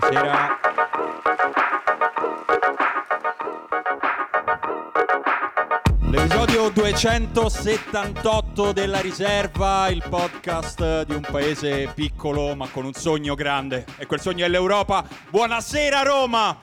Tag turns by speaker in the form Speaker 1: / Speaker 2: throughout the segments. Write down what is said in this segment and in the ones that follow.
Speaker 1: Buonasera. L'episodio 278 della riserva, il podcast di un paese piccolo ma con un sogno grande. E quel sogno è l'Europa. Buonasera Roma!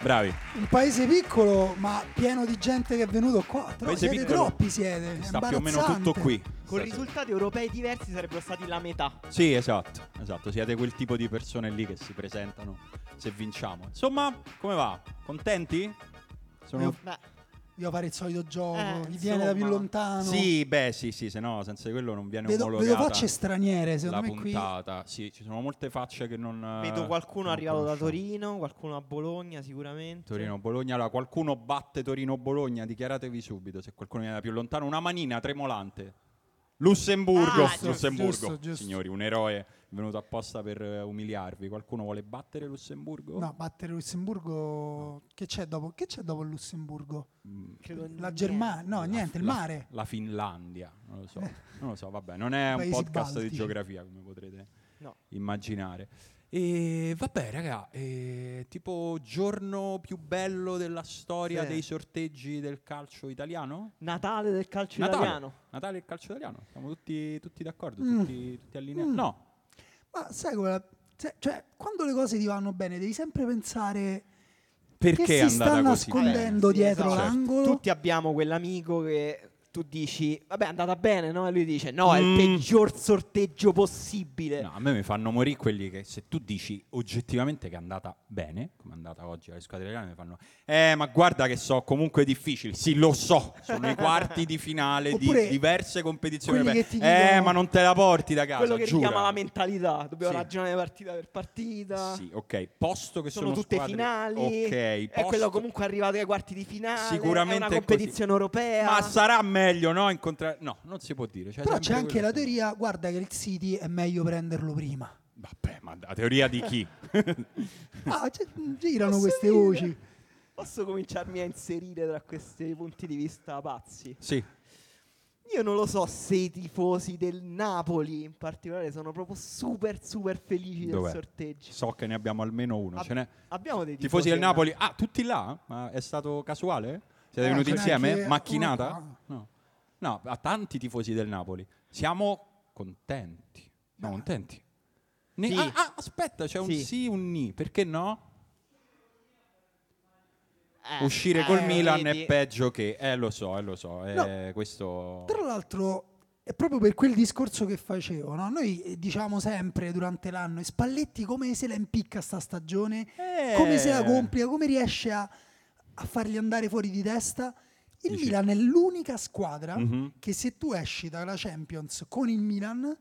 Speaker 1: Bravi.
Speaker 2: Un paese piccolo ma pieno di gente che è venuto qua. Tro-
Speaker 1: Paese
Speaker 2: siete
Speaker 1: piccolo.
Speaker 2: troppi siete. è
Speaker 1: Sta più o meno
Speaker 2: imbarazzante.
Speaker 1: tutto qui.
Speaker 3: Con
Speaker 1: Sta-
Speaker 3: risultati europei diversi sarebbero stati la metà.
Speaker 1: Sì, esatto, esatto, siete quel tipo di persone lì che si presentano se vinciamo. Insomma, come va? Contenti? Sono...
Speaker 2: Eh,
Speaker 3: Beh,
Speaker 2: Io fare il solito gioco,
Speaker 3: Eh,
Speaker 2: vi viene da più
Speaker 3: insomma.
Speaker 2: lontano.
Speaker 1: Sì, beh, sì, sì, se no senza quello non viene
Speaker 2: Vedo,
Speaker 1: omologata
Speaker 2: vedo facce straniere,
Speaker 1: la
Speaker 2: secondo me qui.
Speaker 1: puntata. Sì, ci sono molte facce che non... eh,
Speaker 3: vedo qualcuno
Speaker 1: non
Speaker 3: arrivato da
Speaker 1: conosciamo.
Speaker 3: Torino, qualcuno a Bologna sicuramente.
Speaker 1: Torino-Bologna, allora qualcuno batte Torino-Bologna, dichiaratevi subito se qualcuno viene da più lontano. Una manina tremolante. Lussemburgo,
Speaker 3: Ah, giusto,
Speaker 1: Lussemburgo,
Speaker 2: giusto, giusto.
Speaker 1: signori, un eroe venuto apposta per eh, umiliarvi. Qualcuno vuole battere Lussemburgo?
Speaker 2: No, battere Lussemburgo. Che c'è dopo? Che c'è dopo il Lussemburgo?
Speaker 1: Mm,
Speaker 3: Credo
Speaker 2: La
Speaker 3: niente.
Speaker 2: Germania? No,
Speaker 1: La-
Speaker 2: niente, il
Speaker 1: la-
Speaker 2: mare. Eh.
Speaker 1: La Finlandia, non lo so, non lo so, vabbè, non è un
Speaker 2: Paesi
Speaker 1: podcast di
Speaker 2: baltici.
Speaker 1: geografia come potrete
Speaker 3: No.
Speaker 1: immaginare. E vabbè, raga, eh, tipo giorno più bello della storia
Speaker 3: Sì.
Speaker 1: dei sorteggi del calcio italiano?
Speaker 3: Natale del calcio
Speaker 1: Natale.
Speaker 3: italiano.
Speaker 1: Natale e il calcio italiano, siamo tutti, tutti d'accordo,
Speaker 2: Mm.
Speaker 1: tutti, tutti allineati.
Speaker 2: Mm.
Speaker 1: No,
Speaker 2: Ma sai come? se- Cioè, quando le cose ti vanno bene, devi sempre pensare
Speaker 1: perché
Speaker 2: che
Speaker 1: è
Speaker 2: si
Speaker 1: andata
Speaker 2: sta
Speaker 1: così? bene?
Speaker 2: nascondendo
Speaker 3: Sì,
Speaker 2: dietro
Speaker 3: esatto.
Speaker 2: l'angolo.
Speaker 3: Tutti abbiamo quell'amico che tu dici, vabbè, è andata bene, no? E lui dice, no, è
Speaker 1: Mm.
Speaker 3: il peggior sorteggio possibile.
Speaker 1: No, a me mi fanno morire quelli che se tu dici oggettivamente che è andata bene, come è andata oggi alle squadre italiane, mi fanno "Eh, ma guarda che so, comunque difficili". Sì, lo so, sono i quarti di finale
Speaker 2: Oppure
Speaker 1: di diverse competizioni
Speaker 2: quelli
Speaker 1: europee.
Speaker 2: che ti
Speaker 1: Eh,
Speaker 2: dicono-
Speaker 1: ma non te la porti da casa,
Speaker 3: Quello che
Speaker 1: giura.
Speaker 3: richiama la mentalità. Dobbiamo
Speaker 1: Sì.
Speaker 3: ragionare partita per partita.
Speaker 1: Sì, ok, posto che sono,
Speaker 3: Sono tutte
Speaker 1: squadre-
Speaker 3: finali.
Speaker 1: Ok,
Speaker 3: È
Speaker 1: posto-
Speaker 3: quello comunque arrivato ai quarti di finale.
Speaker 1: Sicuramente
Speaker 3: È una
Speaker 1: è così.
Speaker 3: competizione europea.
Speaker 1: Ma sarà meglio, no? Incontrare No, non si può dire, cioè,
Speaker 2: Però
Speaker 1: sempre
Speaker 2: c'è anche
Speaker 1: quello
Speaker 2: la
Speaker 1: che-
Speaker 2: teoria, guarda che il City è meglio prenderlo prima.
Speaker 1: Vabbè, ma la teoria di chi?
Speaker 2: Ah, cioè, girano
Speaker 3: Posso
Speaker 2: queste
Speaker 3: dire?
Speaker 2: voci.
Speaker 3: Posso cominciarmi a inserire tra questi punti di vista pazzi?
Speaker 1: sì.
Speaker 3: Io non lo so se i tifosi del Napoli in particolare sono proprio super super felici
Speaker 1: Dov'è?
Speaker 3: del sorteggio.
Speaker 1: So che ne abbiamo almeno uno,
Speaker 3: Ab-
Speaker 1: ce n'è
Speaker 3: Abbiamo dei tifosi,
Speaker 1: Tifosi del Napoli, ah, tutti là? Ma è stato casuale? Siete
Speaker 2: Eh,
Speaker 1: venuti
Speaker 2: c'è
Speaker 3: cioè,
Speaker 1: insieme?
Speaker 2: anche
Speaker 1: Macchinata?
Speaker 2: uno
Speaker 1: No. no, a tanti tifosi del Napoli. Siamo contenti. Siamo contenti. Ne-
Speaker 3: Sì.
Speaker 1: ah, ah, aspetta, c'è un
Speaker 3: Sì.
Speaker 1: sì, un ni. Perché no?
Speaker 3: Eh,
Speaker 1: Uscire
Speaker 3: eh,
Speaker 1: col Milan
Speaker 3: vedi.
Speaker 1: è peggio che... Eh, lo so, eh, lo so. eh, questo...
Speaker 2: Tra l'altro è proprio per quel discorso che facevo, no? Noi eh, diciamo sempre durante l'anno, e Spalletti come se la impicca sta stagione,
Speaker 1: Eh.
Speaker 2: come se la complica, come riesce a, a fargli andare fuori di testa. Il
Speaker 1: Dici-
Speaker 2: Milan è l'unica squadra
Speaker 1: Mhm.
Speaker 2: che se tu esci dalla Champions con il Milan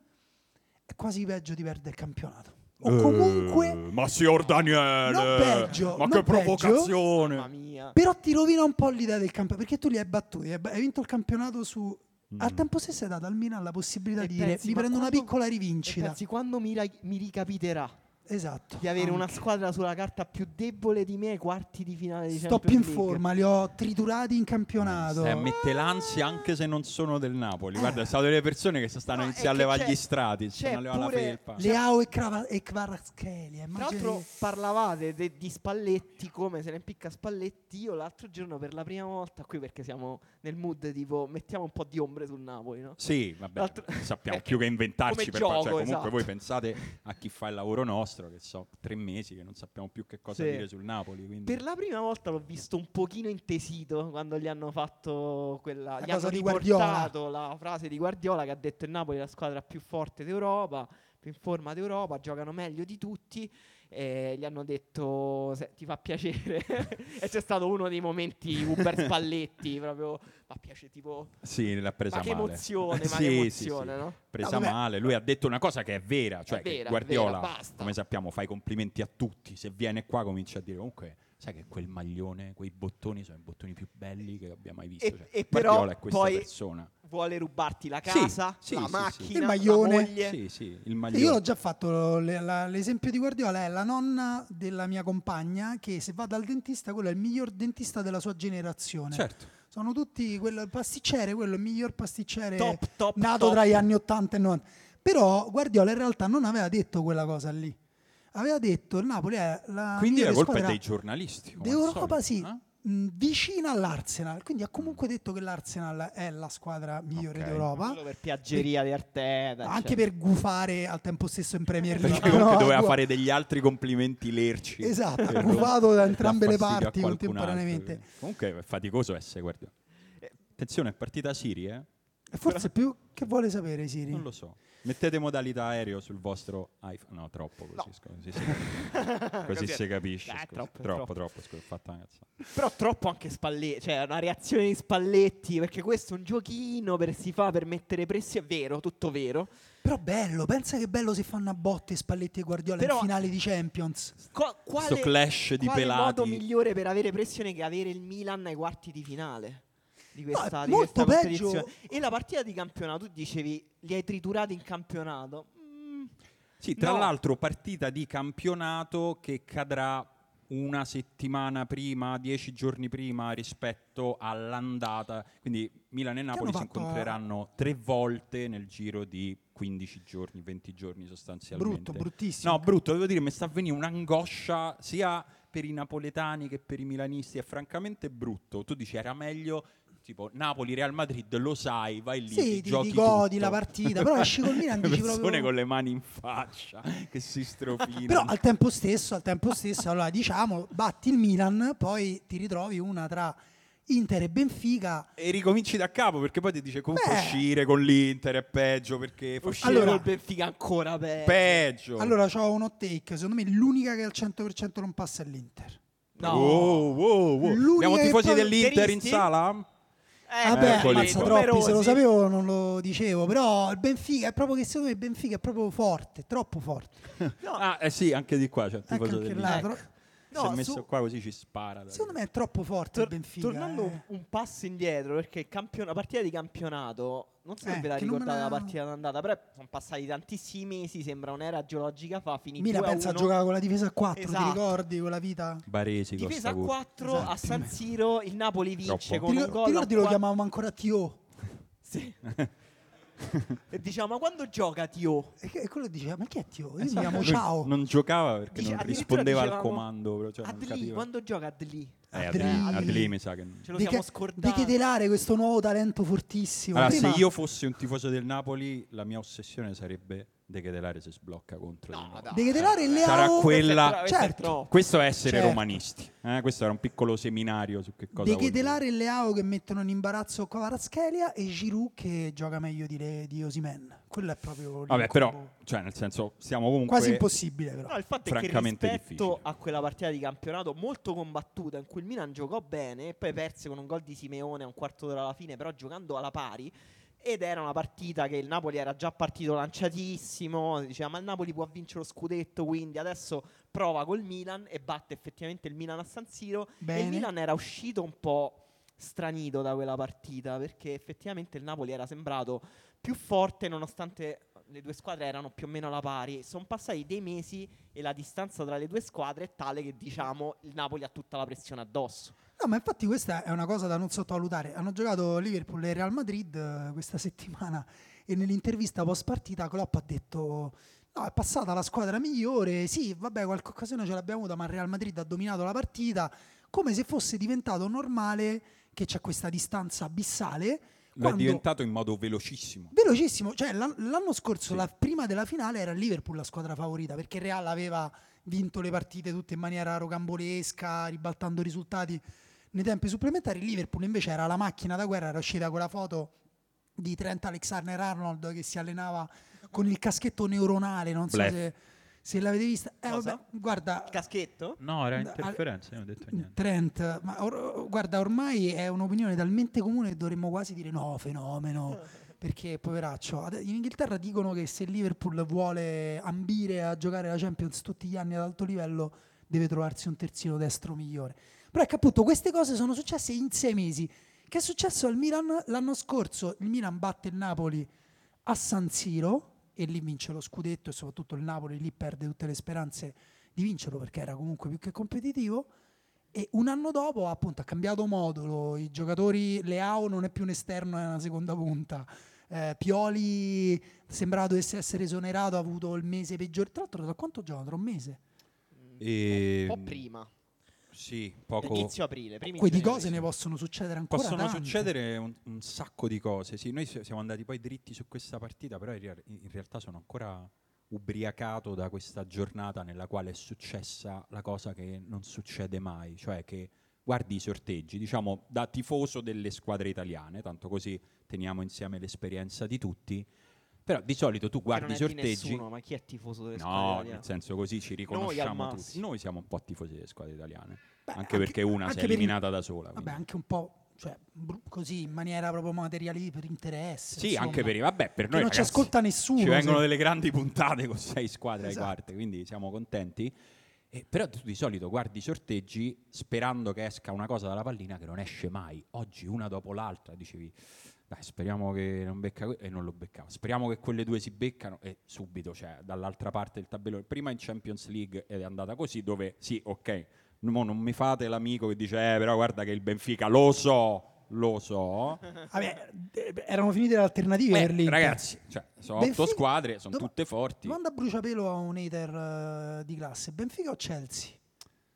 Speaker 2: è quasi peggio di perdere il campionato. O comunque,
Speaker 1: Eh, ma signor Daniele!
Speaker 2: Non peggio,
Speaker 1: ma
Speaker 2: non
Speaker 1: che
Speaker 2: peggio.
Speaker 1: provocazione!
Speaker 3: Mamma mia.
Speaker 2: però ti rovina un po' l'idea del campionato, perché tu li hai battuti, hai ba- hai vinto il campionato su... Al tempo stesso hai dato al Milan la possibilità
Speaker 3: E
Speaker 2: di dire
Speaker 3: pensi,
Speaker 2: mi
Speaker 3: ma
Speaker 2: prendo una
Speaker 3: quando-
Speaker 2: piccola
Speaker 3: E
Speaker 2: rivincita.
Speaker 3: pensi, quando mi, ra- mi ricapiterà
Speaker 2: Esatto.
Speaker 3: di avere una
Speaker 2: anche.
Speaker 3: squadra sulla carta più debole di me ai quarti di finale di
Speaker 2: Sto
Speaker 3: Champions
Speaker 2: più in
Speaker 3: League?
Speaker 2: forma, li ho triturati in campionato.
Speaker 1: Eh, mette l'ansia anche se non sono del Napoli. Guarda, è stato delle persone che si stanno
Speaker 3: No, è
Speaker 1: iniziando a
Speaker 3: che
Speaker 1: levare
Speaker 3: c'è-
Speaker 1: gli strati,
Speaker 3: c'è
Speaker 1: stanno a levare la
Speaker 3: pure-
Speaker 1: felpa.
Speaker 2: Leao e, Crava- e Kvaratskhelia,
Speaker 3: Tra
Speaker 2: immagina
Speaker 3: l'altro
Speaker 2: che-
Speaker 3: parlavate de- di Spalletti, come se ne impicca Spalletti, io l'altro giorno per la prima volta qui perché siamo nel mood tipo mettiamo un po' di ombre sul Napoli, no?
Speaker 1: Sì, vabbè,
Speaker 3: L'altro-
Speaker 1: sappiamo
Speaker 3: Eh,
Speaker 1: più che inventarci
Speaker 3: come
Speaker 1: per far- cioè,
Speaker 3: gioco,
Speaker 1: comunque
Speaker 3: esatto.
Speaker 1: voi pensate a chi fa il lavoro nostro, che so, tre mesi che non sappiamo più che cosa
Speaker 3: Sì.
Speaker 1: dire sul Napoli, quindi
Speaker 3: Per la prima volta l'ho visto un pochino intesito quando gli hanno fatto
Speaker 2: La
Speaker 3: quella gli
Speaker 2: cosa
Speaker 3: hanno
Speaker 2: di
Speaker 3: riportato la frase di Guardiola che ha detto il Napoli è la squadra più forte d'Europa, più in forma d'Europa, giocano meglio di tutti e gli hanno detto "Se- ti fa piacere e c'è stato uno dei momenti Uber Spalletti proprio fa piacere tipo
Speaker 1: Sì, l'ha presa
Speaker 3: ma che
Speaker 1: male.
Speaker 3: emozione, ma
Speaker 1: Sì,
Speaker 3: che
Speaker 1: sì, sì.
Speaker 3: emozione, no?
Speaker 1: Presa
Speaker 2: No, vabbè.
Speaker 1: male, lui ha detto una cosa che è vera, cioè
Speaker 3: È vera,
Speaker 1: che
Speaker 3: è
Speaker 1: Guardiola,
Speaker 3: vera, basta.
Speaker 1: come sappiamo, fa i complimenti a tutti, se viene qua comincia a dire comunque sai che quel maglione, quei bottoni sono i bottoni più belli che abbia mai visto.
Speaker 3: E-
Speaker 1: Cioè,
Speaker 3: e
Speaker 1: Guardiola
Speaker 3: però
Speaker 1: è questa
Speaker 3: poi-
Speaker 1: persona.
Speaker 3: Vuole rubarti la
Speaker 1: Sì,
Speaker 3: casa,
Speaker 1: sì,
Speaker 3: la
Speaker 1: sì, sì.
Speaker 3: macchina,
Speaker 2: Il maglione.
Speaker 3: la moglie.
Speaker 1: Sì, sì, il
Speaker 2: E Io
Speaker 1: maglione.
Speaker 2: l'ho già fatto le- la- l'esempio di Guardiola è la nonna della mia compagna che se va dal dentista quello è il miglior dentista della sua generazione.
Speaker 1: Certo.
Speaker 2: Sono tutti quel pasticcere, quello è il miglior pasticcere
Speaker 3: Top, top,
Speaker 2: nato
Speaker 3: top.
Speaker 2: tra gli anni 80 e 90. Però Guardiola in realtà non aveva detto quella cosa lì. Aveva detto il Napoli è la
Speaker 1: Quindi
Speaker 2: migliore
Speaker 1: la colpa è
Speaker 2: squadra
Speaker 1: dei giornalisti. come al
Speaker 2: d'Europa,
Speaker 1: solito,
Speaker 2: sì,
Speaker 1: eh?
Speaker 2: mh, vicina all'Arsenal. Quindi ha comunque detto che l'Arsenal è la squadra migliore
Speaker 1: Ok.
Speaker 2: d'Europa.
Speaker 3: Solo per piaggeria di Arteta.
Speaker 2: Anche
Speaker 3: cioè.
Speaker 2: per gufare al tempo stesso in Premier League.
Speaker 1: Perché comunque
Speaker 2: No,
Speaker 1: doveva
Speaker 2: gu-
Speaker 1: fare degli altri complimenti lerci.
Speaker 2: Esatto,
Speaker 1: Per-
Speaker 2: gufato da
Speaker 1: per
Speaker 2: entrambe
Speaker 1: dar
Speaker 2: le
Speaker 1: fastidio a
Speaker 2: parti
Speaker 1: qualcun
Speaker 2: contemporaneamente.
Speaker 1: altro. Comunque è faticoso essere guardiola. Eh, Attenzione, è partita Siri, eh?
Speaker 2: E Forse più che vuole sapere Siri.
Speaker 1: Non lo so. Mettete modalità aereo sul vostro iPhone. No, troppo così.
Speaker 3: No.
Speaker 1: scusa, Così si capisce. Così si capisce,
Speaker 3: Eh,
Speaker 1: scusa.
Speaker 3: troppo, troppo.
Speaker 1: troppo, troppo, scusa, ho fatto una cazzata.
Speaker 3: Però troppo anche Spalletti, cioè una reazione di Spalletti, perché questo è un giochino per si fa per mettere pressione, è vero, tutto vero.
Speaker 2: Però bello, pensa che bello si fanno a botte Spalletti e Guardiola
Speaker 3: Però-
Speaker 2: in finale di Champions.
Speaker 3: Co- quale,
Speaker 1: Questo clash di
Speaker 3: quale
Speaker 1: pelati.
Speaker 3: modo migliore per avere pressione che avere il Milan ai quarti di finale di questa,
Speaker 2: è
Speaker 3: di
Speaker 2: molto
Speaker 3: questa
Speaker 2: peggio.
Speaker 3: competizione? E la partita di campionato, tu dicevi, li hai triturati in campionato. Mm,
Speaker 1: Sì, tra
Speaker 3: No.
Speaker 1: l'altro partita di campionato che cadrà una settimana prima, dieci giorni prima rispetto all'andata. Quindi Milan e Napoli si
Speaker 2: hanno fatto eh? a-
Speaker 1: incontreranno tre volte nel giro di 15 giorni, 20 giorni sostanzialmente.
Speaker 2: Brutto, bruttissimo.
Speaker 1: No, brutto, devo dire, mi sta venendo un'angoscia sia per i napoletani che per i milanisti, è francamente brutto. Tu dici era meglio tipo Napoli Real Madrid, lo sai, vai lì,
Speaker 2: Sì, ti-
Speaker 1: ti,
Speaker 2: ti
Speaker 1: giochi
Speaker 2: godi la
Speaker 1: tutto.
Speaker 2: partita, però esci col Milan, dici
Speaker 1: persone
Speaker 2: proprio-
Speaker 1: con le mani in faccia che si strofinano.
Speaker 2: Però al tempo stesso, al tempo stesso, allora diciamo, batti il Milan, poi ti ritrovi una tra Inter e Benfica.
Speaker 1: e ricominci da capo perché poi ti dice comunque
Speaker 2: Beh.
Speaker 1: uscire con l'Inter è peggio perché fa
Speaker 3: uscire
Speaker 2: Allora-
Speaker 3: col Benfica ancora peggio.
Speaker 1: peggio.
Speaker 2: Allora ho un hot take, secondo me l'unica che al 100% non passa è l'Inter.
Speaker 3: no.
Speaker 1: Wow, wow, wow.
Speaker 2: L'unica
Speaker 1: Abbiamo
Speaker 2: che
Speaker 1: tifosi
Speaker 2: poi-
Speaker 1: dell'Inter in
Speaker 3: Interisti?
Speaker 1: sala?
Speaker 3: Eh,
Speaker 2: Vabbè,
Speaker 1: eccoli
Speaker 2: ammazza
Speaker 1: qua.
Speaker 2: troppi, se lo
Speaker 3: numerosi.
Speaker 2: sapevo non lo dicevo, però il Benfica è proprio che secondo me il Benfica è proprio forte, troppo forte.
Speaker 1: Ah, eh sì, anche di qua c'è il
Speaker 2: Anche,
Speaker 1: tifoso
Speaker 2: anche là,
Speaker 1: dell'Inter.
Speaker 2: tro-
Speaker 1: Si è
Speaker 3: No,
Speaker 1: messo
Speaker 3: su-
Speaker 1: qua così ci spara. dai.
Speaker 2: secondo me è troppo forte il
Speaker 3: Tor-
Speaker 2: Benfica.
Speaker 3: tornando un,
Speaker 2: eh.
Speaker 3: un passo indietro, perché il campio- la partita di campionato, non so se
Speaker 2: Eh,
Speaker 3: ve la
Speaker 2: che non me
Speaker 3: ricordate la
Speaker 2: la-
Speaker 3: partita d'andata, però sono passati tantissimi mesi, sembra un'era geologica fa, finì
Speaker 2: Mila
Speaker 3: 2 a
Speaker 2: pensa a
Speaker 3: 1.
Speaker 2: giocare con la difesa a 4, ti
Speaker 3: Esatto.
Speaker 2: ricordi con la vita?
Speaker 1: Baresi
Speaker 3: Difesa
Speaker 1: Costa
Speaker 3: a
Speaker 1: Curta.
Speaker 3: 4
Speaker 2: Esatto.
Speaker 3: a San Siro, il Napoli vince
Speaker 1: Troppo.
Speaker 2: Ti,
Speaker 3: con un
Speaker 2: ricor-
Speaker 3: gol.
Speaker 2: ti
Speaker 3: a
Speaker 2: ricordi lo
Speaker 3: quatt-
Speaker 2: chiamavamo ancora Tio?
Speaker 3: Sì. e diciamo, ma quando gioca Tio?
Speaker 2: E, che- e quello diceva, ma chi è Tio? Io mi
Speaker 1: Esatto,
Speaker 2: chiamo
Speaker 1: lui
Speaker 2: Ciao.
Speaker 1: Non giocava perché
Speaker 3: Dice-
Speaker 1: non
Speaker 3: addirittura
Speaker 1: rispondeva al
Speaker 3: dicevamo,
Speaker 1: comando. però, Cioè, non
Speaker 3: Adli,
Speaker 1: capiva.
Speaker 3: quando gioca Adli?
Speaker 1: Eh,
Speaker 2: Adli-
Speaker 1: Adli, Adli
Speaker 2: Adli.
Speaker 1: mi sa che non-
Speaker 3: Ce lo
Speaker 2: Di
Speaker 3: siamo
Speaker 2: che-
Speaker 3: scordati.
Speaker 2: di che delare questo nuovo talento fortissimo.
Speaker 1: Allora,
Speaker 2: Cioè, Prima-
Speaker 1: se io fossi un tifoso del Napoli, la mia ossessione sarebbe De Chetelare si sblocca contro
Speaker 3: No,
Speaker 1: di noi.
Speaker 3: dai.
Speaker 2: De Ketelare e Leao...
Speaker 1: Sarà quella-
Speaker 3: Questo è tro- questo è
Speaker 2: Certo.
Speaker 3: troppo.
Speaker 1: Questo è essere
Speaker 2: Certo.
Speaker 1: romanisti. eh? Questo era un piccolo seminario su che cosa
Speaker 2: De
Speaker 1: vuol dire.
Speaker 2: Ketelare e Leao che mettono in imbarazzo Kvaratskhelia e Giroud che gioca meglio di, Le- di Osimen. Quello è proprio
Speaker 1: Vabbè,
Speaker 2: l'incubo.
Speaker 1: però, cioè, nel senso, siamo comunque
Speaker 2: quasi impossibile però.
Speaker 3: No, il fatto è che
Speaker 1: francamente
Speaker 3: rispetto
Speaker 1: difficile.
Speaker 3: a quella partita di campionato molto combattuta in cui il Milan giocò bene e poi perse con un gol di Simeone a un quarto d'ora alla fine, però giocando alla pari ed era una partita che il Napoli era già partito lanciatissimo, diceva ma il Napoli può vincere lo scudetto, quindi adesso prova col Milan e batte effettivamente il Milan a San Siro e il
Speaker 2: Bene.
Speaker 3: Milan era uscito un po' stranito da quella partita perché effettivamente il Napoli era sembrato più forte nonostante le due squadre erano più o meno alla pari. Sono passati dei mesi e la distanza tra le due squadre è tale che diciamo il Napoli ha tutta la pressione addosso.
Speaker 2: No, ma infatti questa è una cosa da non sottovalutare. Hanno giocato Liverpool e Real Madrid eh, questa settimana e nell'intervista post partita Klopp ha detto "No, è passata la squadra migliore. Sì, vabbè, qualche occasione ce l'abbiamo avuta, ma il Real Madrid ha dominato la partita come se fosse diventato normale che c'è questa distanza abissale.
Speaker 1: Lo è
Speaker 2: quando-
Speaker 1: diventato in modo velocissimo.
Speaker 2: Velocissimo, cioè l'an- l'anno scorso,
Speaker 1: Sì.
Speaker 2: la prima della finale, era il Liverpool la squadra favorita perché il Real aveva vinto le partite tutte in maniera rocambolesca, ribaltando i risultati nei tempi supplementari. Il Liverpool invece era la macchina da guerra, era uscita quella foto di Trent Alexander Arnold che si allenava con il caschetto neuronale. Non so
Speaker 1: Blef.
Speaker 2: se, se l'avete vista. Eh,
Speaker 3: Cosa?
Speaker 2: vabbè, guarda,
Speaker 3: Il caschetto?
Speaker 1: No, era
Speaker 2: Da- interferenza,
Speaker 1: io non ho detto
Speaker 2: Trent, ma or- guarda, ormai è un'opinione talmente comune che dovremmo quasi dire no, fenomeno. Perché poveraccio, ade- in Inghilterra dicono che se il Liverpool vuole ambire a giocare la Champions tutti gli anni ad alto livello, deve trovarsi un terzino destro migliore. Però è che appunto queste cose sono successe in sei mesi. Che è successo al Milan l'anno scorso? Il Milan batte il Napoli a San Siro e lì vince lo scudetto e soprattutto il Napoli lì perde tutte le speranze di vincerlo perché era comunque più che competitivo. E un anno dopo appunto ha cambiato modulo, i giocatori Leao non è più un esterno, è una seconda punta. Eh, Pioli sembrava dovesse essere esonerato, ha avuto il mese peggiore. Tra l'altro, da quanto gioca? Tra un mese?
Speaker 1: E-
Speaker 3: Mm. Un po' prima.
Speaker 1: Sì, Ehm, poco.
Speaker 4: Inizio aprile. primi
Speaker 2: Quindi
Speaker 4: giorni
Speaker 2: cose
Speaker 4: di-
Speaker 2: ne possono succedere ancora.
Speaker 1: Possono
Speaker 2: tante.
Speaker 1: succedere un, un sacco di cose. Sì, noi si- siamo andati poi dritti su questa partita, però in, rea- in realtà sono ancora ubriacato da questa giornata nella quale è successa la cosa che non succede mai, cioè che guardi i sorteggi, diciamo da tifoso delle squadre italiane, tanto così teniamo insieme l'esperienza di tutti. Però di solito tu guardi i
Speaker 3: che non è di
Speaker 1: sorteggi
Speaker 3: nessuno, ma chi è tifoso delle squadre
Speaker 1: No,
Speaker 3: italiane?
Speaker 1: nel senso così ci
Speaker 3: al
Speaker 1: riconosciamo tutti.
Speaker 3: massimo.
Speaker 1: Noi siamo un po' tifosi delle squadre italiane.
Speaker 2: Beh,
Speaker 1: anche, perché una si
Speaker 2: anche
Speaker 1: è
Speaker 2: per-
Speaker 1: eliminata da sola.
Speaker 2: Vabbè,
Speaker 1: quindi.
Speaker 2: anche un po' cioè, bru- così in maniera proprio materiale per interesse.
Speaker 1: sì,
Speaker 2: insomma.
Speaker 1: anche per i. Vabbè, per
Speaker 2: Che
Speaker 1: noi
Speaker 2: non ci
Speaker 1: ragazzi,
Speaker 2: ascolta nessuno.
Speaker 1: Ci vengono
Speaker 2: se-
Speaker 1: delle grandi puntate con sei squadre
Speaker 2: Esatto.
Speaker 1: ai quarti, quindi siamo contenti. Eh, però tu di solito guardi i sorteggi sperando che esca una cosa dalla pallina che non esce mai. Oggi una dopo l'altra dicevi, dai, speriamo che non becca que-" e non lo beccava. Speriamo che quelle due si beccano e subito, cioè dall'altra parte del tabellone. Prima in Champions League ed è andata così dove sì, ok, mo non mi fate l'amico che dice "Eh, però guarda che il Benfica lo so, lo so".
Speaker 2: Vabbè, eh, erano finite le alternative
Speaker 1: Eh,
Speaker 2: per l'Inter.
Speaker 1: ragazzi, cioè, sono
Speaker 2: Benfica-
Speaker 1: otto squadre, sono
Speaker 2: Dom-
Speaker 1: tutte forti.
Speaker 2: Domanda a bruciapelo a un hater eh, di classe: Benfica o Chelsea?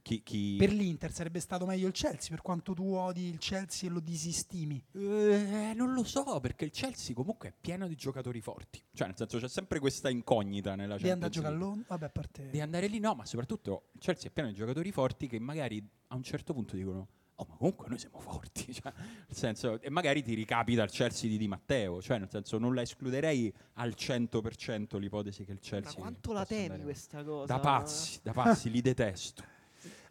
Speaker 1: Chi, chi-
Speaker 2: Per l'Inter sarebbe stato meglio il Chelsea, per quanto tu odi il Chelsea e lo disistimi.
Speaker 1: Eh, non lo so, perché il Chelsea comunque è pieno di giocatori forti. Cioè, nel senso, c'è sempre questa incognita nella
Speaker 2: Devi andare a
Speaker 1: Champions
Speaker 2: giocare a
Speaker 1: League.
Speaker 2: Londra? Vabbè, a parte.
Speaker 1: Di andare lì, no, ma soprattutto il Chelsea è pieno di giocatori forti che magari a un certo punto dicono: Oh, ma comunque noi siamo forti. Cioè, nel senso, e magari ti ricapita il Chelsea di Di Matteo. Cioè, nel senso, non la escluderei al 100% l'ipotesi che il
Speaker 3: Ma
Speaker 1: Chelsea.
Speaker 3: quanto la
Speaker 1: possa
Speaker 3: temi
Speaker 1: andare-
Speaker 3: questa cosa?
Speaker 1: Da pazzi, da pazzi, li detesto.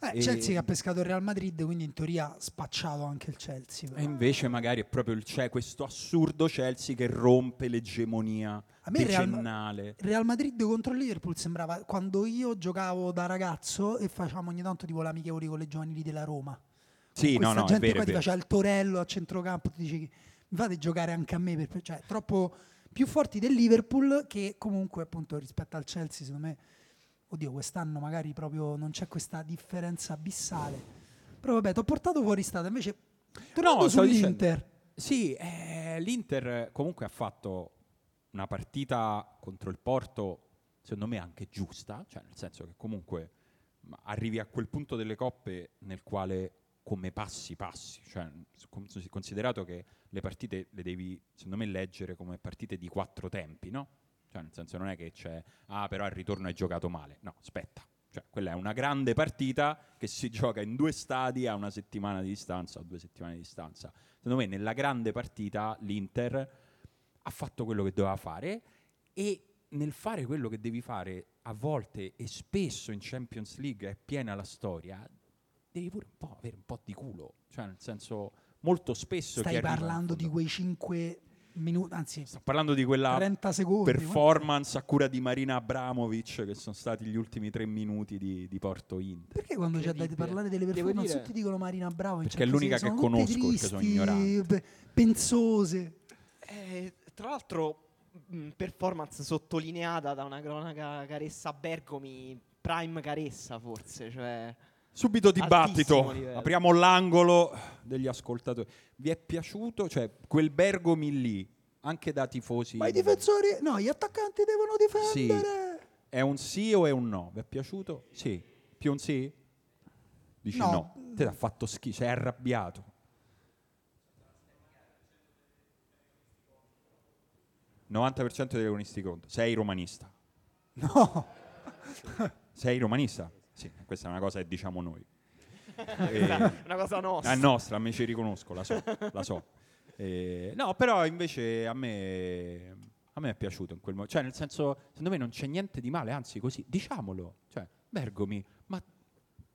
Speaker 2: Eh,
Speaker 1: E-
Speaker 2: Chelsea che ha pescato il Real Madrid, quindi in teoria ha spacciato anche il Chelsea. però.
Speaker 1: E invece magari è proprio il, c'è questo assurdo Chelsea che rompe l'egemonia
Speaker 2: A me il Real- eh,
Speaker 1: decennale.
Speaker 2: Il Real Madrid contro il Liverpool sembrava quando io giocavo da ragazzo e facevamo ogni tanto tipo l'amichevoli con le giovanili della Roma.
Speaker 1: Sì,
Speaker 2: Questa
Speaker 1: no, no, è
Speaker 2: gente
Speaker 1: vero,
Speaker 2: qua
Speaker 1: è
Speaker 2: ti
Speaker 1: vero.
Speaker 2: faceva il torello a centrocampo, ti dici mi fate giocare anche a me, per- cioè troppo più forti del Liverpool che comunque appunto rispetto al Chelsea secondo me, oddio quest'anno magari proprio non c'è questa differenza abissale. Però vabbè, ti ho portato fuori strada, invece tornando
Speaker 1: stavo
Speaker 2: sull'Inter,
Speaker 1: Sì, eh, l'Inter comunque ha fatto una partita contro il Porto, secondo me anche giusta, cioè nel senso che comunque ma, arrivi a quel punto delle coppe nel quale come passi passi, cioè s- con- considerato che le partite le devi secondo me leggere come partite di quattro tempi, no? Cioè nel senso non è che c'è ah però al ritorno hai giocato male, no, aspetta. Cioè, quella è una grande partita che si gioca in due stadi a una settimana di distanza o due settimane di distanza secondo me nella grande partita l'Inter ha fatto quello che doveva fare e nel fare quello che devi fare a volte e spesso in Champions League è piena la storia devi pure un po' avere un po' di culo cioè nel senso molto spesso chi
Speaker 2: stai
Speaker 1: arriva in
Speaker 2: parlando di
Speaker 1: fondo-
Speaker 2: quei 5 minuti, anzi
Speaker 1: sto parlando di quella
Speaker 2: 30 secondi.
Speaker 1: performance a cura di Marina Abramovic che sono stati gli ultimi tre minuti di, di Porto Inter
Speaker 2: Perché quando c'è da
Speaker 3: Incredibile.
Speaker 2: parlare delle
Speaker 3: Devo
Speaker 2: performance
Speaker 3: dire-
Speaker 2: tutti dicono Marina Bravo? in
Speaker 1: Perché è
Speaker 2: certi
Speaker 1: l'unica
Speaker 2: sensi,
Speaker 1: che
Speaker 2: sono tutte
Speaker 1: conosco, perché sono
Speaker 2: tristi,
Speaker 1: ignorante.
Speaker 2: pe- Pensose.
Speaker 3: Eh, tra l'altro, mh, performance sottolineata da una cronaca Caressa Bergomi, prime Caressa forse, cioè...
Speaker 1: Subito
Speaker 3: Altissimo
Speaker 1: dibattito,
Speaker 3: livello.
Speaker 1: apriamo l'angolo degli ascoltatori. Vi è piaciuto? Cioè, quel Bergomi lì, anche da tifosi,
Speaker 2: Ma i difensori, no, gli attaccanti devono difendere.
Speaker 1: è un sì o è un no? Vi è piaciuto? Sì. Più un sì? Dici
Speaker 2: No.
Speaker 1: no. Te l'ha fatto schifo, sei arrabbiato. ...90% degli agonisti contro. Sei romanista.
Speaker 2: No,
Speaker 1: Sei romanista? Sì, questa è una cosa che diciamo noi. Eh,
Speaker 3: Una cosa nostra.
Speaker 1: È nostra, me ci riconosco, la so. la so. Eh, no, però invece a me, a me è piaciuto in quel modo. Cioè, nel senso, secondo me non c'è niente di male, anzi, così, diciamolo. Cioè, Bergomi, ma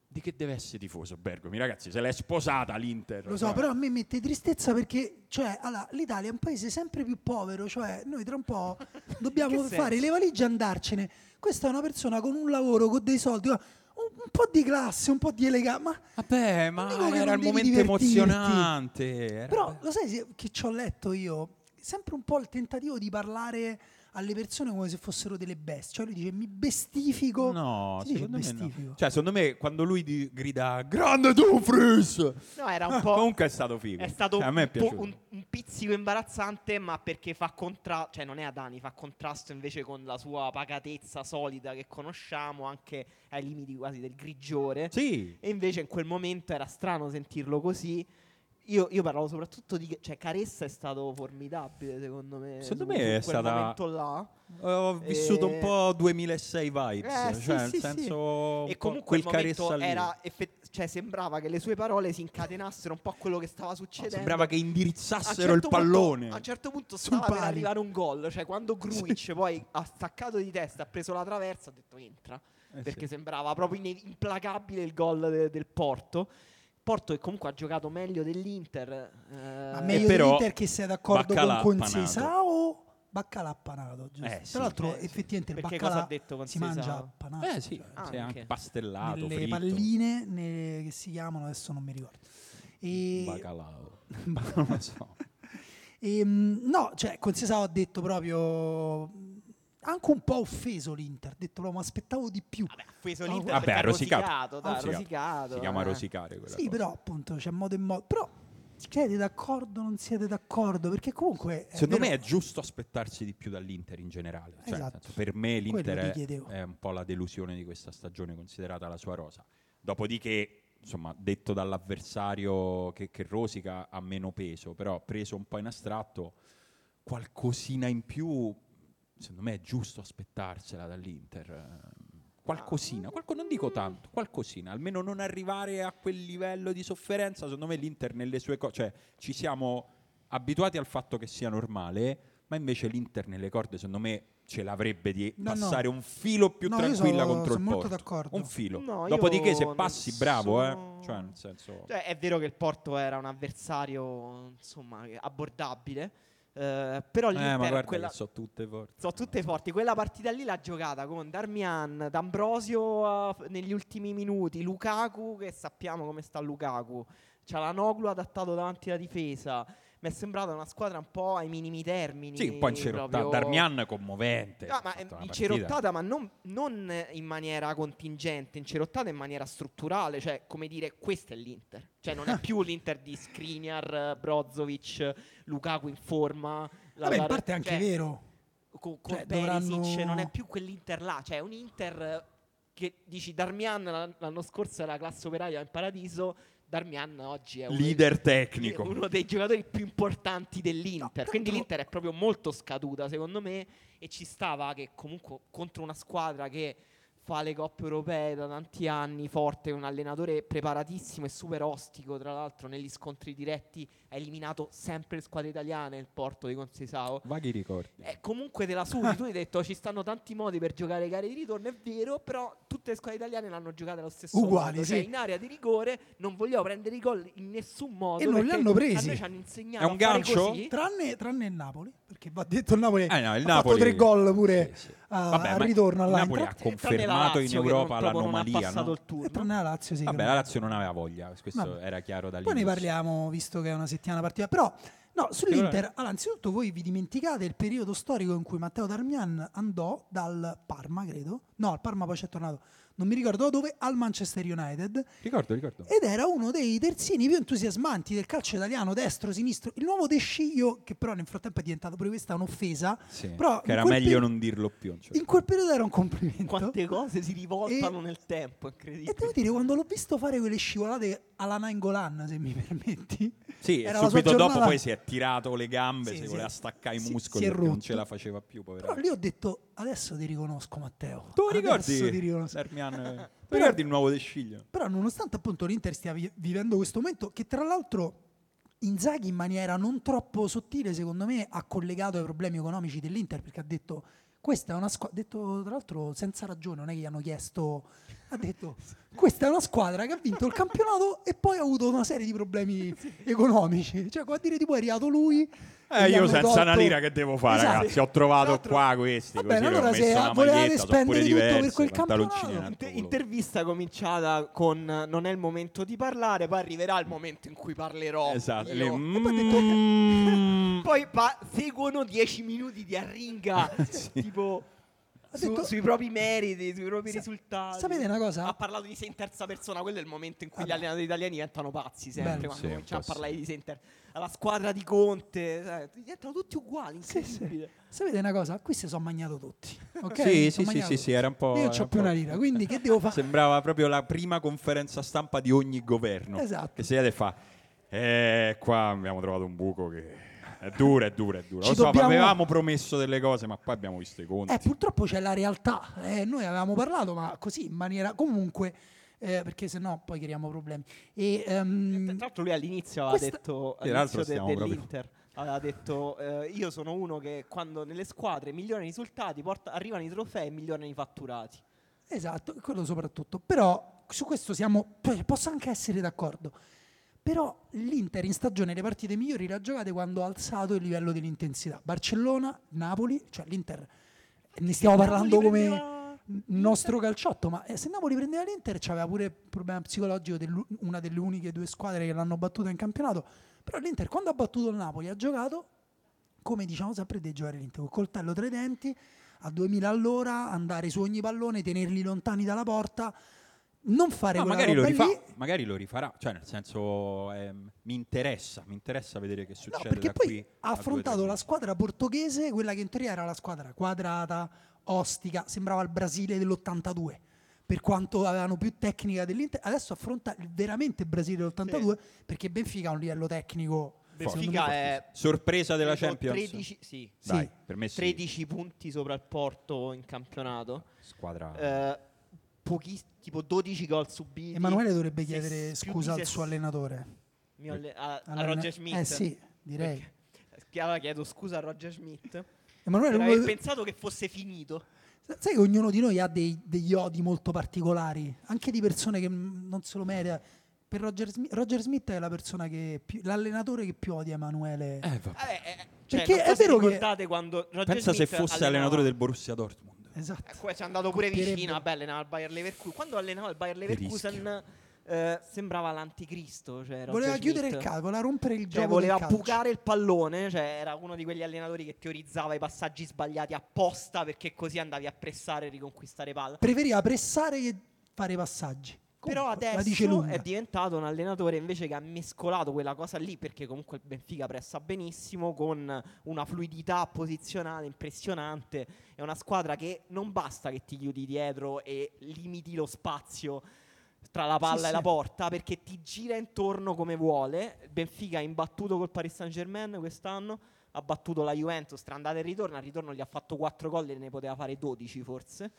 Speaker 1: di che deve essere tifoso Bergomi? Ragazzi, se l'è sposata l'Inter.
Speaker 2: lo so,
Speaker 1: cioè.
Speaker 2: però a me mette tristezza perché cioè, allora, l'Italia è un paese sempre più povero, cioè noi tra un po' dobbiamo
Speaker 3: Che
Speaker 2: fare
Speaker 3: senso?
Speaker 2: le valigie e andarcene. Questa è una persona con un lavoro, con dei soldi, un un po' di classe, un po' di eleganza, ma
Speaker 1: Eh, Vabbè, ma
Speaker 2: dico che
Speaker 1: era
Speaker 2: non devi
Speaker 1: il momento
Speaker 2: divertirti.
Speaker 1: emozionante. era-
Speaker 2: Però lo sai se- che ci ho letto io? Sempre un po' il tentativo di parlare alle persone come se fossero delle bestie. Cioè lui dice mi bestifico.
Speaker 1: No,
Speaker 2: Si dice
Speaker 1: secondo me no.
Speaker 2: bestifico.
Speaker 1: Cioè, secondo me quando lui di- grida Grande Dumfries!
Speaker 3: No, era un po'.
Speaker 1: Comunque è stato figo.
Speaker 3: È stato
Speaker 1: Cioè, a me è
Speaker 3: un, po-
Speaker 1: piaciuto.
Speaker 3: un- un pizzico imbarazzante, ma perché fa contrasto, cioè non è Adani, fa contrasto invece con la sua pacatezza solida che conosciamo, anche ai limiti quasi del grigiore.
Speaker 1: Sì.
Speaker 3: E invece in quel momento era strano sentirlo così. Io, io parlavo soprattutto di. Cioè, Caressa è stato formidabile, secondo me.
Speaker 1: Secondo me
Speaker 3: su- su
Speaker 1: è
Speaker 3: quel
Speaker 1: stata-
Speaker 3: momento là.
Speaker 1: Ho vissuto un
Speaker 3: Eh.
Speaker 1: po' 2006 vibes,
Speaker 3: Eh, sì,
Speaker 1: cioè nel
Speaker 3: sì, sì.
Speaker 1: senso
Speaker 3: E
Speaker 1: co-
Speaker 3: comunque il
Speaker 1: quel caressa
Speaker 3: momento
Speaker 1: lì.
Speaker 3: era. effe- cioè, sembrava che le sue parole si incatenassero un po' a quello che stava succedendo.
Speaker 1: Sembrava che
Speaker 3: A un
Speaker 1: indirizzassero
Speaker 3: certo
Speaker 1: il pallone.
Speaker 3: punto- a un certo punto
Speaker 2: Sul
Speaker 3: stava per
Speaker 2: pari.
Speaker 3: arrivare un gol. Cioè, quando Gruic poi ha staccato di testa, ha preso la traversa, ha detto entra.
Speaker 1: Eh, sì.
Speaker 3: perché sembrava proprio ine- implacabile il gol de- del Porto. Porto che comunque ha giocato meglio dell'Inter.
Speaker 2: Ma
Speaker 3: eh,
Speaker 2: meglio
Speaker 1: e però
Speaker 2: dell'Inter che sei d'accordo con
Speaker 1: baccalà
Speaker 2: Consisa
Speaker 1: appanato.
Speaker 2: o baccalà appanato, giusto?
Speaker 1: Eh, sì.
Speaker 2: Tra l'altro
Speaker 3: Eh, sì.
Speaker 2: effettivamente il
Speaker 3: Perché
Speaker 2: baccalà
Speaker 3: cosa ha detto
Speaker 2: si
Speaker 3: Consisa?
Speaker 2: mangia appanato.
Speaker 1: Eh sì,
Speaker 2: cioè,
Speaker 1: sì, anche
Speaker 3: Ah, anche.
Speaker 1: pastellato,
Speaker 2: nelle
Speaker 1: fritto.
Speaker 2: palline ne- che si chiamano, adesso non mi ricordo. E,
Speaker 1: Bacalao. non lo so.
Speaker 2: e, mh, no, cioè, Consesao ha detto proprio mh, anche un po' offeso l'Inter, ha detto proprio mi aspettavo di più.
Speaker 3: Vabbè, ha offeso
Speaker 2: Ah,
Speaker 3: l'Inter.
Speaker 2: vabbè,
Speaker 3: perché
Speaker 1: ha
Speaker 3: ha
Speaker 1: rosicato.
Speaker 3: rosicato. dai,
Speaker 1: Ha
Speaker 3: ha
Speaker 1: rosicato.
Speaker 3: rosicato,
Speaker 1: Si chiama
Speaker 3: eh.
Speaker 1: rosicare quella
Speaker 2: Sì,
Speaker 1: cosa.
Speaker 2: però appunto c'è modo e modo. Però siete d'accordo o non siete d'accordo? Perché comunque. è
Speaker 1: Secondo me
Speaker 2: vero-
Speaker 1: è giusto aspettarsi di più dall'Inter in generale. Cioè, nel
Speaker 2: Esatto.
Speaker 1: senso, per me l'Inter
Speaker 2: Quello ti
Speaker 1: è,
Speaker 2: chiedevo.
Speaker 1: è un po' la delusione di questa stagione considerata la sua rosa. Dopodiché, insomma, detto dall'avversario che, che rosica ha meno peso, però preso un po' in astratto, qualcosina in più, secondo me è giusto aspettarsela dall'Inter. Eh, Qualcosina, qualco- non dico tanto, qualcosina, almeno non arrivare a quel livello di sofferenza, secondo me l'Inter nelle sue cose, cioè ci siamo abituati al fatto che sia normale, ma invece l'Inter nelle corde, secondo me, ce l'avrebbe di
Speaker 2: No, no.
Speaker 1: passare un filo più
Speaker 2: No, io
Speaker 1: tranquilla
Speaker 2: sono-
Speaker 1: contro il
Speaker 2: sono molto
Speaker 1: Porto.
Speaker 2: d'accordo.
Speaker 1: Un filo.
Speaker 3: No, io
Speaker 1: Dopodiché, se
Speaker 3: non
Speaker 1: passi, bravo,
Speaker 3: sono-
Speaker 1: eh. Cioè, nel senso.
Speaker 3: Cioè, è vero che il Porto era un avversario, insomma, che- abbordabile. eh, però
Speaker 1: eh, ma
Speaker 3: l'Inter
Speaker 1: guarda,
Speaker 3: quella-
Speaker 1: che so tutte forti.
Speaker 3: sono tutte forti. Quella partita lì l'ha giocata con Darmian, D'Ambrosio eh, f- negli ultimi minuti, Lukaku, che sappiamo come sta Lukaku. Cialanoglu adattato davanti alla difesa. Mi è sembrata una squadra un po' ai minimi termini.
Speaker 1: Sì, un po' incerottata.
Speaker 3: proprio-
Speaker 1: Darmian commovente.
Speaker 3: No,
Speaker 1: ha
Speaker 3: ma
Speaker 1: fatto
Speaker 3: eh,
Speaker 1: una partita.
Speaker 3: incerottata, ma non, non in maniera contingente, incerottata in maniera strutturale, cioè come dire, questo è l'Inter. Cioè non è più l'Inter di Skriniar, eh, Brozovic, Lukaku in forma.
Speaker 2: Vabbè, in
Speaker 3: Lautaro-
Speaker 2: parte è anche
Speaker 3: cioè,
Speaker 2: vero.
Speaker 3: co- con
Speaker 2: Cioè,
Speaker 3: Perisic
Speaker 2: dovranno-
Speaker 3: non è più quell'Inter là, cioè è un Inter eh, che dici Darmian l'an- l'anno scorso era la classe operaia in paradiso, Darmian oggi è uno dei-
Speaker 1: Leader tecnico.
Speaker 3: uno dei giocatori più importanti dell'Inter.
Speaker 2: No,
Speaker 3: Quindi
Speaker 2: tanto-
Speaker 3: l'Inter è proprio molto scaduta, secondo me. E ci stava che comunque contro una squadra che fa le coppe europee da tanti anni, forte, un allenatore preparatissimo e super ostico, tra l'altro, negli scontri diretti ha eliminato sempre le squadre italiane il Porto di Consesao.
Speaker 1: Vaghi ricordi.
Speaker 3: Eh, comunque te la sudi, tu hai detto ci stanno tanti modi per giocare gare di ritorno, è vero, però tutte le squadre italiane l'hanno giocata allo stesso
Speaker 2: Uguali,
Speaker 3: modo, cioè
Speaker 2: sì.
Speaker 3: in area di rigore non vogliamo prendere i gol in nessun modo.
Speaker 2: E non li
Speaker 3: perché
Speaker 2: hanno presi.
Speaker 3: A noi ci hanno insegnato
Speaker 1: È un
Speaker 3: a fare
Speaker 1: gancio?
Speaker 3: così.
Speaker 2: Tranne, tranne il Napoli, perché va detto il Napoli
Speaker 1: Eh, no, il
Speaker 2: ha
Speaker 1: Napoli-
Speaker 2: fatto tre gol pure
Speaker 1: Sì, sì.
Speaker 2: a-
Speaker 1: Vabbè,
Speaker 2: al
Speaker 1: ma
Speaker 2: ritorno
Speaker 1: il Napoli
Speaker 2: all'Inter.
Speaker 1: ha
Speaker 3: Eh, tranne la
Speaker 1: confermato in
Speaker 3: Lazio che non-
Speaker 1: Europa
Speaker 3: proprio non
Speaker 1: l'anomalia.
Speaker 3: ha passato
Speaker 1: no?
Speaker 3: il turno.
Speaker 2: E Tranne la Lazio, sì. che
Speaker 1: Vabbè,
Speaker 2: non-
Speaker 1: la Lazio non aveva voglia, questo
Speaker 2: Vabbè.
Speaker 1: era chiaro da lì.
Speaker 2: Poi ne parliamo, visto che è una settimana partita. Però, no, sull'Inter, allora, anzitutto voi vi dimenticate il periodo storico in cui Matteo Darmian andò dal Parma, credo. No, al Parma poi c'è tornato, non mi ricordo dove, al Manchester United.
Speaker 1: Ricordo, ricordo.
Speaker 2: Ed era uno dei terzini più entusiasmanti del calcio italiano, destro, sinistro. Il nuovo De Sciglio, che però nel frattempo è diventato pure questa un'offesa.
Speaker 1: Sì,
Speaker 2: però
Speaker 1: che
Speaker 2: in
Speaker 1: era
Speaker 2: quel
Speaker 1: meglio
Speaker 2: per-
Speaker 1: non dirlo più. cioè.
Speaker 2: In quel periodo era un complimento.
Speaker 3: Quante cose si rivoltano
Speaker 2: E-
Speaker 3: nel tempo,
Speaker 2: E devo
Speaker 3: incredibile.
Speaker 2: dire, quando l'ho visto fare quelle scivolate alla Nangolan, se mi permetti,
Speaker 1: Sì, e
Speaker 2: Era la sua
Speaker 1: subito dopo
Speaker 2: giornata-
Speaker 1: poi si è tirato le gambe,
Speaker 2: Sì,
Speaker 1: si
Speaker 2: sì.
Speaker 1: voleva staccare i
Speaker 2: Si-
Speaker 1: muscoli
Speaker 2: si è
Speaker 1: perché non
Speaker 2: rotto.
Speaker 1: ce la faceva più, poveraccio.
Speaker 2: però lì ho detto, adesso ti riconosco Matteo.
Speaker 1: Tu
Speaker 2: Adesso ti
Speaker 1: ricordi?
Speaker 2: riconosco.
Speaker 1: Darmian, eh, tu
Speaker 2: Però-
Speaker 1: ricordi il nuovo De Sciglio?
Speaker 2: Però nonostante appunto l'Inter stia vi- vivendo questo momento, che tra l'altro Inzaghi in maniera non troppo sottile, secondo me, ha collegato ai problemi economici dell'Inter, perché ha detto... Questa è una squadra, detto tra l'altro senza ragione, non è che gli hanno chiesto, ha detto questa è una squadra che ha vinto il campionato e poi ha avuto una serie di problemi economici. Cioè, come a dire, tipo è arrivato lui
Speaker 1: Eh,
Speaker 2: e gli
Speaker 1: io
Speaker 2: hanno
Speaker 1: senza
Speaker 2: tolto-
Speaker 1: una lira che devo fare,
Speaker 2: Esatto.
Speaker 1: ragazzi? Ho trovato
Speaker 3: Tra l'altro-
Speaker 1: qua questi.
Speaker 2: Va
Speaker 1: così
Speaker 2: bene,
Speaker 1: ho
Speaker 2: allora
Speaker 1: messo
Speaker 2: se
Speaker 1: una
Speaker 2: volevate
Speaker 1: maglietta, sono pure
Speaker 2: spendere tutto per
Speaker 1: diverse,
Speaker 2: quel
Speaker 1: pantaloncini
Speaker 2: campionato.
Speaker 1: in alto
Speaker 3: Inter-
Speaker 1: colore.
Speaker 3: intervista cominciata con eh, non è il momento di parlare, poi arriverà il momento in cui parlerò.
Speaker 1: Esatto.
Speaker 3: io.
Speaker 1: le-
Speaker 3: E poi ho detto,
Speaker 1: Mm.
Speaker 3: Poi pa- seguono 10 minuti di arringa, tipo
Speaker 2: Eh, Ha
Speaker 3: su-
Speaker 2: detto-
Speaker 3: sui propri meriti, sui propri
Speaker 2: Sa-
Speaker 3: risultati.
Speaker 2: sapete una cosa?
Speaker 3: Ha parlato di sé in terza persona, quello è il momento in cui gli
Speaker 2: Vabbè.
Speaker 3: allenatori italiani diventano pazzi sempre,
Speaker 2: Bello.
Speaker 1: Sì,
Speaker 3: quando
Speaker 1: un
Speaker 3: cominciano a
Speaker 1: po' sì.
Speaker 3: parlare di sé in ter- alla squadra di Conte, sai, diventano tutti uguali,
Speaker 2: Sì, sì.
Speaker 3: incredibile.
Speaker 2: Sapete una cosa? Qui si sono magnato tutti. ok?
Speaker 1: Sì,
Speaker 2: Si
Speaker 1: sì,
Speaker 2: son
Speaker 1: sì,
Speaker 2: magnato
Speaker 1: sì, sì, era un po'.
Speaker 2: tutti. Io
Speaker 1: era
Speaker 2: non ho
Speaker 1: un
Speaker 2: più
Speaker 1: po'.
Speaker 2: una lira, quindi che devo fare?
Speaker 1: Sembrava proprio la prima conferenza stampa di ogni governo.
Speaker 2: Esatto.
Speaker 1: Che siete e fa. Eh, qua abbiamo trovato un buco che. È dura, è dura, è dura.
Speaker 2: Ci
Speaker 1: Lo so,
Speaker 2: dobbiamo-
Speaker 1: avevamo promesso delle cose, ma poi abbiamo visto i conti.
Speaker 2: Eh, purtroppo c'è la realtà. Eh, noi avevamo parlato, ma così in maniera comunque, eh, perché sennò poi creiamo problemi. E, ehm,
Speaker 3: Tra l'altro lui all'inizio aveva
Speaker 2: Questa-
Speaker 3: detto
Speaker 1: Sì, tra l'altro
Speaker 3: all'inizio de-
Speaker 1: stiamo proprio-
Speaker 3: dell'Inter aveva detto eh, io sono uno che quando nelle squadre migliorano i risultati porta- arrivano i trofei e migliorano i fatturati.
Speaker 2: Esatto, quello soprattutto. Però su questo siamo. p- Posso anche essere d'accordo. Però l'Inter in stagione le partite migliori le ha giocate quando ha alzato il livello dell'intensità. Barcellona, Napoli, cioè l'Inter. Ne stiamo
Speaker 3: Napoli
Speaker 2: parlando come
Speaker 3: prendeva-
Speaker 2: nostro calciotto, ma eh, se Napoli prendeva l'Inter c'aveva pure il problema psicologico di una delle uniche due squadre che l'hanno battuta in campionato. Però l'Inter quando ha battuto il Napoli ha giocato come diciamo sempre dei giocare l'Inter, col coltello tra i denti, a 2000 all'ora, andare su ogni pallone, tenerli lontani dalla porta, non fare
Speaker 1: No,
Speaker 2: quella
Speaker 1: magari lo,
Speaker 2: roba
Speaker 1: rifà,
Speaker 2: lì.
Speaker 1: magari lo rifarà, cioè nel senso ehm, mi interessa, mi interessa vedere che
Speaker 2: No,
Speaker 1: succede
Speaker 2: perché
Speaker 1: da
Speaker 2: poi
Speaker 1: qui
Speaker 2: ha
Speaker 1: a due o tre
Speaker 2: affrontato la
Speaker 1: mesi.
Speaker 2: squadra portoghese, quella che in teoria era la squadra quadrata, ostica, sembrava il Brasile dell'82. Per quanto avevano più tecnica dell'Inter, adesso affronta il veramente Brasile dell'82 perché Benfica ha un livello tecnico. secondo me,
Speaker 3: Benfica è
Speaker 1: sorpresa della
Speaker 3: credo,
Speaker 1: Champions.
Speaker 3: 13, sì,
Speaker 2: Sì.
Speaker 1: Dai, per me sì.
Speaker 3: 13 punti sopra il Porto in campionato.
Speaker 1: squadra
Speaker 3: Eh, pochi- tipo 12 gol subiti.
Speaker 2: Emanuele dovrebbe
Speaker 3: Se-
Speaker 2: chiedere
Speaker 3: più di
Speaker 2: scusa al
Speaker 3: ses-
Speaker 2: suo allenatore.
Speaker 3: mio alle- a, a
Speaker 2: Allora,
Speaker 3: Roger Smith.
Speaker 2: Eh sì, direi.
Speaker 3: Perché- Chi- Allora chiedo scusa a Roger Smith.
Speaker 2: Emanuele,
Speaker 3: Per
Speaker 2: uno
Speaker 3: aver
Speaker 2: de-
Speaker 3: pensato che fosse finito.
Speaker 2: Sa- Sai che ognuno di noi ha dei- degli odi molto particolari, anche di persone che mm, non se lo merita. Per Roger, Smi- Roger Smith è la persona che più- l'allenatore che più odia Emanuele.
Speaker 3: Vabbè, eh, cioè,
Speaker 2: Perché
Speaker 3: non
Speaker 2: è
Speaker 3: so se
Speaker 2: vero che-
Speaker 3: ricordate quando Roger
Speaker 1: pensa se
Speaker 3: Smith
Speaker 1: fosse
Speaker 3: allenava-
Speaker 1: allenatore del Borussia Dortmund.
Speaker 2: Esatto.
Speaker 3: Eh, qua ci è andato pure
Speaker 2: Capirebbe.
Speaker 3: vicino, vabbè, allenava il Bayer Leverkusen. Quando allenava il Bayer Leverkusen eh, sembrava l'anticristo, cioè, Roger
Speaker 2: Voleva
Speaker 3: Schmidt.
Speaker 2: chiudere il calcio, voleva rompere il
Speaker 3: Cioè,
Speaker 2: gioco.
Speaker 3: voleva
Speaker 2: del calcio.
Speaker 3: bucare il pallone, cioè era uno di quegli allenatori che teorizzava i passaggi sbagliati apposta perché così andavi a pressare e riconquistare palla.
Speaker 2: Preferiva pressare che fare passaggi.
Speaker 3: Però
Speaker 2: Comunque, la dice
Speaker 3: adesso
Speaker 2: lunga.
Speaker 3: è diventato un allenatore invece che ha mescolato quella cosa lì perché comunque il Benfica pressa benissimo con una fluidità posizionale impressionante. È una squadra che non basta che ti chiudi dietro e limiti lo spazio tra la palla e
Speaker 2: sì.
Speaker 3: la porta perché ti gira intorno come vuole. Il Benfica ha imbattuto col Paris Saint-Germain quest'anno, ha battuto la Juventus tra andata e ritorno, al ritorno gli ha fatto 4 gol e ne poteva fare 12 forse.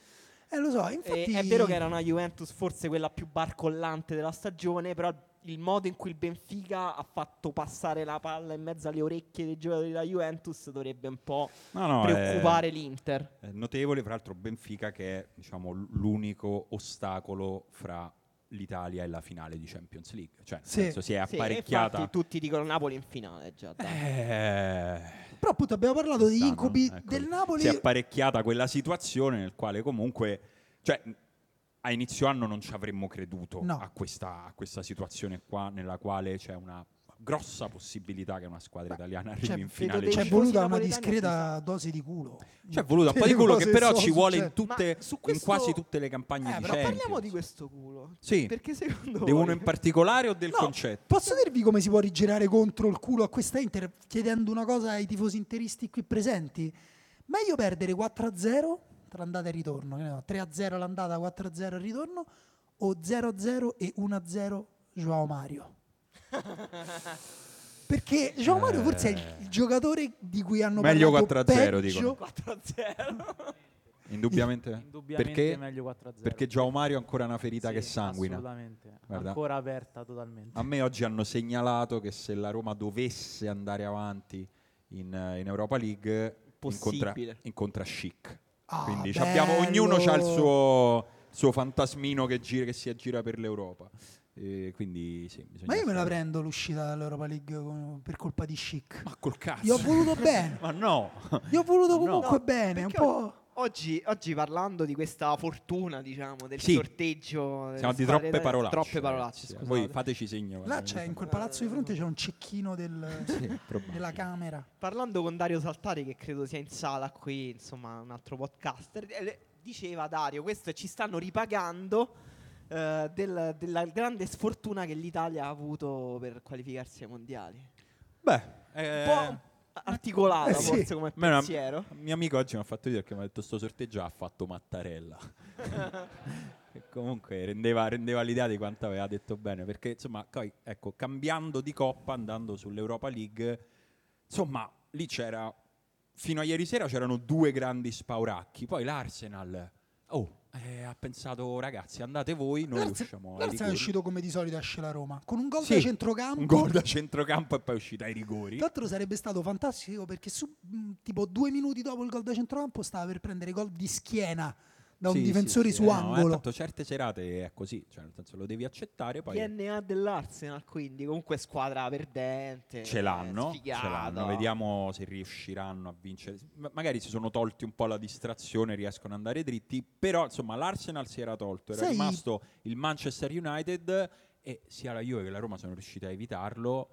Speaker 2: Eh, lo so,
Speaker 3: E
Speaker 2: infatti...
Speaker 3: è vero che era una Juventus forse quella più barcollante della stagione, però il modo in cui il Benfica ha fatto passare la palla in mezzo alle orecchie dei giocatori della Juventus dovrebbe un po'
Speaker 1: No, no,
Speaker 3: preoccupare l'Inter.
Speaker 1: È, è notevole, fra l'altro Benfica che è diciamo, l- l'unico ostacolo fra l'Italia e la finale di Champions League, cioè nel
Speaker 2: Sì.
Speaker 1: senso, si è
Speaker 3: Sì, e
Speaker 1: apparecchiata
Speaker 3: infatti tutti dicono Napoli in finale già. dai.
Speaker 1: Eh,
Speaker 2: Però appunto abbiamo parlato degli
Speaker 1: Stanno,
Speaker 2: incubi
Speaker 1: eccoli.
Speaker 2: del Napoli.
Speaker 1: ecco, Si è apparecchiata quella situazione nel quale comunque, cioè, a inizio anno non ci avremmo creduto
Speaker 2: No.
Speaker 1: a, questa, a questa situazione qua nella quale c'è una grossa possibilità che una squadra
Speaker 2: Beh,
Speaker 1: italiana arrivi
Speaker 2: cioè,
Speaker 1: in
Speaker 3: vedo
Speaker 1: finale.
Speaker 3: dei-
Speaker 1: C'è,
Speaker 2: C'è
Speaker 3: tifosi
Speaker 2: voluta una
Speaker 3: napoletani
Speaker 2: discreta dose di culo.
Speaker 1: c'è Cioè, voluto
Speaker 2: Cioè,
Speaker 1: un po' di culo che però ci vuole in, tutte,
Speaker 3: Ma su
Speaker 1: in
Speaker 3: questo-
Speaker 1: quasi tutte le campagne
Speaker 2: Eh,
Speaker 1: di
Speaker 2: però
Speaker 3: Però parliamo
Speaker 1: Champions.
Speaker 3: di questo culo.
Speaker 1: Sì.
Speaker 3: Perché secondo
Speaker 1: Di
Speaker 3: voi-
Speaker 1: uno in particolare o del
Speaker 2: No,
Speaker 1: concetto?
Speaker 2: Posso dirvi come si può rigirare contro il culo a questa Inter chiedendo una cosa ai tifosi interisti qui presenti? Meglio perdere 4-0 tra andata e ritorno, che ne so, 3-0 l'andata, 4-0 il ritorno, o 0-0 e 1-0 Joao Mario? Perché Joao Mario forse è il- il giocatore di cui hanno
Speaker 1: Eh. Meglio
Speaker 2: parlato peggio.
Speaker 1: 4-0 dicono.
Speaker 3: 4-0.
Speaker 1: Indubbiamente.
Speaker 4: Indubbiamente
Speaker 1: Eh? perché,
Speaker 4: meglio 4 0.
Speaker 1: perché Joao Mario ha ancora una ferita che sanguina.
Speaker 4: Assolutamente.
Speaker 1: Guarda. Ah,
Speaker 4: Ancora aperta totalmente.
Speaker 1: A
Speaker 5: Ah,
Speaker 1: me oggi hanno segnalato che se la Roma dovesse andare avanti in, eh, in Europa League incontra,
Speaker 3: Possibile.
Speaker 1: incontra Chic.
Speaker 2: Ah,
Speaker 1: Quindi ci abbiamo-
Speaker 2: bello.
Speaker 1: ognuno ha il suo, il suo fantasmino che, gira, che si aggira per l'Europa. Eh, quindi sì, bisogna
Speaker 2: Ma io me la
Speaker 1: stare-
Speaker 2: prendo l'uscita dall'Europa League con- per colpa di Chic.
Speaker 1: Ma col cazzo.
Speaker 2: Gli ho voluto bene.
Speaker 1: Ma no.
Speaker 2: Gli ho voluto
Speaker 1: No.
Speaker 2: comunque
Speaker 3: No,
Speaker 2: bene. Un
Speaker 3: perché
Speaker 2: po'.
Speaker 3: Oggi, oggi parlando di questa fortuna, diciamo, del
Speaker 1: Sì.
Speaker 3: sorteggio. delle
Speaker 1: Siamo di
Speaker 3: squadre
Speaker 1: troppe
Speaker 3: italiane-
Speaker 1: parolacce.
Speaker 3: Troppe parolacce,
Speaker 1: ragazzi, eh.
Speaker 3: scusate.
Speaker 1: Voi fateci segno.
Speaker 2: Là
Speaker 1: guarda,
Speaker 2: c'è, in
Speaker 1: mi
Speaker 2: quel palazzo di fronte c'è un cecchino del-
Speaker 1: fa- Sì, probabile.
Speaker 2: della camera.
Speaker 3: Parlando con Dario Saltari, che credo sia in sala qui, insomma, un altro podcaster, eh, le- diceva Dario, questo ci stanno ripagando eh, del- della grande sfortuna che l'Italia ha avuto per qualificarsi ai mondiali.
Speaker 1: Beh,
Speaker 3: Un
Speaker 1: eh,
Speaker 3: po' articolata
Speaker 2: Eh, sì.
Speaker 3: forse come
Speaker 1: a me una-
Speaker 3: pensiero.
Speaker 1: un mio amico oggi mi ha fatto dire che mi ha detto sto sorteggio ha fatto Mattarella. Che comunque rendeva, rendeva l'idea di quanto aveva detto bene, perché insomma, poi, ecco, cambiando di coppa, andando sull'Europa League, insomma, lì c'era, fino a ieri sera c'erano due grandi spauracchi, poi l'Arsenal, oh, eh, ha pensato ragazzi andate voi, noi
Speaker 2: L'Arse-
Speaker 1: usciamo ai
Speaker 2: L'Arsenal è
Speaker 1: rigori."
Speaker 2: uscito come di solito esce la Roma. Con un gol
Speaker 1: Sì,
Speaker 2: da centrocampo.
Speaker 1: un gol da centrocampo e poi è uscita ai rigori.
Speaker 2: Tra l'altro sarebbe stato fantastico perché su- mh, tipo due minuti dopo il gol da centrocampo stava per prendere gol di schiena da un
Speaker 1: Sì, sì,
Speaker 2: difensore
Speaker 1: sì,
Speaker 2: su
Speaker 1: eh, no, eh,
Speaker 2: angolo.
Speaker 1: tanto certe serate è così, cioè nel senso lo devi accettare, poi
Speaker 3: DNA dell'Arsenal, quindi comunque squadra perdente. eh,
Speaker 1: ce l'hanno, ce
Speaker 3: sfigata.
Speaker 1: l'hanno, vediamo se riusciranno a vincere. Ma- magari si sono tolti un po' la distrazione, riescono ad andare dritti, però insomma l'Arsenal si era tolto, era
Speaker 2: Sai-
Speaker 1: rimasto il Manchester United e sia la Juve che la Roma sono riuscite a evitarlo,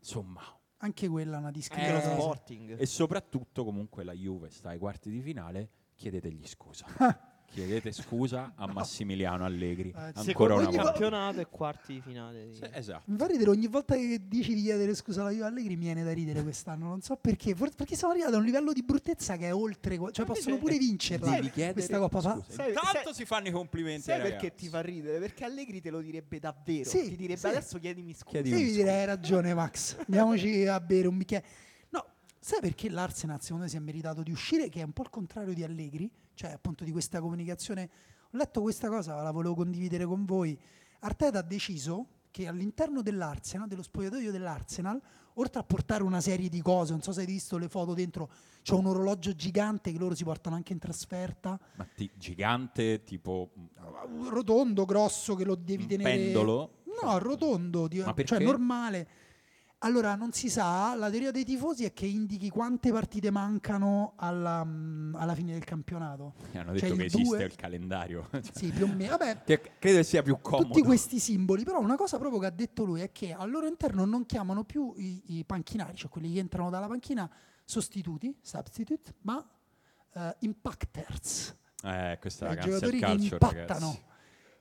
Speaker 1: insomma,
Speaker 2: Anche quella è una
Speaker 3: Anche
Speaker 2: discreta
Speaker 3: lo
Speaker 2: cosa.
Speaker 1: Eh,
Speaker 3: Sporting.
Speaker 1: e soprattutto comunque la Juve sta ai quarti di finale, chiedetegli scusa. Chiedete scusa a Massimiliano Allegri,
Speaker 2: Ah. Eh,
Speaker 1: ancora
Speaker 3: Secondo
Speaker 1: una
Speaker 3: il
Speaker 1: volta.
Speaker 3: campionato e quarti di finale. di-
Speaker 1: Sì, esatto.
Speaker 2: Mi fa ridere ogni volta che dici di chiedere scusa alla Juve Allegri mi viene da ridere quest'anno, non so perché, forse perché sono arrivato a un livello di bruttezza che è oltre, que- cioè
Speaker 3: Ma
Speaker 2: possono
Speaker 3: invece-
Speaker 2: pure
Speaker 1: Devi
Speaker 2: vincerla
Speaker 1: chiedere
Speaker 2: questa coppa. fa-
Speaker 1: scusa.
Speaker 3: Sai-
Speaker 1: Intanto
Speaker 3: sai-
Speaker 1: si fanno i complimenti
Speaker 3: Sai
Speaker 1: ai
Speaker 3: perché
Speaker 1: ragazzi.
Speaker 3: ti fa ridere? Perché Allegri te lo direbbe davvero.
Speaker 2: Sì,
Speaker 3: ti direbbe
Speaker 2: sì.
Speaker 3: adesso chiedimi scusa.
Speaker 1: Chiedi-
Speaker 2: Sì, mi direi hai ragione Max, andiamoci a bere un bicchiere. No, sai perché l'Arsenal secondo me si è meritato di uscire, che è un po' il contrario di Allegri, cioè appunto di questa comunicazione. Ho letto questa cosa, la volevo condividere con voi. Arteta ha deciso che all'interno dell'Arsenal, dello spogliatoio dell'Arsenal, oltre a portare una serie di cose, non so se hai visto le foto dentro, c'è un orologio gigante che loro si portano anche in trasferta,
Speaker 1: Ma ti- gigante, tipo mm,
Speaker 2: rotondo, grosso, che lo devi
Speaker 1: un
Speaker 2: tenere...
Speaker 1: pendolo?
Speaker 2: No, rotondo, di-
Speaker 1: Ma
Speaker 2: cioè
Speaker 1: perché?
Speaker 2: normale. Allora, non si sa, la teoria dei tifosi è che indichi quante partite mancano alla, mm, alla fine del campionato.
Speaker 1: Eh, Hanno
Speaker 2: Cioè,
Speaker 1: detto
Speaker 2: il
Speaker 1: che esiste
Speaker 2: due-
Speaker 1: il calendario. Cioè,
Speaker 2: Sì, più o meno. Vabbè,
Speaker 1: che credo sia più comodo.
Speaker 2: tutti questi simboli, però una cosa proprio che ha detto lui è che al loro interno non chiamano più i, i panchinari, cioè quelli che entrano dalla panchina, sostituti, substitute, ma eh, impacters,
Speaker 1: Eh, questa
Speaker 2: i
Speaker 1: ragazzi è
Speaker 2: giocatori
Speaker 1: il
Speaker 2: che
Speaker 1: calcio, ragazzi.
Speaker 2: impattano.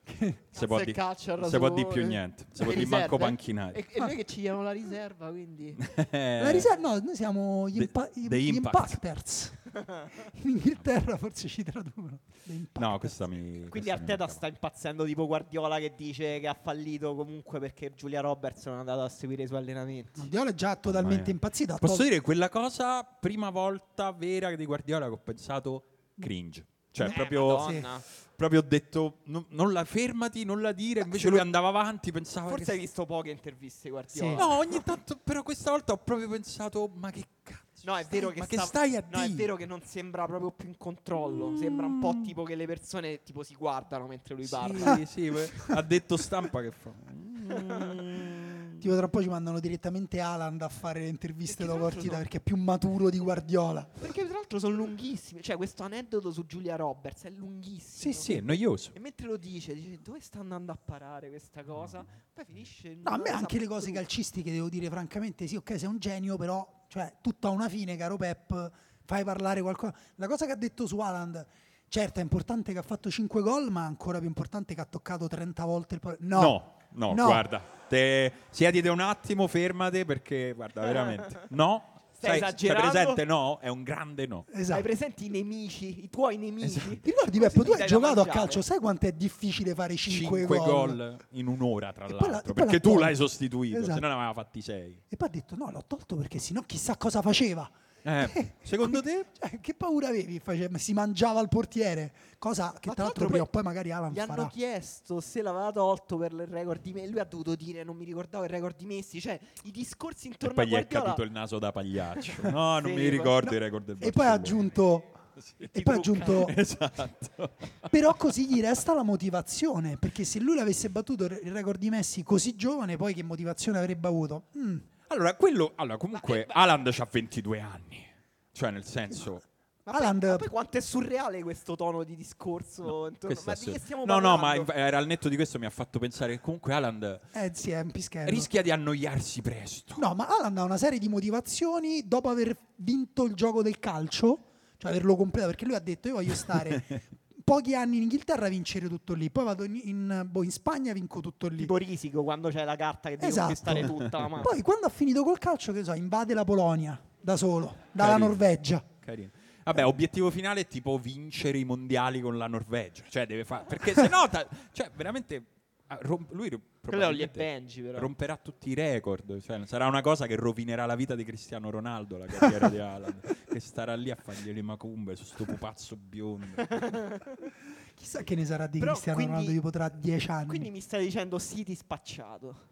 Speaker 1: Se può
Speaker 3: Cazzo e
Speaker 1: di,
Speaker 3: calcio al
Speaker 1: non si può di
Speaker 3: rasone.
Speaker 1: più niente, non si può
Speaker 3: Le
Speaker 1: di
Speaker 2: eh.
Speaker 1: manco
Speaker 3: riserve?
Speaker 1: panchinare.
Speaker 3: E, e noi che ci chiamiamo la riserva, quindi...
Speaker 2: La riserva, no, noi siamo gli,
Speaker 1: Eh, The-
Speaker 2: impa- i-
Speaker 1: the
Speaker 2: gli
Speaker 1: impact.
Speaker 2: impacters. In Inghilterra forse ci traducono. The
Speaker 1: No,
Speaker 2: impacters.
Speaker 1: questa mi
Speaker 3: Quindi
Speaker 1: questa mi
Speaker 3: Arteta
Speaker 1: mancava.
Speaker 3: sta impazzendo tipo Guardiola che dice che ha fallito comunque perché Giulia Roberts non è andata a seguire i suoi allenamenti.
Speaker 2: Guardiola è già totalmente
Speaker 1: mia.
Speaker 2: impazzito. ha
Speaker 1: Posso
Speaker 2: tolto-
Speaker 1: dire quella cosa prima volta vera di Guardiola che ho pensato cringe. Cioè,
Speaker 3: Eh,
Speaker 1: proprio
Speaker 3: Madonna.
Speaker 1: proprio ho detto "No- non la fermati, non la dire, invece lui andava avanti, pensava
Speaker 3: Forse
Speaker 1: che-
Speaker 3: hai visto poche interviste Guardiola.
Speaker 2: Sì.
Speaker 1: No, ogni tanto però questa volta ho proprio pensato ma che cazzo?
Speaker 3: No, è vero
Speaker 1: stai-
Speaker 3: che,
Speaker 1: ma
Speaker 3: sta-
Speaker 1: che stai a
Speaker 3: no, è
Speaker 1: dire?"
Speaker 3: vero che non sembra proprio più in controllo. Sembra un po' tipo che le persone tipo si guardano mentre lui parla.
Speaker 1: Sì, sì, poi ha detto stampa che fa. Mm.
Speaker 2: Tipo tra un po' ci mandano direttamente Alan a fare le interviste
Speaker 3: Perché
Speaker 2: dopo
Speaker 3: tra l'altro
Speaker 2: partita
Speaker 3: no.
Speaker 2: perché è più maturo di Guardiola.
Speaker 3: Perché tra l'altro sono lunghissime. Cioè, questo aneddoto su Giulia Roberts è
Speaker 1: Sì,
Speaker 3: lunghissimo.
Speaker 1: sì, è noioso.
Speaker 3: E mentre lo dice, dice dove sta andando a parare questa cosa?
Speaker 1: Mm.
Speaker 3: Poi finisce. in
Speaker 2: No, a
Speaker 3: una
Speaker 2: me
Speaker 3: cosa
Speaker 2: anche le cose
Speaker 3: brutta.
Speaker 2: calcistiche devo dire francamente, sì, ok, sei un genio, però cioè tutta una fine, caro Pep, fai parlare qualcosa. La cosa che ha detto su Haaland Certo, è importante che ha fatto 5 gol, ma ancora più importante che ha toccato 30 volte il pal-
Speaker 1: No, no, guarda. Te, siediti un attimo, fermate perché guarda veramente. No?
Speaker 3: Stai
Speaker 1: Sai-
Speaker 3: esagerando?
Speaker 1: presente no? È un grande no.
Speaker 2: Esatto.
Speaker 3: Hai presenti i nemici, i tuoi nemici?
Speaker 2: Ti Esatto. ricordi Peppo, tu
Speaker 3: Così ti
Speaker 2: hai
Speaker 3: dai da
Speaker 2: giocato a
Speaker 3: mangiare.
Speaker 2: calcio, sai quanto è difficile fare 5,
Speaker 1: 5 gol. in un'ora, tra
Speaker 2: E poi la-
Speaker 1: l'altro,
Speaker 2: e poi
Speaker 1: perché
Speaker 2: la
Speaker 1: tu
Speaker 2: togli.
Speaker 1: l'hai sostituito,
Speaker 2: Esatto.
Speaker 1: se no ne aveva fatti 6.
Speaker 2: E poi ha detto no, l'ho tolto perché sennò chissà cosa faceva.
Speaker 1: Eh, secondo te?
Speaker 2: Cioè, che paura avevi? Face- si mangiava il portiere, cosa che
Speaker 3: Ma
Speaker 2: tra l'altro prima o poi magari Alan
Speaker 3: Gli hanno
Speaker 2: farà.
Speaker 3: chiesto se l'aveva tolto per il record di Messi. Lui ha dovuto dire non mi ricordavo il record di Messi. Cioè, i discorsi
Speaker 1: E
Speaker 3: intorno
Speaker 1: poi
Speaker 3: a
Speaker 1: gli è
Speaker 3: Guardiola
Speaker 1: caduto il naso da pagliaccio. No, non
Speaker 3: Sì,
Speaker 1: mi ricordo
Speaker 2: no.
Speaker 1: i record del
Speaker 2: E poi ha
Speaker 1: Barcellona.
Speaker 2: aggiunto
Speaker 1: Sì.
Speaker 2: E poi ha aggiunto,
Speaker 1: Esatto.
Speaker 2: però così gli resta la motivazione, perché se lui l'avesse battuto il record di Messi così giovane, poi che motivazione avrebbe avuto? Mm,
Speaker 1: Allora, quello, allora comunque, Alan ha 22 anni. Cioè, nel senso...
Speaker 3: Ma
Speaker 2: Haaland-
Speaker 3: poi, ma poi quanto è surreale questo tono di discorso? intorno-
Speaker 1: questo
Speaker 3: ma
Speaker 1: è
Speaker 3: di che
Speaker 1: assurdo.
Speaker 3: stiamo
Speaker 1: no,
Speaker 3: parlando?
Speaker 1: no, ma inf- era al netto di questo mi ha fatto pensare che comunque Alan
Speaker 2: eh sì, è un pischello.
Speaker 1: rischia di annoiarsi presto.
Speaker 2: No, ma Alan ha una serie di motivazioni dopo aver vinto il gioco del calcio, cioè averlo completato, perché lui ha detto io voglio stare pochi anni in Inghilterra a vincere tutto lì, poi vado in, in- boh, in Spagna e vinco tutto lì.
Speaker 3: Tipo risico quando c'è la carta che devi
Speaker 2: Esatto.
Speaker 3: conquistare tutta la mano.
Speaker 2: Poi quando ha finito col calcio, che so, invade la Polonia da solo, dalla
Speaker 1: Carino.
Speaker 2: Norvegia.
Speaker 1: Carino.
Speaker 3: Eh.
Speaker 1: Vabbè, obiettivo finale è tipo vincere i mondiali con la Norvegia. Cioè, deve fare. Perché se no, ta- cioè, veramente. ah, rom- lui ro-
Speaker 3: Quello è Ollie e
Speaker 1: probabilmente
Speaker 3: Benji, però.
Speaker 1: romperà tutti i record. Cioè, sarà una cosa che rovinerà la vita di Cristiano Ronaldo, la carriera di Alan. Che starà lì a fargli le macumbe su sto pupazzo biondo.
Speaker 2: Chissà che ne sarà di
Speaker 3: Però
Speaker 2: Cristiano
Speaker 3: quindi-
Speaker 2: Ronaldo, gli potrà 10 anni.
Speaker 3: Quindi mi stai dicendo City spacciato.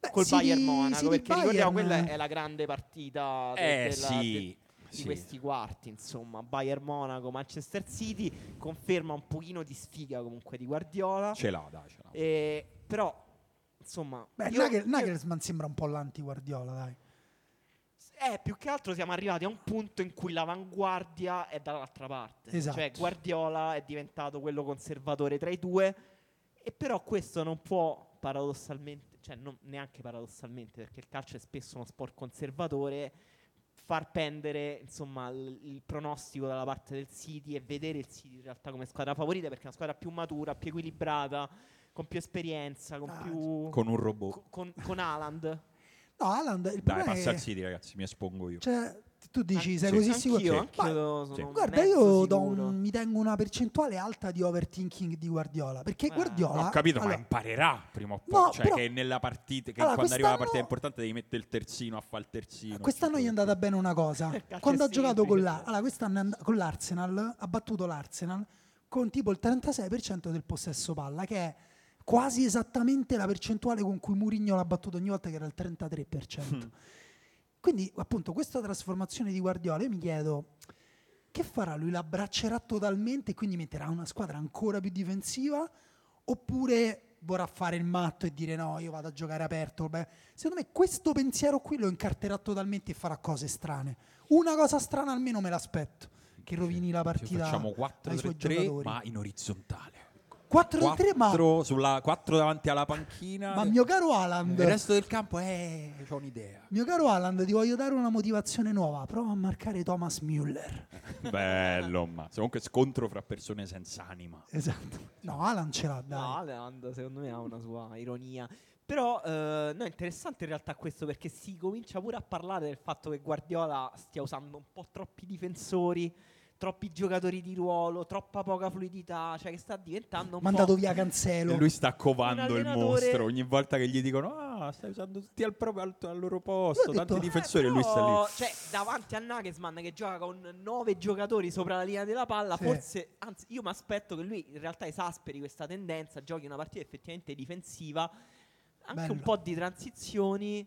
Speaker 2: Beh,
Speaker 3: Col
Speaker 2: City-
Speaker 3: Bayern Monaco,
Speaker 2: City
Speaker 3: perché
Speaker 2: Bayern-
Speaker 3: ricordiamo quella è la grande partita de-
Speaker 1: Eh,
Speaker 3: della-
Speaker 1: sì.
Speaker 3: de- di
Speaker 1: sì.
Speaker 3: questi quarti, insomma, Bayern Monaco, Manchester City, conferma un pochino di sfiga comunque di Guardiola.
Speaker 1: Ce l'ha, dai, ce l'ha.
Speaker 3: Eh, però, insomma,
Speaker 2: Beh,
Speaker 3: io-
Speaker 2: Nagel-
Speaker 3: io-
Speaker 2: Nagelsmann sembra un po' l'anti-Guardiola, dai.
Speaker 3: Eh, più che altro siamo arrivati a un punto in cui l'avanguardia è dall'altra parte.
Speaker 2: Esatto.
Speaker 3: Cioè, Guardiola è diventato quello conservatore tra i due. E però questo non può paradossalmente, cioè non- neanche paradossalmente, perché il calcio è spesso uno sport conservatore, far pendere insomma l- il pronostico dalla parte del City e vedere il City in realtà come squadra favorita, perché è una squadra più matura, più equilibrata, con più esperienza, con
Speaker 2: Ah,
Speaker 3: più...
Speaker 1: Con un robot.
Speaker 3: co- con, con Haaland.
Speaker 2: No, Alan, il
Speaker 1: Dai,
Speaker 2: problema
Speaker 1: passa
Speaker 2: è
Speaker 1: al City, ragazzi, mi espongo io.
Speaker 2: cioè, tu dici,
Speaker 3: An-
Speaker 2: sei
Speaker 1: sì.
Speaker 2: così
Speaker 3: Ah, anch'io,
Speaker 2: sicuro?
Speaker 3: anch'io
Speaker 2: Ma-
Speaker 3: sono
Speaker 1: Sì.
Speaker 3: un
Speaker 2: Guarda,
Speaker 3: mezzo
Speaker 2: io do
Speaker 3: sicuro.
Speaker 2: un- mi tengo una percentuale alta di overthinking di Guardiola. Perché
Speaker 3: Ah.
Speaker 2: Guardiola.
Speaker 1: Ho capito,
Speaker 2: allora,
Speaker 1: ma imparerà prima o poi.
Speaker 2: No,
Speaker 1: cioè,
Speaker 2: però-
Speaker 1: che nella partita, che
Speaker 2: Allora,
Speaker 1: quando arriva la partita
Speaker 2: quest'anno- Ah,
Speaker 1: importante devi mettere il terzino a fare il terzino.
Speaker 2: Quest'anno gli è andata bene una cosa.
Speaker 3: Calcio
Speaker 2: Quando ha giocato con,
Speaker 3: semplice.
Speaker 2: la- allora, quest'anno è and- con l'Arsenal, ha battuto l'Arsenal con tipo il 36% del possesso palla, che è quasi esattamente la percentuale con cui Murigno l'ha battuto ogni volta, che era il 33%. Quindi, appunto, questa trasformazione di Guardiola, io mi chiedo che farà lui? L'abbraccerà totalmente e quindi metterà una squadra ancora più difensiva? Oppure vorrà fare il matto e dire no, io vado a giocare aperto? Beh, secondo me questo pensiero qui lo incarterà totalmente e farà cose strane. Una cosa strana almeno me l'aspetto, che rovini la partita
Speaker 1: cioè, Facciamo
Speaker 2: ai suoi
Speaker 1: 4-3,
Speaker 2: giocatori.
Speaker 1: ma in orizzontale.
Speaker 2: 4-3, ma,
Speaker 1: 4, sulla, 4 davanti alla panchina.
Speaker 2: ma mio caro Alan...
Speaker 1: il resto del campo è... Ho un'idea.
Speaker 2: Mio caro Alan, ti voglio dare una motivazione nuova. Prova a marcare Thomas Müller.
Speaker 1: Bello, ma comunque scontro fra persone senza anima.
Speaker 2: Esatto. No, Alan ce l'ha, dai.
Speaker 3: No, Haaland secondo me ha una sua ironia. Però eh, no, è interessante in realtà questo perché si comincia pure a parlare del fatto che Guardiola stia usando un po' troppi difensori, troppi giocatori di ruolo, troppa poca fluidità, cioè che sta diventando un
Speaker 2: Mandato
Speaker 3: po'
Speaker 2: via Cancelo.
Speaker 1: E lui sta covando
Speaker 3: Un
Speaker 1: il
Speaker 3: allenatore-
Speaker 1: mostro ogni volta che gli dicono ah, stai usando tutti al, proprio, al, al loro posto,
Speaker 2: Lui ha
Speaker 1: tanti
Speaker 2: detto,
Speaker 3: Eh,
Speaker 1: difensori, e lui sta
Speaker 3: però,
Speaker 1: lì.
Speaker 3: Cioè, davanti a Nagelsmann che gioca con nove giocatori sopra la linea della palla,
Speaker 2: Sì.
Speaker 3: forse, anzi, io mi aspetto che lui in realtà esasperi questa tendenza, giochi una partita effettivamente difensiva, anche
Speaker 2: Bello.
Speaker 3: un po' di transizioni,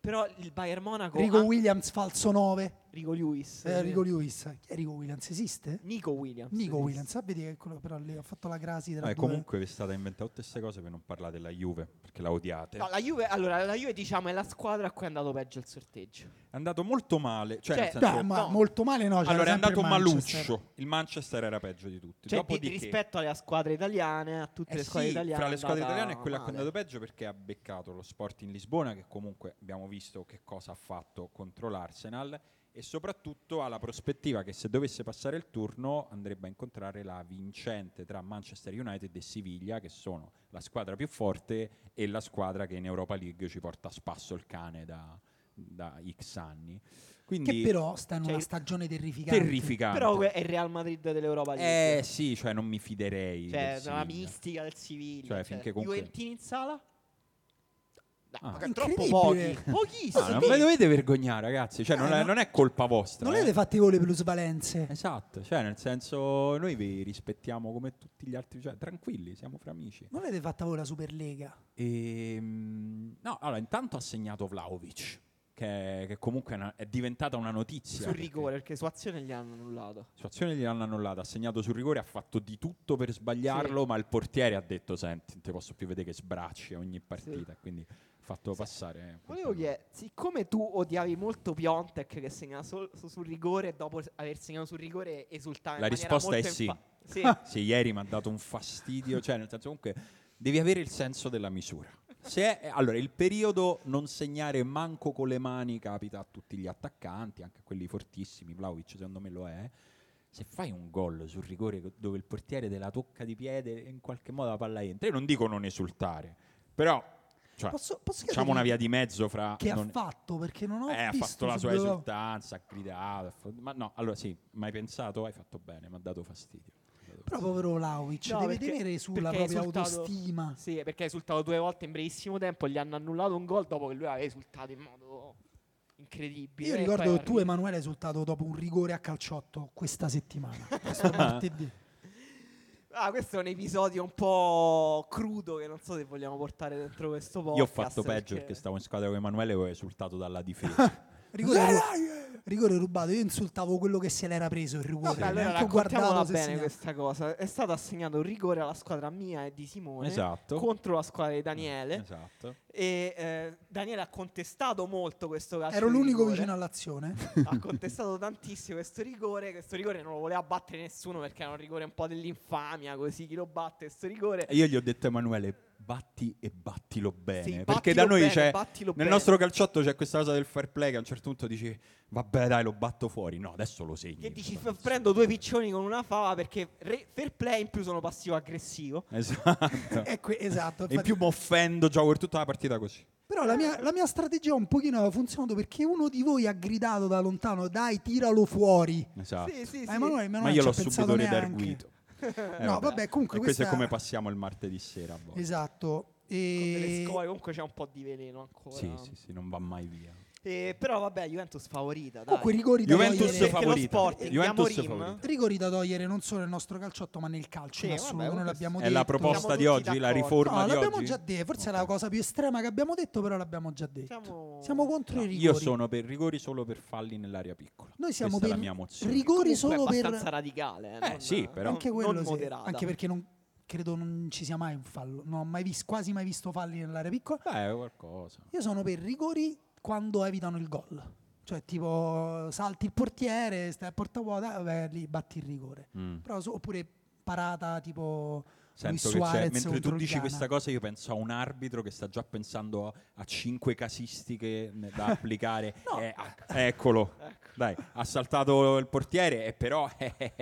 Speaker 3: però il Bayern Monaco...
Speaker 2: Rico
Speaker 3: ha-
Speaker 2: Williams, falso 9.
Speaker 3: Rico Lewis.
Speaker 2: Eh,
Speaker 3: eh,
Speaker 2: Rico Lewis. Chi è Rico Williams? Esiste?
Speaker 1: Mm,
Speaker 3: Nico Williams.
Speaker 2: Nico
Speaker 3: sì.
Speaker 2: Williams. Ah, vedi che quello però lì ha fatto la crasi tra due.
Speaker 1: Eh, comunque vi state inventando tutte queste cose per non parlare della Juve, perché la odiate.
Speaker 3: No, la Juve, allora, la Juve diciamo è la squadra a cui è andato peggio il sorteggio.
Speaker 1: È andato molto male. Cioè,
Speaker 3: Cioè,
Speaker 1: nel senso,
Speaker 2: Eh, Beh, ma
Speaker 3: no.
Speaker 2: molto male no. c'era
Speaker 1: allora è
Speaker 2: sempre
Speaker 1: andato
Speaker 2: il Manchester.
Speaker 1: maluccio. Il Manchester era peggio di tutti.
Speaker 3: Cioè, di-
Speaker 1: Dopodiché,
Speaker 3: rispetto alle squadre italiane, a tutte
Speaker 1: eh
Speaker 3: le
Speaker 1: sì,
Speaker 3: squadre italiane...
Speaker 1: fra le squadre
Speaker 3: andata
Speaker 1: italiane è quella che è
Speaker 3: male.
Speaker 1: andato peggio perché ha beccato lo sport in Lisbona, che comunque abbiamo visto che cosa ha fatto contro l'Arsenal. E soprattutto ha la prospettiva che se dovesse passare il turno andrebbe a incontrare la vincente tra Manchester United e Siviglia, che sono la squadra più forte e la squadra che in Europa League ci porta a spasso il cane da, da X anni. Quindi
Speaker 2: Che però sta in
Speaker 3: Cioè,
Speaker 2: una stagione terrificante.
Speaker 1: terrificante.
Speaker 3: Però que- è il Real Madrid dell'Europa League.
Speaker 1: Eh sì, cioè non mi fiderei.
Speaker 3: cioè,
Speaker 1: del
Speaker 3: la
Speaker 1: Siviglia.
Speaker 3: mistica del Siviglia.
Speaker 1: Cioè, finché comunque-
Speaker 3: Juventini in sala? No,
Speaker 1: Ah.
Speaker 3: ma troppo pochi.
Speaker 2: Incredibile.
Speaker 1: Ah,
Speaker 3: Pochissimi.
Speaker 1: non vi dovete vergognare, ragazzi. Cioè,
Speaker 2: Eh,
Speaker 1: non, è,
Speaker 2: no.
Speaker 1: non è colpa vostra.
Speaker 2: Non
Speaker 1: eh.
Speaker 2: avete fatto i voli plusvalenze.
Speaker 1: Esatto, cioè, nel senso, noi vi rispettiamo come tutti gli altri, cioè, tranquilli, siamo fra amici.
Speaker 2: Non avete fatta voi la Superlega.
Speaker 1: Ehm, no, allora, intanto ha segnato Vlaovic. che, che comunque è, una- è diventata una notizia.
Speaker 3: sul
Speaker 1: perché
Speaker 3: rigore, perché su azione gli hanno annullato.
Speaker 1: Su azione gliel'hanno annullata, ha segnato sul rigore, ha fatto di tutto per sbagliarlo, ma il portiere ha detto, senti, non ti posso più vedere che sbracci a ogni partita, quindi ha fatto
Speaker 3: Sì.
Speaker 1: passare. eh,
Speaker 3: Volevo
Speaker 1: quel pallone.
Speaker 3: chiedere, siccome tu odiavi molto Piontek che segnava sol- su- sul rigore e dopo s- aver segnato sul rigore esultava in
Speaker 1: La
Speaker 3: maniera
Speaker 1: risposta
Speaker 3: molto
Speaker 1: è sì.
Speaker 3: enfa- sì.
Speaker 2: Ah.
Speaker 1: Sì, ieri mi ha dato un fastidio, cioè nel senso comunque devi avere il senso della misura. Se è- allora, il periodo non segnare manco con le mani capita a tutti gli attaccanti, anche a quelli fortissimi, Vlaovic secondo me lo è. Se fai un gol sul rigore co- dove il portiere te la tocca di piede e in qualche modo la palla entra, io non dico non esultare, però cioè,
Speaker 2: Posso, posso
Speaker 1: facciamo una
Speaker 2: chiedergli
Speaker 1: via di mezzo fra...
Speaker 2: che
Speaker 1: non-
Speaker 2: ha fatto perché non ho
Speaker 1: eh, ha
Speaker 2: visto
Speaker 1: fatto la
Speaker 2: se
Speaker 1: sua
Speaker 2: doveva-
Speaker 1: esultanza, ha gridato, ha fatto- ma no, allora sì, mai pensato, hai fatto bene, mi ha dato fastidio. Mi ha dato
Speaker 2: Però povero Vlaovic
Speaker 3: No,
Speaker 2: deve
Speaker 3: perché-
Speaker 2: tenere sulla
Speaker 3: perché è
Speaker 2: propria
Speaker 3: esultato-
Speaker 2: autostima.
Speaker 3: Sì, perché ha esultato due volte in brevissimo tempo, gli hanno annullato un gol dopo che lui aveva esultato in modo incredibile.
Speaker 1: eh,
Speaker 2: Io
Speaker 3: E
Speaker 2: ricordo
Speaker 3: poi
Speaker 2: che tu,
Speaker 3: arriva-
Speaker 2: Emanuele, hai esultato dopo un rigore a calciotto questa settimana, questo martedì.
Speaker 3: Ah, questo è un episodio un po' crudo che non so se vogliamo portare dentro questo podcast.
Speaker 1: Io ho fatto peggio perché stavo in squadra con Emanuele e ho esultato dalla difesa.
Speaker 2: Rigore, ru- rigore rubato, io insultavo quello che se l'era preso il rigore.
Speaker 3: eh. Vabbè, allora
Speaker 2: neanche ho
Speaker 3: raccontiamola
Speaker 2: guardato se
Speaker 3: bene
Speaker 2: segnava.
Speaker 3: questa cosa. È stato assegnato un rigore alla squadra mia e di Simone
Speaker 1: esatto.
Speaker 3: contro la squadra di Daniele.
Speaker 1: Esatto.
Speaker 3: E eh, Daniele ha contestato molto questo calcio.
Speaker 2: Ero
Speaker 3: di
Speaker 2: l'unico
Speaker 3: rigore.
Speaker 2: vicino all'azione.
Speaker 3: Ha contestato tantissimo questo rigore. Questo rigore non lo voleva battere nessuno perché era un rigore un po' dell'infamia. Così chi lo batte, questo rigore.
Speaker 1: E io gli ho detto a Emanuele, batti e battilo bene.
Speaker 3: Sì,
Speaker 1: perché
Speaker 3: battilo
Speaker 1: da noi
Speaker 3: bene,
Speaker 1: c'è,
Speaker 3: battilo
Speaker 1: nel
Speaker 3: bene.
Speaker 1: nostro calciotto c'è questa cosa del fair play che a un certo punto dici, vabbè dai lo batto fuori. No, adesso lo segni.
Speaker 3: Che dici,
Speaker 1: Vabbè,
Speaker 3: "F- prendo due piccioni con una fava perché re- fair play in più sono passivo-aggressivo.
Speaker 1: Esatto.
Speaker 2: Eh, que- esatto.
Speaker 1: e in
Speaker 2: infatti-
Speaker 1: più mi offendo, gioco per tutta la partita così.
Speaker 2: Però la mia, la mia strategia un pochino aveva funzionato perché uno di voi ha gridato da lontano, dai, tiralo fuori.
Speaker 1: Esatto.
Speaker 3: Sì, sì,
Speaker 2: Eh,
Speaker 3: sì.
Speaker 2: Emanuele, Emanuele
Speaker 1: Ma
Speaker 2: ci
Speaker 1: io
Speaker 2: ha
Speaker 1: l'ho
Speaker 2: pensato
Speaker 1: subito
Speaker 2: neanche.
Speaker 1: redarguito. Eh,
Speaker 2: No, vabbè, comunque
Speaker 1: E questo è
Speaker 2: questa-
Speaker 1: come passiamo il martedì sera. boh. a volte.
Speaker 2: Esatto.
Speaker 3: Con delle
Speaker 2: E...
Speaker 3: scorie, comunque c'è un po' di veleno ancora.
Speaker 1: Sì, sì, sì, non va mai via.
Speaker 3: Eh, però vabbè, Juventus favorita. Dai.
Speaker 2: Comunque i rigori da
Speaker 1: Juventus
Speaker 2: togliere...
Speaker 3: Perché lo
Speaker 1: favorita.
Speaker 3: Sporting,
Speaker 1: Juventus
Speaker 3: Amorim,
Speaker 1: favorita.
Speaker 2: Rigori da togliere non solo nel nostro calciotto, ma nel calcio
Speaker 3: Sì,
Speaker 2: in
Speaker 3: vabbè,
Speaker 2: assoluto.
Speaker 3: comunque
Speaker 2: noi l'abbiamo
Speaker 1: È
Speaker 2: detto.
Speaker 1: la proposta
Speaker 3: Siamo
Speaker 1: di
Speaker 3: tutti
Speaker 1: oggi, la
Speaker 3: d'accordo.
Speaker 1: riforma
Speaker 2: No,
Speaker 1: di
Speaker 2: l'abbiamo
Speaker 1: oggi?
Speaker 2: già detto, forse è
Speaker 1: Ok.
Speaker 2: la cosa più estrema che abbiamo detto, però l'abbiamo già detto. Siamo,
Speaker 3: Siamo...
Speaker 2: contro i rigori.
Speaker 1: Ah, Io sono per rigori solo per falli nell'area piccola.
Speaker 2: Noi siamo
Speaker 1: Questa è
Speaker 2: per
Speaker 1: la mia mozione.
Speaker 2: rigori
Speaker 3: Comunque è
Speaker 2: solo per
Speaker 3: abbastanza radicale.
Speaker 1: Eh,
Speaker 3: non-
Speaker 1: sì, però.
Speaker 2: anche
Speaker 3: non-
Speaker 2: quello
Speaker 3: non
Speaker 2: sì.
Speaker 3: moderata.
Speaker 2: anche perché non credo non ci sia mai un fallo. Non ho mai vis- quasi mai visto falli nell'area piccola.
Speaker 1: Beh, qualcosa.
Speaker 2: Io sono per rigori quando evitano il gol. Cioè, tipo, salti il portiere, stai a porta vuota, vabbè, lì batti il rigore.
Speaker 1: Mm.
Speaker 2: Però so- oppure parata tipo Luis
Speaker 1: Sento che c'è,
Speaker 2: Suarez
Speaker 1: mentre tu
Speaker 2: contro il
Speaker 1: dici
Speaker 2: Ghana.
Speaker 1: questa cosa, io penso a un arbitro che sta già pensando a, a cinque casistiche ne- da applicare.
Speaker 2: No. Ecco.
Speaker 1: Eh, ah, eccolo. Dai, ha saltato il portiere, e però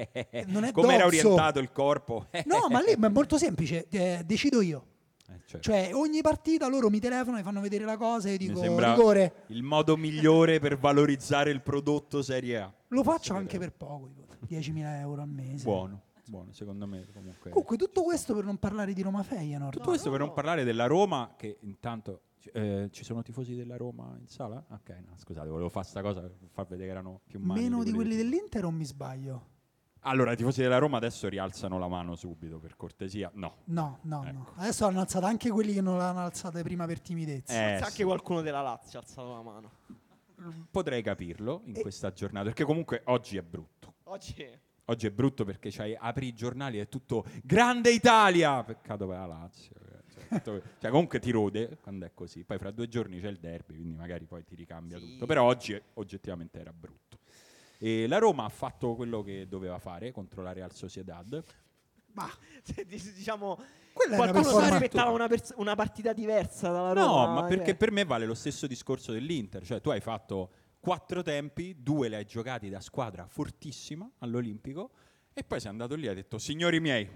Speaker 2: Non è
Speaker 1: come era
Speaker 2: dozzo.
Speaker 1: orientato il corpo?
Speaker 2: No, ma lì ma è molto semplice, eh, decido io.
Speaker 1: Eh, certo.
Speaker 2: Cioè, ogni partita loro mi telefonano, mi fanno vedere la cosa e io dico
Speaker 1: Mi sembra
Speaker 2: rigore.
Speaker 1: il modo migliore per valorizzare il prodotto Serie A.
Speaker 2: Lo
Speaker 1: Sì,
Speaker 2: faccio anche
Speaker 1: dai.
Speaker 2: per poco, tipo, 10.000 euro al mese.
Speaker 1: Buono, buono, secondo me comunque.
Speaker 2: Comunque, tutto questo per non parlare di Roma Feyenoord.
Speaker 1: Tutto questo
Speaker 3: no,
Speaker 1: per non
Speaker 3: no.
Speaker 1: parlare della Roma, che intanto ci- eh, ci sono tifosi della Roma in sala? Ok, no, scusate, volevo fare sta cosa per far vedere che erano più mani
Speaker 2: Meno di quelli
Speaker 1: dell'Inter.
Speaker 2: dell'Inter o mi sbaglio?
Speaker 1: Allora, i tifosi della Roma adesso rialzano la mano subito, per cortesia. No.
Speaker 2: No, no,
Speaker 1: Ecco.
Speaker 2: no. Adesso hanno alzato anche quelli che non l'hanno alzata prima per timidezza.
Speaker 1: Eh,
Speaker 3: Forse
Speaker 1: sì.
Speaker 3: anche qualcuno della Lazio ha alzato la mano.
Speaker 1: Potrei capirlo in questa giornata, perché comunque oggi è brutto.
Speaker 3: Oggi
Speaker 1: Oggi è brutto perché c'hai, apri i giornali e è tutto Grande Italia! Peccato per la Lazio. eh, Cioè, tutto- cioè, comunque ti rode quando è così. Poi fra due giorni c'è il derby, quindi magari poi ti ricambia
Speaker 3: Sì.
Speaker 1: tutto. Però oggi eh, oggettivamente era brutto. E la Roma ha fatto quello che doveva fare contro la Real Sociedad.
Speaker 2: Ma
Speaker 3: se dic- diciamo
Speaker 2: quella è una
Speaker 3: qualcuno si
Speaker 1: performance.
Speaker 2: performance.
Speaker 3: aspettava una, pers- una partita diversa dalla
Speaker 1: No,
Speaker 3: Roma.
Speaker 1: ma perché
Speaker 3: cioè.
Speaker 1: per me vale lo stesso discorso dell'Inter. Cioè, tu hai fatto quattro tempi, due li hai giocati da squadra fortissima all'Olimpico, e poi sei andato lì e hai detto: Signori miei,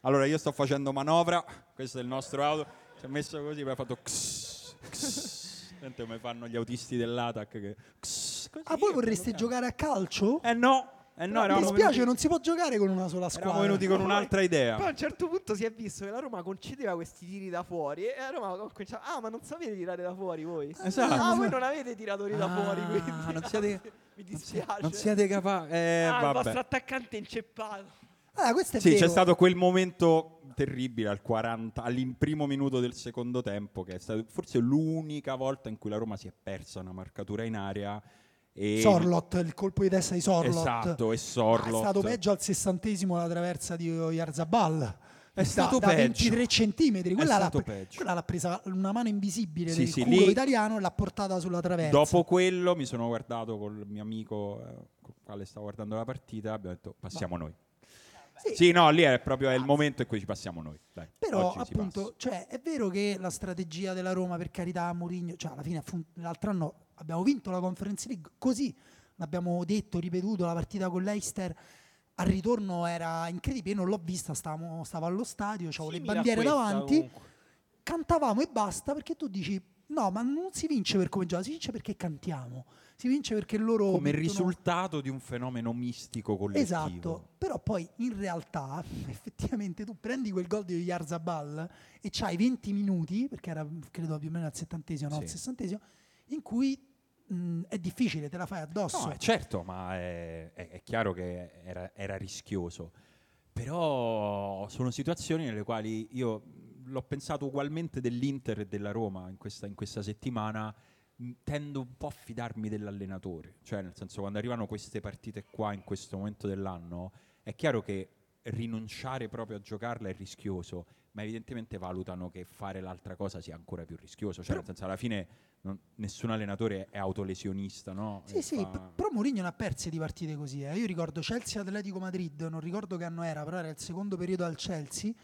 Speaker 1: allora io sto facendo manovra. Questo è il nostro auto. Ci ha messo così, poi ha fatto. Xss, xss. Senti come fanno gli autisti dell'ATAC. Che xss, così,
Speaker 2: Ah, voi
Speaker 1: io
Speaker 2: vorreste
Speaker 1: quello che-
Speaker 2: giocare a calcio?
Speaker 1: Eh no, eh no,
Speaker 2: mi
Speaker 1: eravamo
Speaker 2: dispiace,
Speaker 1: venuti,
Speaker 2: non si può giocare con una sola
Speaker 1: eravamo
Speaker 2: squadra.
Speaker 1: venuti con un'altra idea.
Speaker 3: Poi a un certo punto si è visto che la Roma concedeva questi tiri da fuori e la Roma ha cominciato ah ma non sapete tirare da fuori voi?
Speaker 1: Esatto.
Speaker 3: Ah voi non avete tiratori da
Speaker 1: Ah,
Speaker 3: fuori quindi
Speaker 1: non siete-
Speaker 3: mi dispiace.
Speaker 1: Non siete capaci. Eh,
Speaker 3: ah, il
Speaker 1: vabbè.
Speaker 3: vostro attaccante è inceppato.
Speaker 2: Allora, Ah, questo è
Speaker 1: Sì,
Speaker 2: vero.
Speaker 1: c'è stato quel momento terribile al 40, all'imprimo minuto del secondo tempo, che è stato forse l'unica volta in cui la Roma si è persa una marcatura in area. E
Speaker 2: Sorlot, il colpo di testa di Sorlot.
Speaker 1: Esatto, e
Speaker 2: Ah,
Speaker 1: Sorlot.
Speaker 2: È stato peggio al sessantesimo la traversa di Yarzabal.
Speaker 1: È stato
Speaker 2: da,
Speaker 1: peggio.
Speaker 2: 23 centimetri.
Speaker 1: È
Speaker 2: Quella, l'ha,
Speaker 1: stato
Speaker 2: pre-
Speaker 1: peggio.
Speaker 2: quella l'ha presa una mano invisibile
Speaker 1: Sì,
Speaker 2: del
Speaker 1: sì,
Speaker 2: culo
Speaker 1: lì-
Speaker 2: italiano e l'ha portata sulla traversa.
Speaker 1: Dopo quello mi sono guardato col mio amico, eh, con il quale stavo guardando la partita, abbiamo detto passiamo noi.
Speaker 2: Sì. Ah,
Speaker 1: Sì, no, lì è proprio è il momento in cui ci passiamo noi. Dai,
Speaker 2: Però
Speaker 1: oggi si
Speaker 2: appunto, cioè, è vero che la strategia della Roma per carità Mourinho, cioè alla fine affun- l'altro anno abbiamo vinto la Conference League così, l'abbiamo detto, ripetuto la partita con l'Eister al ritorno era incredibile, io non l'ho vista, stavamo- stavo allo stadio, c'avevo le
Speaker 3: Simile a
Speaker 2: bandiere
Speaker 3: questa,
Speaker 2: davanti,
Speaker 3: comunque.
Speaker 2: cantavamo e basta perché tu dici no, ma non si vince per come gioca, si vince perché cantiamo, si vince perché loro...
Speaker 1: passa. come
Speaker 2: mettono-
Speaker 1: risultato di un fenomeno mistico collettivo.
Speaker 2: Esatto, però poi in realtà effettivamente tu prendi quel gol di Yarzabal e c'hai 20 minuti, perché era credo più o meno al settantesimo, no, al
Speaker 1: Sì.
Speaker 2: sessantesimo, in cui mh, è difficile, te la fai addosso. Cioè,
Speaker 1: No, eh, certo, ma è, è- è chiaro che era, era rischioso. Però sono situazioni nelle quali io l'ho pensato ugualmente dell'Inter e della Roma in questa, in questa settimana. mh, Tendo un po' a fidarmi dell'allenatore, cioè nel senso quando arrivano queste partite qua in questo momento dell'anno è chiaro che rinunciare proprio a giocarla è rischioso, ma evidentemente valutano che fare l'altra cosa sia ancora più rischioso, cioè nel senso alla fine non- nessun allenatore è autolesionista, no?
Speaker 2: Sì,
Speaker 1: E
Speaker 2: sì,
Speaker 1: certo. fa-
Speaker 2: p- però Mourinho ne ha perse di partite così. eh. Io ricordo Chelsea Atletico Madrid, non ricordo che anno era, però era il secondo periodo al Chelsea, in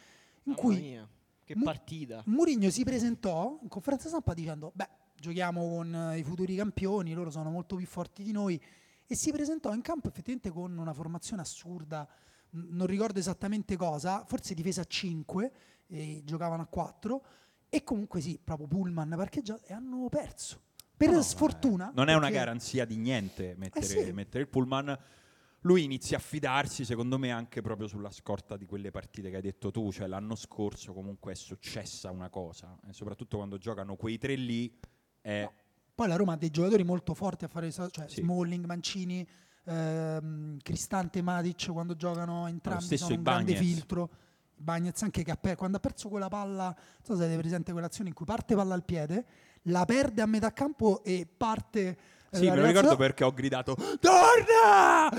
Speaker 3: Mamma
Speaker 2: cui
Speaker 3: mia, che
Speaker 2: Mu-
Speaker 3: partita.
Speaker 2: Mourinho si presentò in conferenza stampa dicendo: Beh, giochiamo con eh, i futuri campioni, loro sono molto più forti di noi. E si presentò in campo effettivamente con una formazione assurda, n- non ricordo esattamente cosa, forse difesa a 5, e giocavano a 4. E comunque sì, proprio Pullman parcheggiato e hanno perso. Per
Speaker 1: No, no,
Speaker 2: sfortuna.
Speaker 1: eh, Non è una
Speaker 2: perché- Eh,
Speaker 1: garanzia di niente mettere,
Speaker 2: sì.
Speaker 1: mettere il pullman. Lui inizia a fidarsi, secondo me, anche proprio sulla scorta di quelle partite che hai detto tu. Cioè, l'anno scorso comunque è successa una cosa. E soprattutto quando giocano quei tre lì. È...
Speaker 2: Poi la Roma ha dei giocatori molto forti a fare, so- cioè
Speaker 1: Sì.
Speaker 2: Smalling, Mancini, ehm, Cristante e Matic quando giocano entrambi
Speaker 1: stesso
Speaker 2: sono un grande
Speaker 1: Ibañez.
Speaker 2: filtro. Bagnez anche che ha per- quando ha perso quella palla, non so se avete presente quell'azione in cui parte palla al piede, la perde a metà campo e parte... eh,
Speaker 1: Sì,
Speaker 2: la
Speaker 1: me lo
Speaker 2: ragazza-
Speaker 1: ricordo perché ho gridato: Torna! Ragazzi,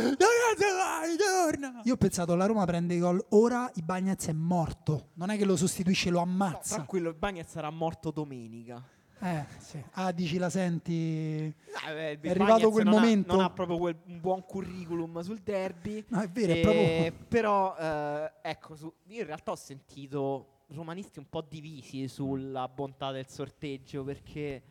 Speaker 1: vai, torna!
Speaker 2: Io ho pensato la Roma prende gol ora, Bagnez è morto, non è che lo sostituisce, lo
Speaker 3: No,
Speaker 2: ammazza.
Speaker 3: tranquillo, Bagnez sarà morto domenica.
Speaker 2: eh, sì. Ah, dici la senti...
Speaker 3: Ah, beh,
Speaker 2: È arrivato
Speaker 3: Bagnez
Speaker 2: quel
Speaker 3: non ha-
Speaker 2: momento.
Speaker 3: non ha proprio quel, un buon curriculum sul derby.
Speaker 2: No, è vero, è
Speaker 3: Eh,
Speaker 2: proprio...
Speaker 3: Però, eh, ecco, su- io in realtà ho sentito romanisti un po' divisi sulla bontà del sorteggio perché...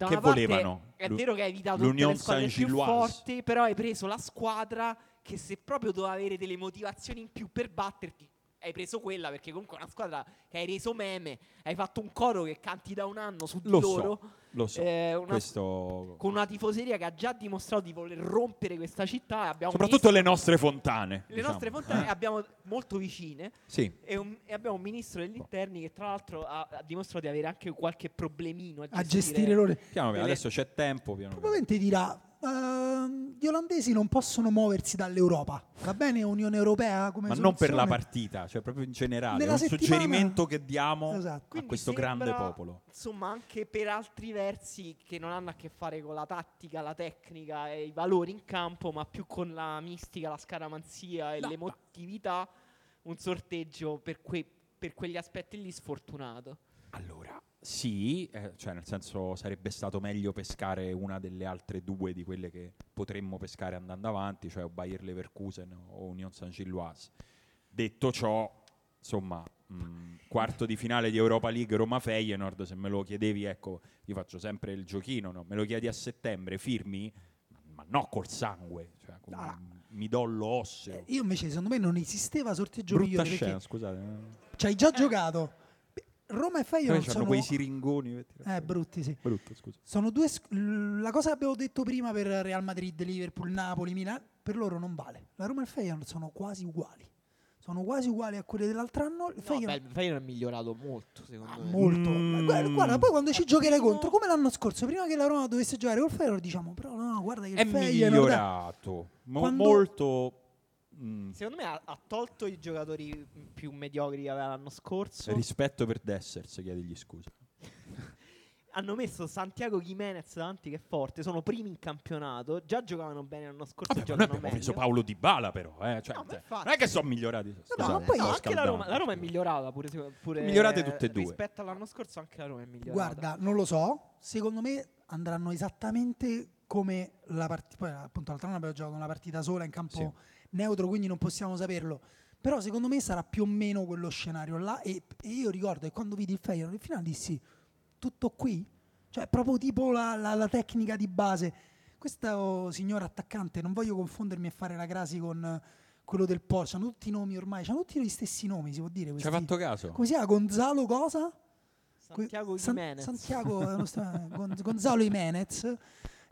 Speaker 3: Da
Speaker 1: Che
Speaker 3: una parte
Speaker 1: volevano?
Speaker 3: È
Speaker 1: Lu-
Speaker 3: vero che hai evitato tutte
Speaker 1: l'Union
Speaker 3: le squadre più
Speaker 1: Saint-Gilloise.
Speaker 3: forti, però hai preso la squadra che se proprio doveva avere delle motivazioni in più per batterti, hai preso quella perché comunque è una squadra che hai reso meme, hai fatto un coro che canti da un anno su di
Speaker 1: Lo so,
Speaker 3: loro.
Speaker 1: Lo so.
Speaker 3: Eh, una-
Speaker 1: Questo.
Speaker 3: con una tifoseria che ha già dimostrato di voler rompere questa città e abbiamo
Speaker 1: Soprattutto
Speaker 3: un
Speaker 1: le nostre fontane.
Speaker 3: ministro- le
Speaker 1: diciamo,
Speaker 3: nostre fontane
Speaker 1: eh.
Speaker 3: abbiamo molto vicine
Speaker 1: Sì.
Speaker 3: e, un- e abbiamo un ministro degli interni che tra l'altro ha, ha dimostrato di avere anche qualche problemino a gestire,
Speaker 2: A gestire loro...
Speaker 1: Piano piano,
Speaker 3: Delle-
Speaker 1: adesso c'è tempo. Piano piano.
Speaker 2: probabilmente dirà "Ehm, gli olandesi non possono muoversi dall'Europa va bene Unione Europea come
Speaker 1: Ma non per la
Speaker 2: soluzione?"
Speaker 1: partita, cioè proprio in generale. È
Speaker 2: Nella
Speaker 1: un
Speaker 2: settimana-
Speaker 1: suggerimento che diamo
Speaker 2: Esatto.
Speaker 1: a
Speaker 3: Quindi
Speaker 1: questo
Speaker 3: sembra,
Speaker 1: grande popolo.
Speaker 3: insomma anche per altri versi che non hanno a che fare con la tattica la tecnica e i valori in campo ma più con la mistica la scaramanzia e
Speaker 1: No,
Speaker 3: l'emotività un sorteggio per, quei- per quegli aspetti lì sfortunato
Speaker 1: Allora, sì, eh, cioè nel senso sarebbe stato meglio pescare una delle altre due di quelle che potremmo pescare andando avanti, cioè o Bayer Leverkusen o Union Saint-Gilloise. Detto ciò, insomma, mh, quarto di finale di Europa League Roma-Feyenoord, se me lo chiedevi, ecco, io faccio sempre il giochino, no? me lo chiedi a settembre, firmi? Ma no col sangue, cioè con
Speaker 2: Ah.
Speaker 1: un midollo osseo.
Speaker 2: Eh, io invece secondo me non esisteva sorteggio
Speaker 1: Brutta
Speaker 2: migliore
Speaker 1: scena,
Speaker 2: perché
Speaker 1: scusate. eh.
Speaker 2: ci hai già giocato Roma e
Speaker 1: Però
Speaker 2: Feyenoord
Speaker 1: c'hanno
Speaker 2: sono
Speaker 1: quei siringoni. per tirare
Speaker 2: eh
Speaker 1: fuori.
Speaker 2: brutti sì
Speaker 1: Brutto, scusa.
Speaker 2: sono due sc- l- la cosa che abbiamo detto prima per Real Madrid Liverpool Napoli Milan per loro non vale la Roma e il Feyenoord sono quasi uguali sono quasi uguali a quelle dell'altro anno il
Speaker 3: No,
Speaker 2: Feyenoord
Speaker 3: beh, il Feyenoord è migliorato molto, secondo
Speaker 2: Ah,
Speaker 3: me.
Speaker 2: molto.
Speaker 1: Mm.
Speaker 2: Guarda, guarda, poi quando ci
Speaker 3: Ottimo.
Speaker 2: giocherai contro, come l'anno scorso, prima che la Roma dovesse giocare col Feyenoord, diciamo, però no, guarda che
Speaker 1: è
Speaker 2: il Feyenoord...
Speaker 1: migliorato Mo-
Speaker 2: Quando-
Speaker 1: molto mm,
Speaker 3: Secondo me ha, ha tolto i giocatori più mediocri che aveva l'anno scorso.
Speaker 1: rispetto per Dessers, chiedigli scusa.
Speaker 3: Hanno messo Santiago Jimenez davanti che è forte, sono primi in campionato, già giocavano bene l'anno scorso,
Speaker 1: Vabbè, ma noi
Speaker 3: giocano
Speaker 1: abbiamo
Speaker 3: meglio.
Speaker 1: preso Paolo Di Bala però, eh, cioè,
Speaker 3: No, ma
Speaker 1: cioè,
Speaker 3: infatti.
Speaker 1: non è che sono migliorati.
Speaker 3: No,
Speaker 1: Scusate,
Speaker 3: ma poi
Speaker 1: sto
Speaker 3: anche la Roma,
Speaker 1: scaldando.
Speaker 3: la Roma è migliorata pure, se- pure
Speaker 1: Migliorate tutte e due.
Speaker 3: Rispetto all'anno scorso anche la Roma è migliorata.
Speaker 2: Guarda, non lo so. Secondo me andranno esattamente come la partita. Poi, appunto, l'altra volta abbiamo giocato una partita sola in campo neutro, quindi non possiamo saperlo. Però secondo me sarà più o meno quello scenario là. E, e io ricordo che quando vidi il Feyenoord in finale dissi tutto qui. Cioè, proprio tipo la, la- la tecnica di base. Questo signor attaccante, non voglio confondermi e fare la crasi con eh, quello del Porsche. Hanno tutti i nomi ormai, hanno tutti gli stessi nomi, si può dire.
Speaker 1: Ci hai
Speaker 2: Questi.
Speaker 1: fatto caso?
Speaker 2: Come si chiama? Gonzalo cosa? Que-
Speaker 3: Santiago
Speaker 2: San-
Speaker 3: Jimenez.
Speaker 2: Santiago, eh, non sto- Gon- Gonzalo Jimenez.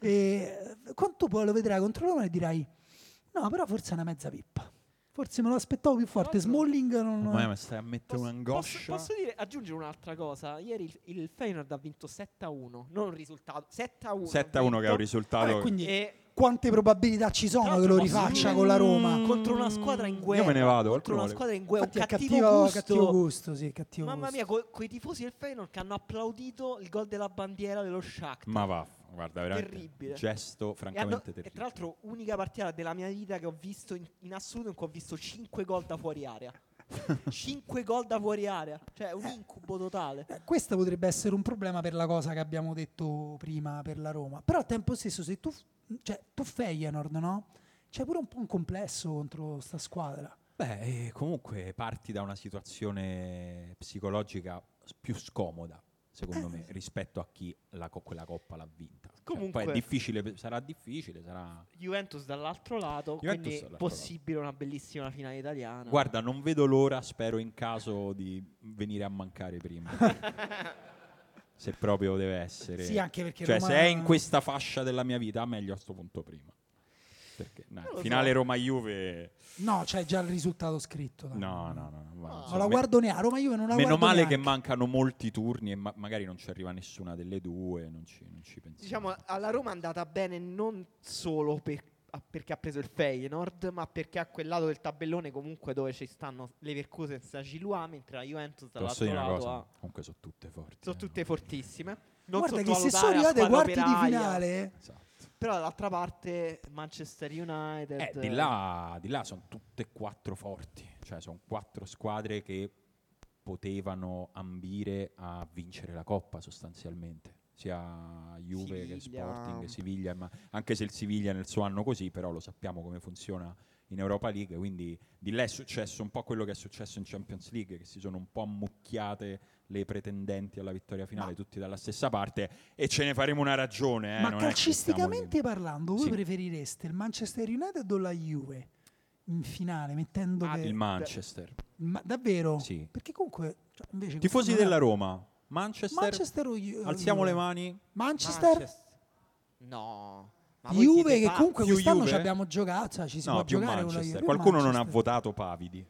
Speaker 2: E, eh, quanto poi lo vedrai contro Roma e dirai: No, però forse è una mezza pippa. Forse me lo aspettavo più forte.
Speaker 3: Tra l'altro-
Speaker 2: Smalling non.
Speaker 1: Ormai mi stai a mettere
Speaker 3: Posso-
Speaker 1: un'angoscia.
Speaker 3: Posso, posso dire- aggiungere un'altra cosa? Ieri il, il Feyenoord ha vinto 7-1, non il risultato, 7-1.
Speaker 1: 7-1 che è un risultato...
Speaker 2: Vabbè, quindi
Speaker 3: E
Speaker 2: quante probabilità ci
Speaker 3: Tra
Speaker 2: sono che
Speaker 3: l'altro
Speaker 2: lo
Speaker 3: posso
Speaker 2: rifaccia
Speaker 3: dire-
Speaker 2: con la Roma?
Speaker 1: Mm,
Speaker 3: contro una squadra in guerra.
Speaker 1: Io me ne vado,
Speaker 3: Contro
Speaker 1: qualcuno
Speaker 3: una
Speaker 1: le-
Speaker 3: squadra in guerra,
Speaker 2: Infatti è
Speaker 3: un cattivo,
Speaker 2: cattivo,
Speaker 3: gusto.
Speaker 2: cattivo gusto, sì, cattivo
Speaker 3: Mamma
Speaker 2: gusto.
Speaker 3: mia, co- quei tifosi del Feyenoord che hanno applaudito il gol della bandiera dello Shakhtar.
Speaker 1: Ma va, guarda, veramente.
Speaker 3: Terribile.
Speaker 1: Gesto
Speaker 3: E, hanno-
Speaker 1: francamente
Speaker 3: e
Speaker 1: terribile.
Speaker 3: tra l'altro unica partita della mia vita che ho visto in, in assoluto in cui ho visto 5 gol da fuori area. 5 gol da fuori area. Cioè un incubo totale.
Speaker 2: Eh, Questo potrebbe essere un problema per la cosa che abbiamo detto prima per la Roma. Però al tempo stesso, se tu, cioè, tu Feyenoord, no? C'è pure un po' un complesso contro sta squadra.
Speaker 1: Beh, eh, comunque parti da una situazione psicologica s- più scomoda, secondo me,
Speaker 2: Eh.
Speaker 1: rispetto a chi la co- quella coppa l'ha vinta. Cioè,
Speaker 3: Comunque-
Speaker 1: poi è difficile, pe- sarà difficile, sarà...
Speaker 3: Juventus dall'altro lato,
Speaker 1: Juventus
Speaker 3: quindi
Speaker 1: dall'altro
Speaker 3: possibile una bellissima finale italiana.
Speaker 1: Guarda, non vedo l'ora, spero in caso di venire a mancare prima. se proprio deve essere.
Speaker 2: Sì, anche perché
Speaker 1: cioè,
Speaker 2: Roma-
Speaker 1: se è in questa fascia della mia vita, meglio a sto punto prima. Perché no,
Speaker 3: Non lo
Speaker 1: finale
Speaker 3: so.
Speaker 1: Roma-Juve
Speaker 2: No, c'è già il risultato scritto. dai.
Speaker 1: No, no, no, non va,
Speaker 3: No.
Speaker 1: insomma,
Speaker 2: Ma la
Speaker 1: me-
Speaker 2: guardo neanche. A Roma Juve non la
Speaker 1: Meno
Speaker 2: guardo
Speaker 1: male
Speaker 2: neanche.
Speaker 1: che mancano molti turni e ma- magari non ci arriva nessuna delle due, non ci, non ci pensiamo.
Speaker 3: Diciamo, alla Roma è andata bene non solo per- a- perché ha preso il Feyenoord, ma perché a quel lato del tabellone comunque dove ci stanno le Vercose e Gilua, mentre la Juventus
Speaker 1: Posso
Speaker 3: dall'altro
Speaker 1: dire una
Speaker 3: lato
Speaker 1: cosa?
Speaker 3: ha-
Speaker 1: Comunque sono tutte forti.
Speaker 3: sono
Speaker 1: eh,
Speaker 3: tutte
Speaker 1: no?
Speaker 3: fortissime. Non
Speaker 2: Guarda che se
Speaker 3: sottovalutare
Speaker 2: sono
Speaker 3: la
Speaker 2: arrivati ai
Speaker 3: squadra
Speaker 2: quarti di
Speaker 3: operaia.
Speaker 2: finale,
Speaker 1: Esatto.
Speaker 3: Però dall'altra parte Manchester United...
Speaker 1: Eh, di là, di là sono tutte e quattro forti, cioè sono quattro squadre che potevano ambire a vincere la Coppa sostanzialmente, sia Juve che
Speaker 3: Siviglia.
Speaker 1: Sporting, Siviglia, ma anche se il Siviglia nel suo anno così, però lo sappiamo come funziona in Europa League, quindi di là è successo un po' quello che è successo in Champions League, che si sono un po' ammucchiate le pretendenti alla vittoria finale, tutti dalla stessa parte, e ce ne faremo una ragione. eh,
Speaker 2: ma
Speaker 1: non è che stiamo lì.
Speaker 2: calcisticamente parlando, voi
Speaker 1: Sì.
Speaker 2: preferireste il Manchester United o la Juve in finale? Mettendo
Speaker 3: Ah,
Speaker 2: che-
Speaker 1: il Manchester.
Speaker 2: Ma davvero?
Speaker 1: Sì.
Speaker 2: Perché comunque. cioè, invece
Speaker 1: Tifosi
Speaker 2: non è-
Speaker 1: della Roma, Manchester,
Speaker 2: Manchester eh, o Ju-
Speaker 1: alziamo
Speaker 2: Juve?
Speaker 1: le mani.
Speaker 2: Manchester,
Speaker 3: No. ma voi
Speaker 2: Juve
Speaker 3: siete
Speaker 2: che
Speaker 3: pazzi.
Speaker 2: comunque
Speaker 1: Più
Speaker 2: quest'anno
Speaker 1: Juve?
Speaker 2: ci abbiamo giocato, cioè ci si può
Speaker 1: no, più
Speaker 2: giocare con la Juve.
Speaker 1: Manchester.
Speaker 2: Io
Speaker 1: Qualcuno non ha
Speaker 2: Manchester.
Speaker 1: votato Pavidi.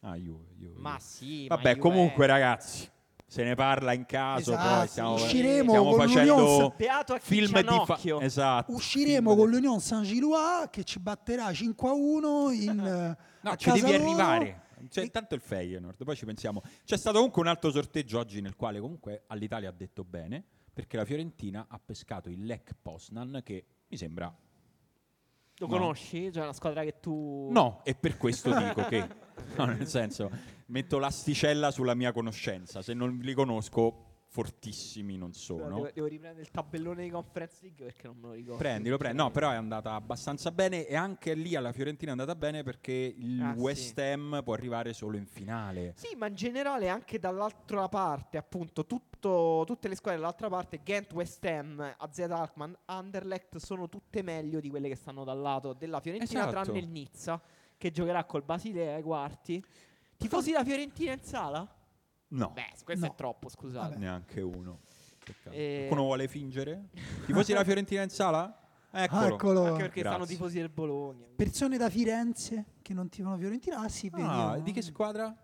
Speaker 1: Ah, Juve, Juve,
Speaker 3: Ma
Speaker 1: Juve.
Speaker 3: sì, ma
Speaker 1: Vabbè,
Speaker 3: Juve-
Speaker 1: comunque ragazzi, se ne parla in caso,
Speaker 2: Esatto,
Speaker 1: poi stiamo,
Speaker 2: usciremo
Speaker 1: stiamo
Speaker 2: con l'Union
Speaker 1: facendo
Speaker 3: Beato a chi
Speaker 1: film di fa-
Speaker 3: Cianocchio.
Speaker 1: esatto.
Speaker 2: Usciremo
Speaker 1: film
Speaker 2: con
Speaker 1: di-
Speaker 2: l'Union Saint-Gillois che ci batterà 5 a 1 in eh,
Speaker 1: No,
Speaker 2: a
Speaker 1: ci
Speaker 2: casa
Speaker 1: devi
Speaker 2: loro.
Speaker 1: arrivare. Cioè,
Speaker 2: E-
Speaker 1: intanto il Feyenoord, poi ci pensiamo. C'è stato comunque un altro sorteggio oggi nel quale comunque all'Italia ha detto bene, perché la Fiorentina ha pescato il Lech Poznan che mi sembra
Speaker 3: Lo
Speaker 1: No.
Speaker 3: conosci? Cioè, è una squadra che tu...
Speaker 1: No, e per questo dico che, no, nel senso, metto l'asticella sulla mia conoscenza, se non li conosco, fortissimi non
Speaker 3: Però
Speaker 1: sono.
Speaker 3: Devo, devo riprendere il tabellone di Conference League perché non me lo ricordo.
Speaker 1: Prendilo, prendilo. No, però è andata abbastanza bene e anche lì alla Fiorentina è andata bene perché il
Speaker 3: Ah, sì.
Speaker 1: West Ham può arrivare solo in finale.
Speaker 3: Sì, ma in generale anche dall'altra parte, appunto, tutto- tutte le squadre dall'altra parte, Ghent, West Ham, AZ Alkmaar, Anderlecht, sono tutte meglio di quelle che stanno dal lato della Fiorentina,
Speaker 1: Esatto.
Speaker 3: tranne il Nizza, che giocherà col Basilea ai quarti. Tifosi la Fiorentina in sala?
Speaker 1: No,
Speaker 3: Beh, questo
Speaker 2: No.
Speaker 3: è troppo, scusate.
Speaker 2: Vabbè.
Speaker 1: neanche uno. Peccato.
Speaker 3: Eh.
Speaker 1: Qualcuno vuole fingere? Tifosi la Fiorentina in sala? Eccolo.
Speaker 2: Ah, Eccolo.
Speaker 3: Anche perché stanno
Speaker 1: Grazie.
Speaker 3: tifosi del Bologna.
Speaker 2: Persone da Firenze che non tifano Fiorentina. Ah, sì,
Speaker 1: Ah,
Speaker 2: vediamo.
Speaker 1: di che squadra?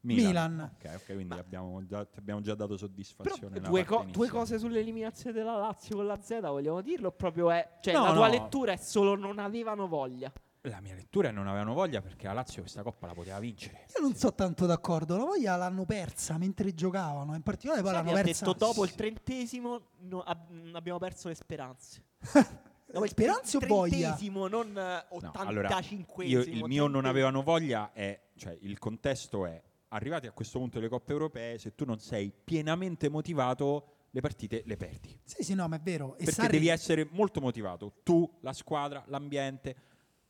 Speaker 2: Milan.
Speaker 1: Ok, ok, quindi abbiamo già, ti abbiamo già dato
Speaker 3: Però
Speaker 1: soddisfazione. nella
Speaker 3: due,
Speaker 1: parte
Speaker 3: co- due
Speaker 1: iniziale.
Speaker 3: cose sull'eliminazione della Lazio con la Z, vogliamo dirlo? Proprio è. Cioè,
Speaker 1: No,
Speaker 3: la tua
Speaker 1: no.
Speaker 3: lettura è solo non avevano voglia.
Speaker 1: La mia lettura è non avevano voglia perché la Lazio questa coppa la poteva vincere.
Speaker 2: Io non sono tanto d'accordo, la voglia l'hanno persa mentre giocavano, in particolare poi
Speaker 3: Savi
Speaker 2: l'hanno
Speaker 3: ha
Speaker 2: persa.
Speaker 3: detto dopo il trentesimo no- ab- mm, abbiamo perso le speranze. Dopo il
Speaker 2: Speranze o voglia?
Speaker 3: Trentesimo, non eh,
Speaker 1: No, allora,
Speaker 3: 85
Speaker 1: io, il mio non avevano voglia è, cioè il contesto è, arrivati a questo punto delle coppe europee, se tu non sei pienamente motivato, le partite le perdi.
Speaker 2: Sì, sì, no, ma è vero. E
Speaker 1: perché
Speaker 2: Sarri-
Speaker 1: devi essere molto motivato, tu, la squadra, l'ambiente.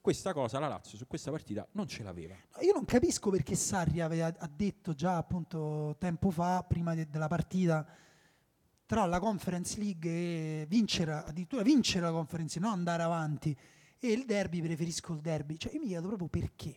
Speaker 1: Questa cosa la Lazio su questa partita non ce l'aveva.
Speaker 2: Io non capisco perché Sarri aveva, ha detto già appunto tempo fa, prima de- della partita, tra la Conference League e vincere, addirittura vincere la Conference, non andare avanti, e il derby, preferisco il derby. Cioè, io mi chiedo proprio perché.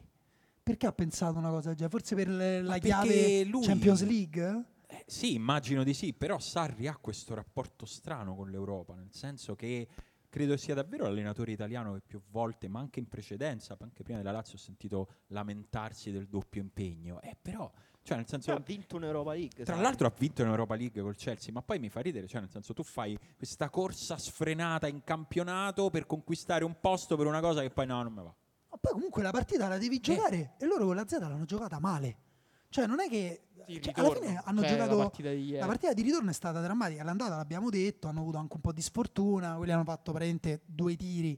Speaker 2: Perché ha pensato una cosa del genere? Forse per le- la
Speaker 1: Ma
Speaker 2: chiave
Speaker 1: perché lui-
Speaker 2: Champions League?
Speaker 1: Eh, sì, immagino di sì, però Sarri ha questo rapporto strano con l'Europa, nel senso che credo sia davvero l'allenatore italiano che più volte, ma anche in precedenza, anche prima della Lazio ho sentito lamentarsi del doppio impegno. Eh, però, cioè nel senso...
Speaker 3: ha vinto un'Europa League.
Speaker 1: Tra
Speaker 3: sai.
Speaker 1: l'altro ha vinto in Europa League col Chelsea, ma poi mi fa ridere, cioè nel senso tu fai questa corsa sfrenata in campionato per conquistare un posto per una cosa che poi no, non mi va.
Speaker 2: Ma poi comunque la partita la devi giocare e loro con la Z l'hanno giocata male. Cioè non è che...
Speaker 3: Sì, il
Speaker 2: cioè, alla
Speaker 3: ritorno.
Speaker 2: fine hanno
Speaker 6: Cioè,
Speaker 2: giocato...
Speaker 6: la partita di ieri.
Speaker 2: La partita di ritorno è stata drammatica. L'andata l'abbiamo detto, hanno avuto anche un po' di sfortuna. Quelli hanno fatto praticamente due tiri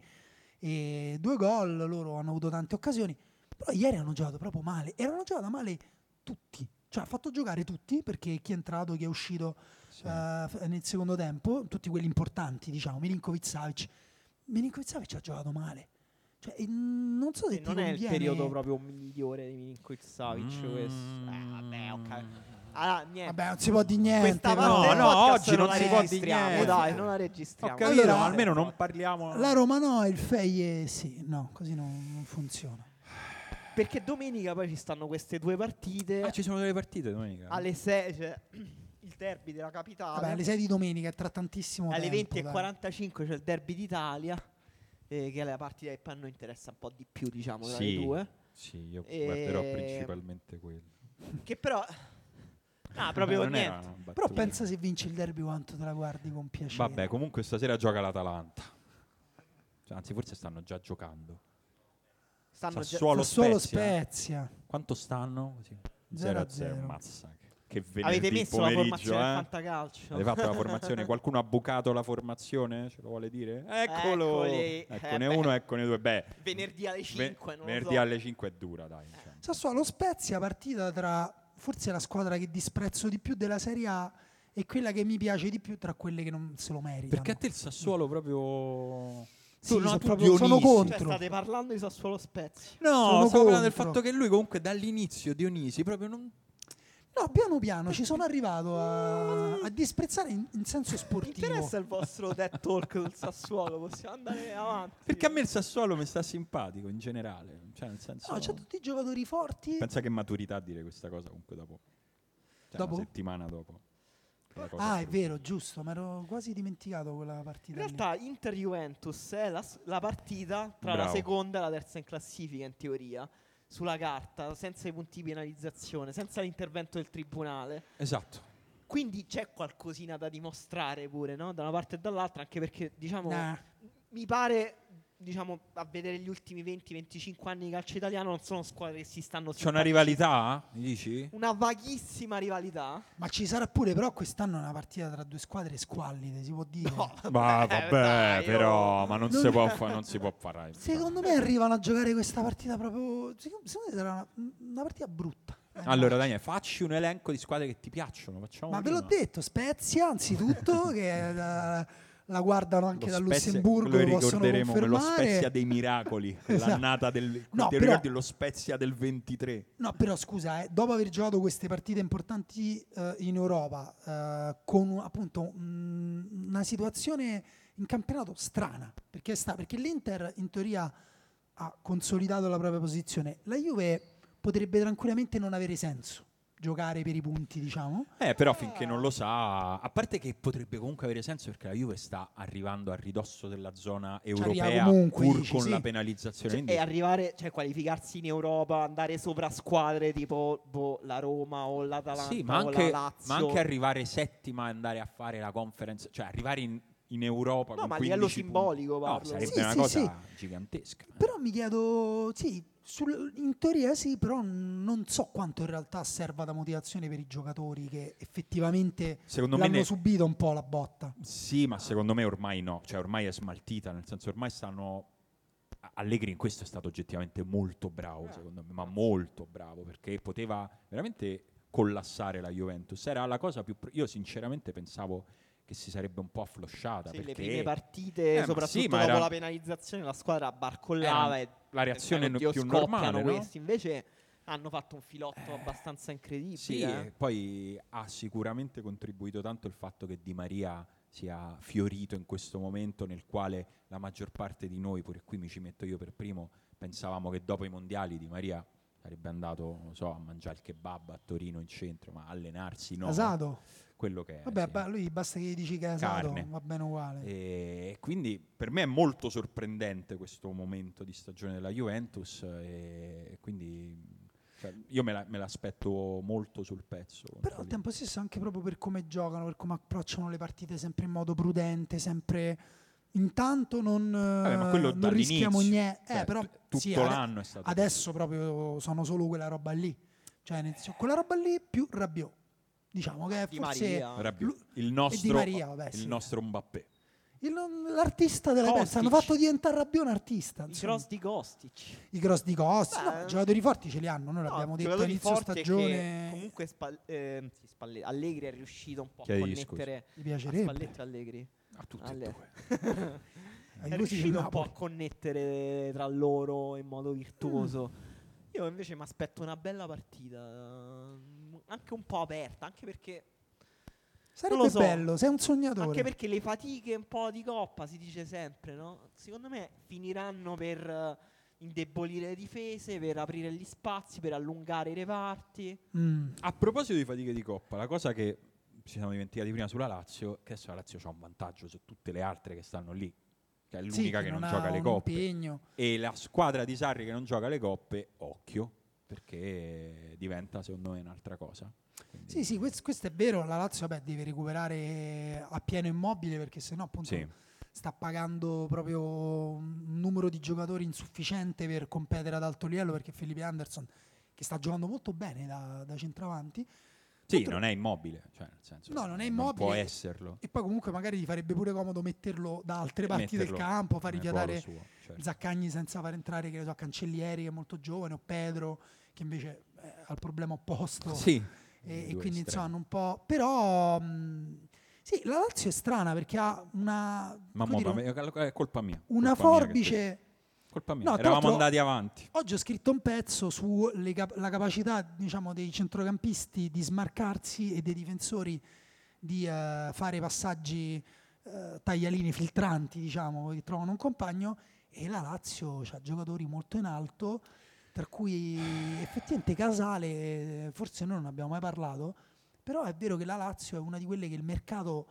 Speaker 2: e due gol. Loro hanno avuto tante occasioni. Però ieri hanno giocato proprio male. E hanno giocato male tutti. Cioè, ha fatto giocare tutti perché chi è entrato, chi è uscito
Speaker 1: Sì.
Speaker 2: eh, f- nel secondo tempo, tutti quelli importanti, diciamo, Milinkovic Savic. Milinkovic Savic ha giocato male. Cioè, e non so se
Speaker 3: E
Speaker 2: ti
Speaker 3: non è il
Speaker 2: conviene-
Speaker 3: periodo proprio migliore di Milinkovic
Speaker 1: Mm.
Speaker 3: Savic questo. Eh, vabbè, ho ca- Ah, niente.
Speaker 2: Vabbè, non si può di niente.
Speaker 3: Questa
Speaker 2: però.
Speaker 3: parte del
Speaker 1: no,
Speaker 3: podcast
Speaker 1: oggi
Speaker 3: la
Speaker 1: non si può dire
Speaker 3: registriamo,
Speaker 1: niente.
Speaker 3: Dai, non la
Speaker 1: Ho
Speaker 3: registriamo.
Speaker 1: capito,
Speaker 2: Allora-
Speaker 1: ma almeno non parliamo.
Speaker 2: La Roma no, il Feie sì. No, così non- non funziona.
Speaker 3: Perché domenica poi ci stanno queste due partite.
Speaker 1: Ah, ci sono delle partite domenica.
Speaker 3: alle 6 c'è il derby della capitale.
Speaker 2: Vabbè, alle 6 di domenica è tra tantissimo
Speaker 3: Ah, alle
Speaker 2: tempo.
Speaker 3: 20.45
Speaker 2: dai.
Speaker 3: c'è il derby d'Italia, eh, che è la partita che poi a noi interessa un po' di più, diciamo, tra
Speaker 1: Sì.
Speaker 3: le due.
Speaker 1: Sì, io
Speaker 3: E-
Speaker 1: guarderò principalmente quello.
Speaker 3: Che però... Ah, proprio
Speaker 1: Non era
Speaker 3: niente.
Speaker 1: una battuta.
Speaker 2: Però pensa se vinci il derby quanto te la guardi con piacere.
Speaker 1: Vabbè, comunque stasera gioca l'Atalanta. Cioè, anzi, forse stanno già giocando.
Speaker 3: Stanno già...
Speaker 1: Sassuolo,
Speaker 2: Sassuolo
Speaker 1: Spezia.
Speaker 2: Spezia.
Speaker 1: Quanto stanno? Così.
Speaker 2: Zero a
Speaker 1: 0 0.
Speaker 2: zero.
Speaker 1: Mazza. che- Che venerdì
Speaker 3: Avete messo la
Speaker 1: pomeriggio,
Speaker 3: formazione del
Speaker 1: eh?
Speaker 3: fantacalcio?
Speaker 1: Avete fatto la formazione? Qualcuno ha bucato la formazione? Ce lo vuole dire? Eccolo!
Speaker 3: Eccoli.
Speaker 1: Eccone
Speaker 3: Eh, beh.
Speaker 1: uno, eccone due. Beh,
Speaker 3: Venerdì alle 5,
Speaker 1: ve-
Speaker 3: non
Speaker 1: venerdì
Speaker 3: lo so. Cioè,
Speaker 1: alle 5 è dura, dai. diciamo.
Speaker 2: Sassuolo Spezia, partita tra forse la squadra che disprezzo di più della Serie A e quella che mi piace di più tra quelle che non se lo meritano.
Speaker 1: Perché a te il Sassuolo proprio...
Speaker 2: Sì,
Speaker 1: Tu- no,
Speaker 2: sono
Speaker 1: tu
Speaker 2: proprio- sono
Speaker 1: Dionisi.
Speaker 2: contro.
Speaker 3: Cioè, state parlando di Sassuolo Spezia.
Speaker 1: No,
Speaker 2: Sono
Speaker 1: stavo parlando del
Speaker 2: contro.
Speaker 1: fatto che lui comunque dall'inizio Dionisi proprio non...
Speaker 2: No, piano piano ci sono arrivato a, a disprezzare in, in senso
Speaker 3: Mi
Speaker 2: sportivo.
Speaker 3: interessa il vostro dead talk del Sassuolo, possiamo andare avanti.
Speaker 1: Perché a me il Sassuolo mi sta simpatico in generale, cioè nel senso
Speaker 2: No, c'ha tutti i giocatori forti.
Speaker 1: pensa che maturità dire questa cosa comunque dopo cioè
Speaker 2: Dopo?
Speaker 1: una settimana dopo. Che la cosa
Speaker 2: Ah, è
Speaker 1: brutta.
Speaker 2: vero, giusto, mi ero quasi dimenticato quella
Speaker 3: In
Speaker 2: partita. lì.
Speaker 3: realtà Inter-Juventus è la, s- la partita tra la
Speaker 1: Bravo.
Speaker 3: seconda e la terza in classifica in teoria, sulla carta, senza i punti di penalizzazione, senza l'intervento del tribunale.
Speaker 1: Esatto.
Speaker 3: Quindi c'è qualcosina da dimostrare pure, no? Da una parte e dall'altra, anche perché diciamo
Speaker 2: Nah.
Speaker 3: mi pare diciamo a vedere gli ultimi 20-25 anni di calcio italiano non sono squadre che si stanno
Speaker 1: C'è una rivalità, mi dici?
Speaker 3: una vaghissima rivalità.
Speaker 2: Ma ci sarà pure, però quest'anno è una partita tra due squadre squallide, si può dire. eh,
Speaker 1: Ma
Speaker 3: vabbè, dai, però, oh.
Speaker 1: ma non,
Speaker 2: si
Speaker 1: può fare, non si può fare.
Speaker 2: Secondo me arrivano a giocare questa partita proprio. Secondo secondo me sarà una, una partita brutta. Eh,
Speaker 1: Allora, Daniele, facci un elenco di squadre che ti piacciono, facciamo
Speaker 2: ma ve
Speaker 1: prima.
Speaker 2: l'ho detto, Spezia, anzitutto, che eh, la, la guardano anche
Speaker 1: Lo
Speaker 2: da
Speaker 1: Spezia-
Speaker 2: Lussemburgo,
Speaker 1: lo
Speaker 2: lo possono
Speaker 1: ricorderemo come lo
Speaker 2: confermare.
Speaker 1: Spezia dei miracoli,
Speaker 2: Esatto.
Speaker 1: l'annata del
Speaker 2: No,
Speaker 1: ti
Speaker 2: però-
Speaker 1: ricordi lo Spezia del 23.
Speaker 2: No, però scusa, eh, dopo aver giocato queste partite importanti eh, in Europa, eh, con appunto mh, una situazione in campionato strana, perché, sta, perché l'Inter in teoria ha consolidato la propria posizione, la Juve potrebbe tranquillamente non avere senso giocare per i punti, diciamo.
Speaker 1: Eh, però finché non lo sa, a parte che potrebbe comunque avere senso perché la Juve sta arrivando a ridosso della zona
Speaker 2: arriva
Speaker 1: europea
Speaker 2: comunque,
Speaker 1: pur
Speaker 2: dici,
Speaker 1: con
Speaker 2: sì.
Speaker 1: la penalizzazione.
Speaker 3: Cioè,
Speaker 1: quindi
Speaker 3: e arrivare, cioè qualificarsi in Europa, andare sopra squadre tipo boh, la Roma o l'Atalanta
Speaker 1: sì, ma
Speaker 3: o
Speaker 1: anche,
Speaker 3: la Lazio.
Speaker 1: ma anche arrivare settima e andare a fare la conference, cioè arrivare in, in Europa
Speaker 3: No,
Speaker 1: con
Speaker 3: ma a livello
Speaker 1: 15 punti.
Speaker 3: simbolico
Speaker 1: No,
Speaker 3: parlo.
Speaker 1: sarebbe
Speaker 2: Sì,
Speaker 1: una
Speaker 2: sì,
Speaker 1: cosa gigantesca.
Speaker 2: Però mi chiedo, sì, sul- in teoria sì, però non so quanto in realtà serva da motivazione per i giocatori che effettivamente
Speaker 1: Secondo me
Speaker 2: l'hanno
Speaker 1: ne-
Speaker 2: subito un po' la botta.
Speaker 1: Sì, ma secondo me ormai no, cioè ormai è smaltita, nel senso ormai stanno Allegri in questo è stato oggettivamente molto bravo,
Speaker 4: Eh.
Speaker 3: Ah,
Speaker 1: secondo me, ma molto bravo perché poteva veramente collassare la Juventus. Era la cosa più pr- io sinceramente pensavo che si sarebbe un po' afflosciata
Speaker 4: Sì, le
Speaker 1: perché
Speaker 4: prime partite,
Speaker 1: Eh, ma
Speaker 4: soprattutto
Speaker 1: sì, ma
Speaker 4: dopo
Speaker 1: era-
Speaker 4: la penalizzazione, la squadra barcollava
Speaker 1: Era
Speaker 4: e
Speaker 1: la reazione
Speaker 4: oddio,
Speaker 1: più
Speaker 4: scoppiano
Speaker 1: normale, no? Eh,
Speaker 4: questi. Invece hanno fatto un filotto abbastanza incredibile.
Speaker 1: Sì,
Speaker 4: eh.
Speaker 1: e poi ha sicuramente contribuito tanto il fatto che Di Maria sia fiorito in questo momento nel quale la maggior parte di noi, pure qui mi ci metto io per primo, pensavamo che dopo i mondiali Di Maria sarebbe andato, non lo so, a mangiare il kebab a Torino in centro, ma a allenarsi no.
Speaker 2: Asato.
Speaker 1: Quello che è.
Speaker 2: Esatto. Vabbè,
Speaker 1: sì.
Speaker 2: beh, lui basta che gli dici che è asato,
Speaker 1: Carne.
Speaker 2: va bene uguale.
Speaker 1: E quindi per me è molto sorprendente questo momento di stagione della Juventus e quindi cioè, io me, la- me l'aspetto molto sul pezzo.
Speaker 2: Però al
Speaker 1: Lì.
Speaker 2: tempo stesso anche proprio per come giocano, per come approcciano le partite, sempre in modo prudente, sempre... Intanto non, eh,
Speaker 1: ma quello
Speaker 2: non
Speaker 1: dall'inizio,
Speaker 2: rischiamo niente.
Speaker 1: cioè,
Speaker 2: eh, però
Speaker 1: t- tutto
Speaker 2: sì, ade-
Speaker 1: l'anno è stato
Speaker 2: Adesso proprio sono solo quella roba lì. Cioè, nel senso, quella roba lì più Rabiot. Diciamo che è
Speaker 4: Di
Speaker 2: forse
Speaker 4: Maria.
Speaker 1: Rabiot,
Speaker 2: Lu-
Speaker 1: il nostro,
Speaker 2: Di Maria, vabbè,
Speaker 1: il
Speaker 2: sì.
Speaker 1: nostro Mbappé.
Speaker 2: il- l'artista della
Speaker 4: Kostic.
Speaker 2: pezza. Hanno fatto diventare Rabiot un artista.
Speaker 4: I
Speaker 2: insomma.
Speaker 4: cross di Kostic.
Speaker 2: I cross di Costi.
Speaker 4: Beh,
Speaker 2: No, i giocatori forti ce li hanno. Noi
Speaker 4: No,
Speaker 2: l'abbiamo detto
Speaker 4: giocatori
Speaker 2: all'inizio
Speaker 4: forti e che
Speaker 2: stagione.
Speaker 4: Comunque Spal- ehm, sì, Spalle- Allegri è riuscito un po' a
Speaker 1: Chiedi
Speaker 4: connettere
Speaker 2: Mi
Speaker 4: a
Speaker 2: piacerebbe.
Speaker 4: Spalletti e Allegri.
Speaker 1: A tutti
Speaker 4: Alle-
Speaker 1: e due.
Speaker 2: Ai
Speaker 4: è
Speaker 2: due si
Speaker 4: riuscito un po'
Speaker 2: Napoli.
Speaker 4: a connettere tra loro in modo virtuoso.
Speaker 3: Mm.
Speaker 4: Io invece mi aspetto una bella partita, mm, anche un po' aperta, anche perché,
Speaker 2: Sarebbe
Speaker 4: lo so.
Speaker 2: bello, sei un sognatore.
Speaker 4: anche perché le fatiche un po' di coppa si dice sempre, no? Secondo me finiranno per eh, indebolire le difese, per aprire gli spazi, per allungare i reparti.
Speaker 2: Mm.
Speaker 1: A proposito di fatiche di Coppa, la cosa che ci siamo dimenticati prima sulla Lazio, che adesso la Lazio ha un vantaggio su tutte le altre che stanno lì, che è
Speaker 2: Sì,
Speaker 1: l'unica che non,
Speaker 2: ha
Speaker 1: gioca le
Speaker 2: un
Speaker 1: coppe.
Speaker 2: impegno.
Speaker 1: E la squadra di Sarri che non gioca le coppe, occhio, perché diventa secondo me un'altra cosa. Quindi-
Speaker 2: Sì, sì, quest- questo, è vero. La Lazio vabbè, deve recuperare a pieno immobile perché sennò appunto
Speaker 1: Sì.
Speaker 2: sta pagando proprio un numero di giocatori insufficiente per competere ad alto livello perché Felipe Anderson, che sta giocando molto bene da, da centravanti,
Speaker 1: Sì, non è immobile, cioè nel senso
Speaker 2: No, non è
Speaker 1: può
Speaker 2: immobile.
Speaker 1: esserlo.
Speaker 2: e poi comunque magari gli farebbe pure comodo metterlo da altre parti
Speaker 1: Metterlo
Speaker 2: del campo, far
Speaker 1: nel
Speaker 2: rifiatare
Speaker 1: ruolo suo, certo.
Speaker 2: Zaccagni senza far entrare che ne so, Cancellieri che è molto giovane o Pedro che invece eh, ha il problema opposto.
Speaker 1: Sì.
Speaker 2: e, e
Speaker 1: Due
Speaker 2: quindi
Speaker 1: estremi.
Speaker 2: insomma hanno un po' però mh, sì la Lazio è strana perché ha una
Speaker 1: Ma
Speaker 2: come
Speaker 1: mo,
Speaker 2: dire,
Speaker 1: ma me- cal- è eh, colpa mia.
Speaker 2: una
Speaker 1: colpa mia che-
Speaker 2: forbice
Speaker 1: colpa mia.
Speaker 2: No, tra
Speaker 1: Eravamo
Speaker 2: l'altro-
Speaker 1: andati avanti.
Speaker 2: oggi ho scritto un pezzo sulla capacità diciamo dei centrocampisti di smarcarsi e dei difensori di eh, fare passaggi eh, taglialini filtranti diciamo che trovano un compagno e la Lazio ha giocatori molto in alto tra cui effettivamente Casale eh, forse noi non abbiamo mai parlato però è vero che la Lazio è una di quelle che il mercato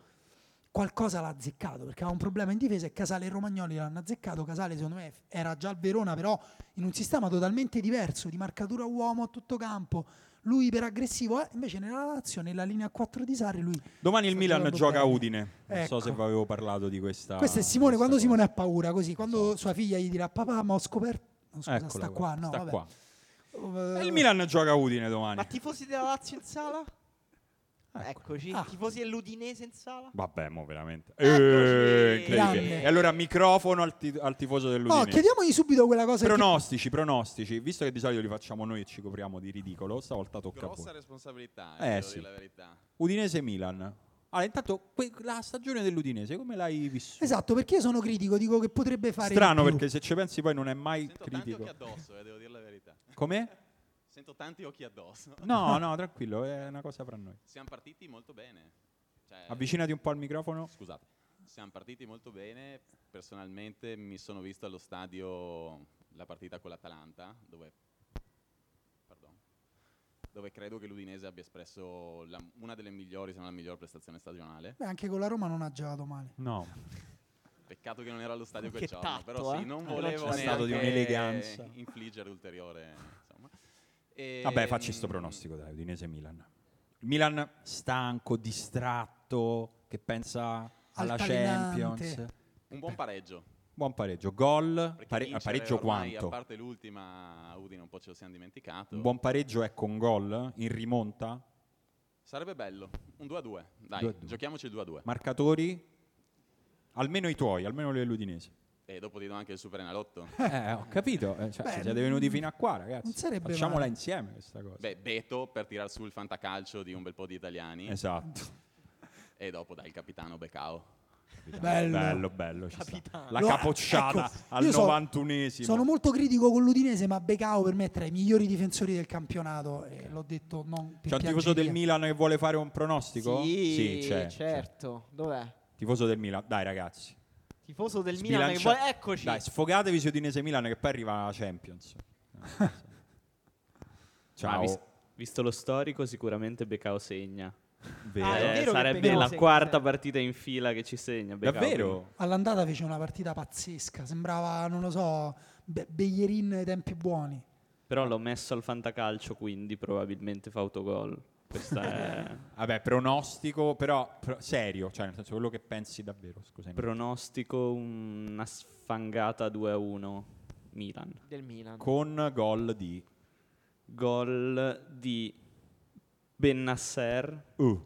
Speaker 2: qualcosa l'ha azzeccato perché aveva un problema in difesa e Casale e Romagnoli l'hanno azzeccato Casale secondo me f- era già al Verona però in un sistema totalmente diverso di marcatura uomo a tutto campo lui iperaggressivo eh, invece nella Lazio nella linea 4 di Sarri lui
Speaker 1: Domani il
Speaker 2: Sta
Speaker 1: Milan
Speaker 2: giocando
Speaker 1: gioca a
Speaker 2: bene.
Speaker 1: Udine. Non so
Speaker 2: Ecco.
Speaker 1: se vi avevo parlato di questa.
Speaker 2: questo è Simone quando
Speaker 1: questa
Speaker 2: Simone
Speaker 1: cosa.
Speaker 2: ha paura così quando sua figlia gli dirà papà ma ho scoperto no, scusa,
Speaker 1: Esatto. Eccola
Speaker 2: sta qua no
Speaker 1: sta
Speaker 2: vabbè.
Speaker 1: qua.
Speaker 2: Uh,
Speaker 1: E il Milan gioca a Udine domani.
Speaker 4: Ma tifosi della Lazio in sala?
Speaker 1: Ecco.
Speaker 4: Eccoci.
Speaker 2: Ah.
Speaker 4: Tifosi dell'Udinese in sala?
Speaker 1: Vabbè, mo veramente.
Speaker 4: Eccoci!
Speaker 1: Eh, incredibile.
Speaker 2: Grande.
Speaker 1: E allora microfono al, ti- al tifoso
Speaker 2: no
Speaker 1: dell'Udine.
Speaker 2: chiediamogli subito quella cosa che-
Speaker 1: pronostici, pronostici. Visto che di solito li facciamo noi e ci copriamo di ridicolo, stavolta tocca a voi.
Speaker 7: Grossa responsabilità,
Speaker 1: Eh,
Speaker 7: eh, devo
Speaker 1: sì.
Speaker 7: dire la verità.
Speaker 1: Udinese-Milan. Allora, intanto que- la stagione dell'Udinese, come l'hai vissuta?
Speaker 2: esatto perché io sono critico dico che potrebbe fare di
Speaker 1: Strano
Speaker 2: più.
Speaker 1: perché se ci pensi poi non è mai
Speaker 7: Sento tanti
Speaker 1: critico.
Speaker 7: occhi addosso, eh, devo dire la verità.
Speaker 1: Come?
Speaker 7: Sento tanti occhi addosso.
Speaker 1: No, no, tranquillo, è una cosa fra noi.
Speaker 7: Siamo partiti molto bene. Cioè,
Speaker 1: Avvicinati un po' al microfono.
Speaker 7: Scusate. Siamo partiti molto bene. Personalmente mi sono visto allo stadio la partita con l'Atalanta, dove, pardon, dove credo che l'Udinese abbia espresso la- una delle migliori, se non la miglior prestazione stagionale.
Speaker 2: Beh, anche con la Roma non ha giocato male
Speaker 1: No,
Speaker 7: Peccato che non era allo stadio quel
Speaker 4: Che
Speaker 7: giorno,
Speaker 4: tatto,
Speaker 7: però sì,
Speaker 4: eh.
Speaker 7: non
Speaker 4: Però
Speaker 7: volevo
Speaker 1: c'è stato di
Speaker 7: neanche
Speaker 1: un'eleganza.
Speaker 7: infliggere ulteriore, insomma. Ehm, E-
Speaker 1: vabbè, facci sto pronostico, dai, Udinese-Milan. Milan stanco, distratto, che pensa alla
Speaker 2: altalenante.
Speaker 1: Champions.
Speaker 7: Un buon pareggio.
Speaker 1: Buon pareggio, gol,
Speaker 7: perché
Speaker 1: pare- eh,
Speaker 7: vincere
Speaker 1: pareggio
Speaker 7: ormai,
Speaker 1: quanto?
Speaker 7: A parte l'ultima, a Udine un po' ce lo siamo dimenticato.
Speaker 1: Un buon pareggio è con gol, in rimonta,
Speaker 7: Sarebbe bello, un 2-2. Dai,
Speaker 1: 2-2.
Speaker 7: giochiamoci il 2-2.
Speaker 1: marcatori, almeno i tuoi, almeno quelli dell'Udinese.
Speaker 7: E dopo ti do anche il Super Enalotto.
Speaker 1: Eh, ho capito, eh, cioè,
Speaker 2: Beh,
Speaker 1: se siete venuti fino a qua ragazzi,
Speaker 2: non sarebbe
Speaker 1: facciamola
Speaker 2: male.
Speaker 1: insieme questa cosa.
Speaker 7: Beh, Beto per tirar su il fantacalcio di un bel po' di italiani.
Speaker 1: Esatto,
Speaker 7: E dopo dai il capitano Becao.
Speaker 2: Bello.
Speaker 1: bello, bello, ci sta. la
Speaker 2: Lo-
Speaker 1: capocciata
Speaker 2: ecco,
Speaker 1: al
Speaker 2: io sono-
Speaker 1: 91esimo.
Speaker 2: Sono molto critico con l'Udinese, ma Becao per me è tra i migliori difensori del campionato. E l'ho detto non per
Speaker 1: C'è un tifoso del
Speaker 2: piaggeria.
Speaker 1: Milan che vuole fare un pronostico?
Speaker 3: Sì,
Speaker 1: c'è, c'è.
Speaker 3: certo. Dov'è?
Speaker 1: Tifoso del Milan, dai ragazzi.
Speaker 3: Tifoso del Milan che
Speaker 1: Sbilancia-
Speaker 3: vuole- Eccoci.
Speaker 1: Dai, sfogatevi su Udinese Milan che poi arriva la Champions.
Speaker 3: Ah,
Speaker 5: Ma
Speaker 1: Ciao.
Speaker 5: vis- visto lo storico, sicuramente Becao segna.
Speaker 1: Vero.
Speaker 3: Ah, è
Speaker 5: Eh,
Speaker 3: vero che
Speaker 5: sarebbe
Speaker 3: Becao
Speaker 5: la
Speaker 3: segna,
Speaker 5: quarta
Speaker 3: certo.
Speaker 5: partita in fila che ci segna. Becao.
Speaker 1: Davvero?
Speaker 2: All'andata fece una partita pazzesca, sembrava, non lo so, Be- Beglierin ai tempi buoni.
Speaker 5: Però l'ho messo al fantacalcio, quindi probabilmente fa autogol. Questa è
Speaker 1: Vabbè, pronostico, però pro- serio, cioè nel senso quello che pensi davvero, scusami.
Speaker 5: pronostico una sfangata 2-1 Milan.
Speaker 3: Del Milan.
Speaker 1: Con gol di
Speaker 5: Gol di Bennasser,
Speaker 1: uh,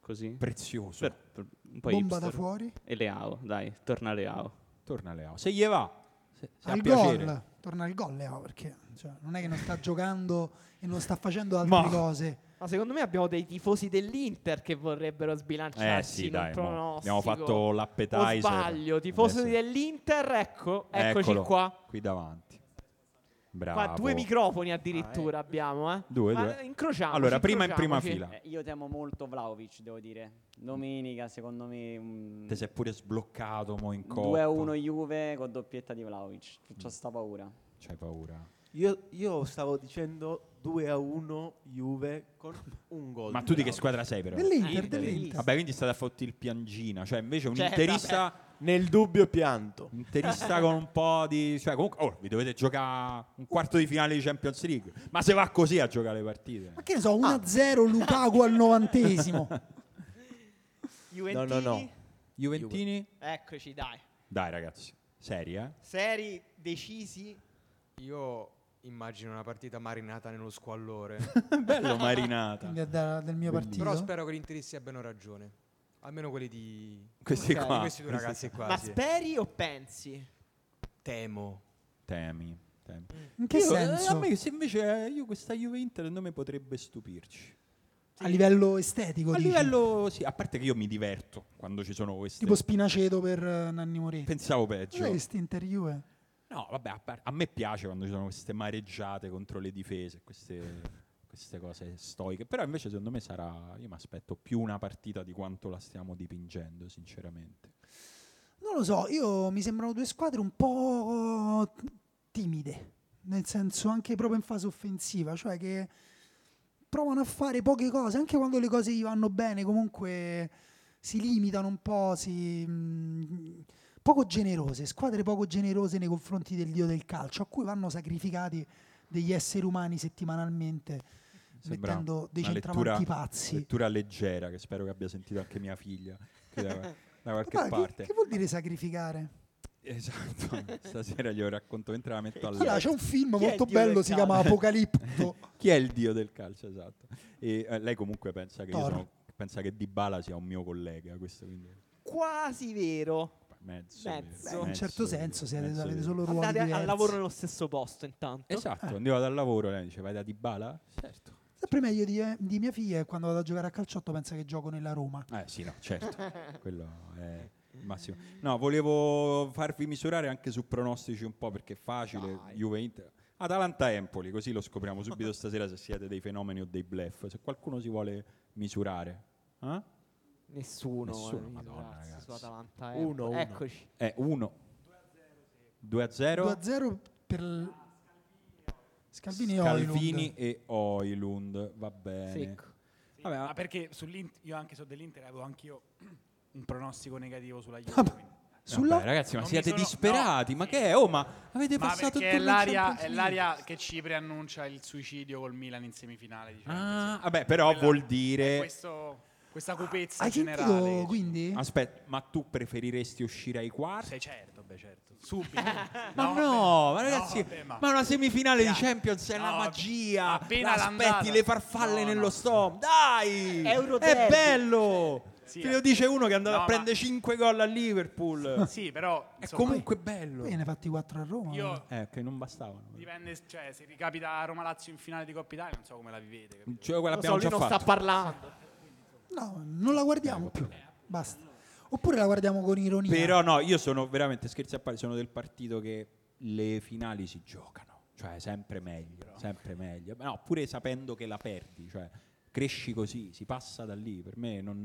Speaker 5: così.
Speaker 1: prezioso.
Speaker 5: Per- per- un po'
Speaker 2: Bomba da
Speaker 5: hipster.
Speaker 2: fuori,
Speaker 5: E Leao, dai, torna Leao.
Speaker 1: Torna Leao. Se gli va, se, se ha
Speaker 2: al
Speaker 1: piacere.
Speaker 2: gol, torna al gol Leo, perché cioè, non è che non sta giocando e non sta facendo altre
Speaker 1: Ma-
Speaker 2: cose.
Speaker 3: Ma secondo me abbiamo dei tifosi dell'Inter che vorrebbero sbilanciarsi
Speaker 1: Eh sì,
Speaker 3: in un
Speaker 1: dai, mo.
Speaker 3: pronostico.
Speaker 1: abbiamo fatto
Speaker 3: O
Speaker 1: l'appetizer.
Speaker 3: sbaglio, tifosi
Speaker 1: Adesso-
Speaker 3: dell'Inter, ecco, eccoci
Speaker 1: Eccolo,
Speaker 3: qua.
Speaker 1: Qui davanti. Bravo.
Speaker 3: Qua due microfoni addirittura abbiamo, eh.
Speaker 1: Due,
Speaker 3: Ma
Speaker 1: due.
Speaker 3: incrociamoci,
Speaker 1: Allora, prima in prima
Speaker 3: incrociamoci.
Speaker 1: fila.
Speaker 8: Eh, io temo molto Vlaovic, devo dire. Domenica, secondo me, un
Speaker 1: Te sei pure sbloccato mo in coppa.
Speaker 8: 2-1 Juve con doppietta di Vlaovic. C'ho sta paura.
Speaker 1: C'hai paura.
Speaker 9: Io, io stavo dicendo 2 a 1 Juve con un gol.
Speaker 1: Ma tu di
Speaker 9: Vlahovic.
Speaker 1: che squadra sei però?
Speaker 2: Dell'Inter,
Speaker 3: Inter,
Speaker 2: dell'Inter.
Speaker 1: Vabbè, quindi state a fotti il piangina, cioè invece un
Speaker 3: Cioè,
Speaker 1: interista
Speaker 9: Nel dubbio pianto.
Speaker 1: Interista con un po' di. Cioè, comunque, oh, vi dovete giocare un quarto di finale di Champions League. Ma se va così a giocare le partite.
Speaker 2: Ma che
Speaker 3: Ah.
Speaker 2: ne so, 1-0 Lukaku al novantesimo.
Speaker 9: No,
Speaker 3: Juventini?
Speaker 9: no, no.
Speaker 1: Juventini?
Speaker 3: Eccoci, dai.
Speaker 1: Dai, ragazzi. Serie, eh?
Speaker 3: Seri, decisi.
Speaker 10: Io immagino una partita marinata nello squallore.
Speaker 1: Bello Marinata.
Speaker 2: Quindi è da- del mio
Speaker 1: Bellissimo.
Speaker 10: Però
Speaker 2: partito.
Speaker 10: spero che gli interisti abbiano ragione. Almeno quelli di,
Speaker 1: Questi
Speaker 10: di
Speaker 1: qua.
Speaker 10: questi due ragazzi qua.
Speaker 3: Ma
Speaker 10: sì.
Speaker 3: speri o pensi?
Speaker 10: Temo.
Speaker 1: Temi. temi.
Speaker 2: In che
Speaker 1: Io-
Speaker 2: senso?
Speaker 1: eh, A me, se invece eh, io questa Juve Inter non mi potrebbe stupirci.
Speaker 2: A livello estetico,
Speaker 1: A
Speaker 2: dici?
Speaker 1: livello. Sì, a parte che io mi diverto quando ci sono queste.
Speaker 2: tipo Spinaceto per eh, Nanni Moretti.
Speaker 1: Pensavo peggio.
Speaker 2: Cos'è questo Inter Juve?
Speaker 1: No, vabbè, a, par- a me piace quando ci sono queste mareggiate contro le difese, queste, queste cose stoiche. Però invece secondo me sarà. Io mi aspetto più una partita di quanto la stiamo dipingendo, sinceramente.
Speaker 2: Non lo so, io mi sembrano due squadre un po' timide, nel senso anche proprio in fase offensiva, cioè che provano a fare poche cose, anche quando le cose gli vanno bene, comunque si limitano un po', si, mh, poco generose, squadre poco generose nei confronti del dio del calcio, a cui vanno sacrificati degli esseri umani settimanalmente,
Speaker 1: Sembra
Speaker 2: mettendo dei
Speaker 1: una
Speaker 2: centravanti
Speaker 1: lettura-
Speaker 2: pazzi.
Speaker 1: Lettura leggera, che spero che abbia sentito anche mia figlia, che da, da qualche
Speaker 2: Ma che-
Speaker 1: parte.
Speaker 2: che vuol dire sacrificare?
Speaker 1: Esatto, stasera glielo racconto mentre la metto alla.
Speaker 2: Allora, c'è un film
Speaker 3: Chi è il
Speaker 2: molto
Speaker 3: dio del
Speaker 2: bello, si
Speaker 3: calcio?
Speaker 2: chiama Apocalipto.
Speaker 1: Chi è il dio del calcio? Esatto. E eh, lei comunque pensa che, io
Speaker 2: Thor.
Speaker 1: sono, pensa che Dybala sia un mio collega, questo quindi.
Speaker 3: Quasi vero.
Speaker 1: Mezzo,
Speaker 3: Mezzo.
Speaker 2: Beh, in un certo senso siete,
Speaker 1: mezzo
Speaker 2: avete
Speaker 1: vero.
Speaker 2: solo Eh. ruoli
Speaker 3: Andate a-
Speaker 2: diversi.
Speaker 3: al lavoro nello stesso posto intanto.
Speaker 1: Esatto, andava dal lavoro, lei dice vai da Dybala? Certo.
Speaker 2: Sempre meglio di, di mia figlia che quando vado a giocare a calciotto pensa che gioco nella Roma.
Speaker 1: Eh sì, no, certo. Quello è il massimo. No, volevo farvi misurare anche su pronostici un po' perché è facile, Juve Inter. Atalanta Empoli, così lo scopriamo subito stasera se siete dei fenomeni o dei bluff. Se qualcuno si vuole misurare. Eh?
Speaker 3: Nessuno.
Speaker 1: Nessuno,
Speaker 3: eh,
Speaker 1: madonna,
Speaker 3: misurarsi
Speaker 1: ragazzi.
Speaker 3: Su Atalanta, eh.
Speaker 9: Uno, uno.
Speaker 3: Eccoci.
Speaker 1: È 1 2 a 0
Speaker 2: 2-0 per l- Scalvini e
Speaker 1: Calvini
Speaker 2: Oilund.
Speaker 1: e Oilund, va bene.
Speaker 3: Secco.
Speaker 1: Vabbè,
Speaker 11: Ma
Speaker 1: ma-
Speaker 11: perché sull'Inter, io anche so dell'Inter avevo anch'io un pronostico negativo sulla Juve. quindi.
Speaker 2: Sulla
Speaker 1: Vabbè, ragazzi, ma
Speaker 11: Non mi
Speaker 1: siete
Speaker 11: sono-
Speaker 1: disperati. Ma che è? Oh, ma avete
Speaker 11: Ma
Speaker 1: passato il
Speaker 11: perché è
Speaker 1: turno in
Speaker 11: l'aria,
Speaker 1: Champions
Speaker 11: è
Speaker 1: League?
Speaker 11: l'aria che ci preannuncia il suicidio col Milan in semifinale. Diciamo,
Speaker 1: Ah, vabbè, però vuol dire
Speaker 11: Questo, questa cupezza
Speaker 2: Hai
Speaker 11: generale.
Speaker 2: sentito quindi?
Speaker 1: Aspetta, ma tu preferiresti uscire ai quarti?
Speaker 11: Sei certo, beh, certo. Subito.
Speaker 1: Ma no, ma ragazzi,
Speaker 11: vabbè,
Speaker 1: ma...
Speaker 11: ma-
Speaker 1: una semifinale di
Speaker 11: Dai.
Speaker 1: Champions è la
Speaker 11: No,
Speaker 1: magia.
Speaker 11: appena
Speaker 1: Aspetti
Speaker 11: l'andata.
Speaker 1: le farfalle
Speaker 11: No,
Speaker 1: nello
Speaker 11: no.
Speaker 1: storm. Dai!
Speaker 4: Euro
Speaker 1: è
Speaker 4: derby.
Speaker 1: bello!
Speaker 11: Sì,
Speaker 1: Te
Speaker 11: eh.
Speaker 1: lo dice uno che è andato
Speaker 11: No,
Speaker 1: a
Speaker 11: ma-
Speaker 1: prendere 5 gol a Liverpool.
Speaker 11: Sì, però
Speaker 1: è
Speaker 11: insomma,
Speaker 1: comunque bello.
Speaker 2: Poi ne hai fatti quattro a Roma. allora.
Speaker 11: io
Speaker 1: Eh, che non bastavano.
Speaker 11: dipende, cioè se ricapita Roma Lazio in finale di Coppa Italia, non so come la vivete, capito?
Speaker 1: Cioè, quello
Speaker 4: Lo so,
Speaker 1: abbiamo
Speaker 4: lui
Speaker 1: già
Speaker 4: non
Speaker 1: fatto.
Speaker 4: sta parlando.
Speaker 2: No, non la guardiamo più. Basta. Oppure la guardiamo con ironia.
Speaker 1: Però no, io sono veramente scherzi a parte, sono del partito che le finali si giocano, cioè sempre meglio, sempre meglio. No, pure sapendo che la perdi, cioè cresci così, si passa da lì, per me non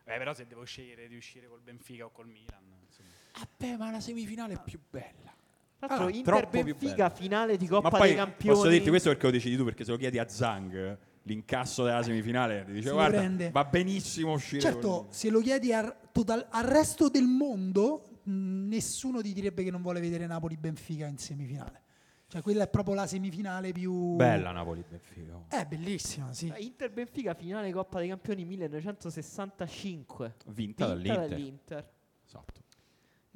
Speaker 1: eh,
Speaker 11: Beh, però se devo scegliere di uscire col Benfica o col Milan, insomma.
Speaker 1: Vabbè, Ah ma la semifinale è più bella.
Speaker 3: Tra l'altro,
Speaker 1: Ah,
Speaker 3: Inter
Speaker 1: troppo più
Speaker 3: Benfica,
Speaker 1: bello.
Speaker 3: finale di Coppa
Speaker 1: ma
Speaker 3: dei
Speaker 1: poi
Speaker 3: Campioni.
Speaker 1: posso dirti questo perché lo decidi tu, perché se lo chiedi a Zang, l'incasso della semifinale, ti dice
Speaker 2: Se lo
Speaker 1: guarda,
Speaker 2: prende."
Speaker 1: va benissimo uscire
Speaker 2: Certo,
Speaker 1: con-
Speaker 2: se lo chiedi al, total- al resto del mondo, mh, nessuno ti direbbe che non vuole vedere Napoli-Benfica in semifinale. Cioè, quella è proprio la semifinale più...
Speaker 1: Bella Napoli Benfica.
Speaker 2: È bellissima, sì.
Speaker 3: Eh, Inter Benfica, finale Coppa dei Campioni 1965.
Speaker 1: Vinta,
Speaker 3: Vinta
Speaker 1: dall'Inter.
Speaker 3: dall'Inter.
Speaker 1: Esatto.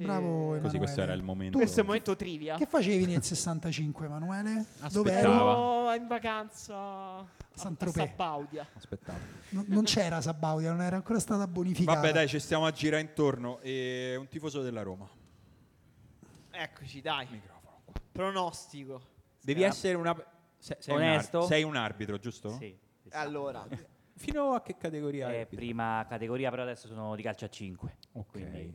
Speaker 2: Bravo,
Speaker 3: Eh,
Speaker 1: Così questo
Speaker 2: Emanuele.
Speaker 1: era il momento.
Speaker 3: Questo è il momento trivia.
Speaker 2: Che facevi nel 65, Emanuele? Dove
Speaker 1: Aspettavo.
Speaker 2: ero?
Speaker 3: Ero in vacanza a, a
Speaker 2: Saint-Tropez.
Speaker 3: Sabaudia.
Speaker 1: Aspettavo.
Speaker 2: Non- non c'era Sabaudia, non era ancora stata bonificata.
Speaker 1: Vabbè, dai, ci stiamo a girare intorno. E un tifoso della Roma.
Speaker 3: Eccoci, dai.
Speaker 1: Microfono qua.
Speaker 3: Pronostico.
Speaker 1: Devi essere una. se- Sei,
Speaker 8: Onesto?
Speaker 1: Un ar- sei un arbitro, giusto?
Speaker 12: Sì. sì, sì.
Speaker 13: Ah,
Speaker 1: Esatto.
Speaker 3: Allora,
Speaker 1: Fino a che categoria?
Speaker 12: Eh,
Speaker 1: arbitro?
Speaker 12: prima categoria, però adesso sono di calcio a 5.
Speaker 1: Ok.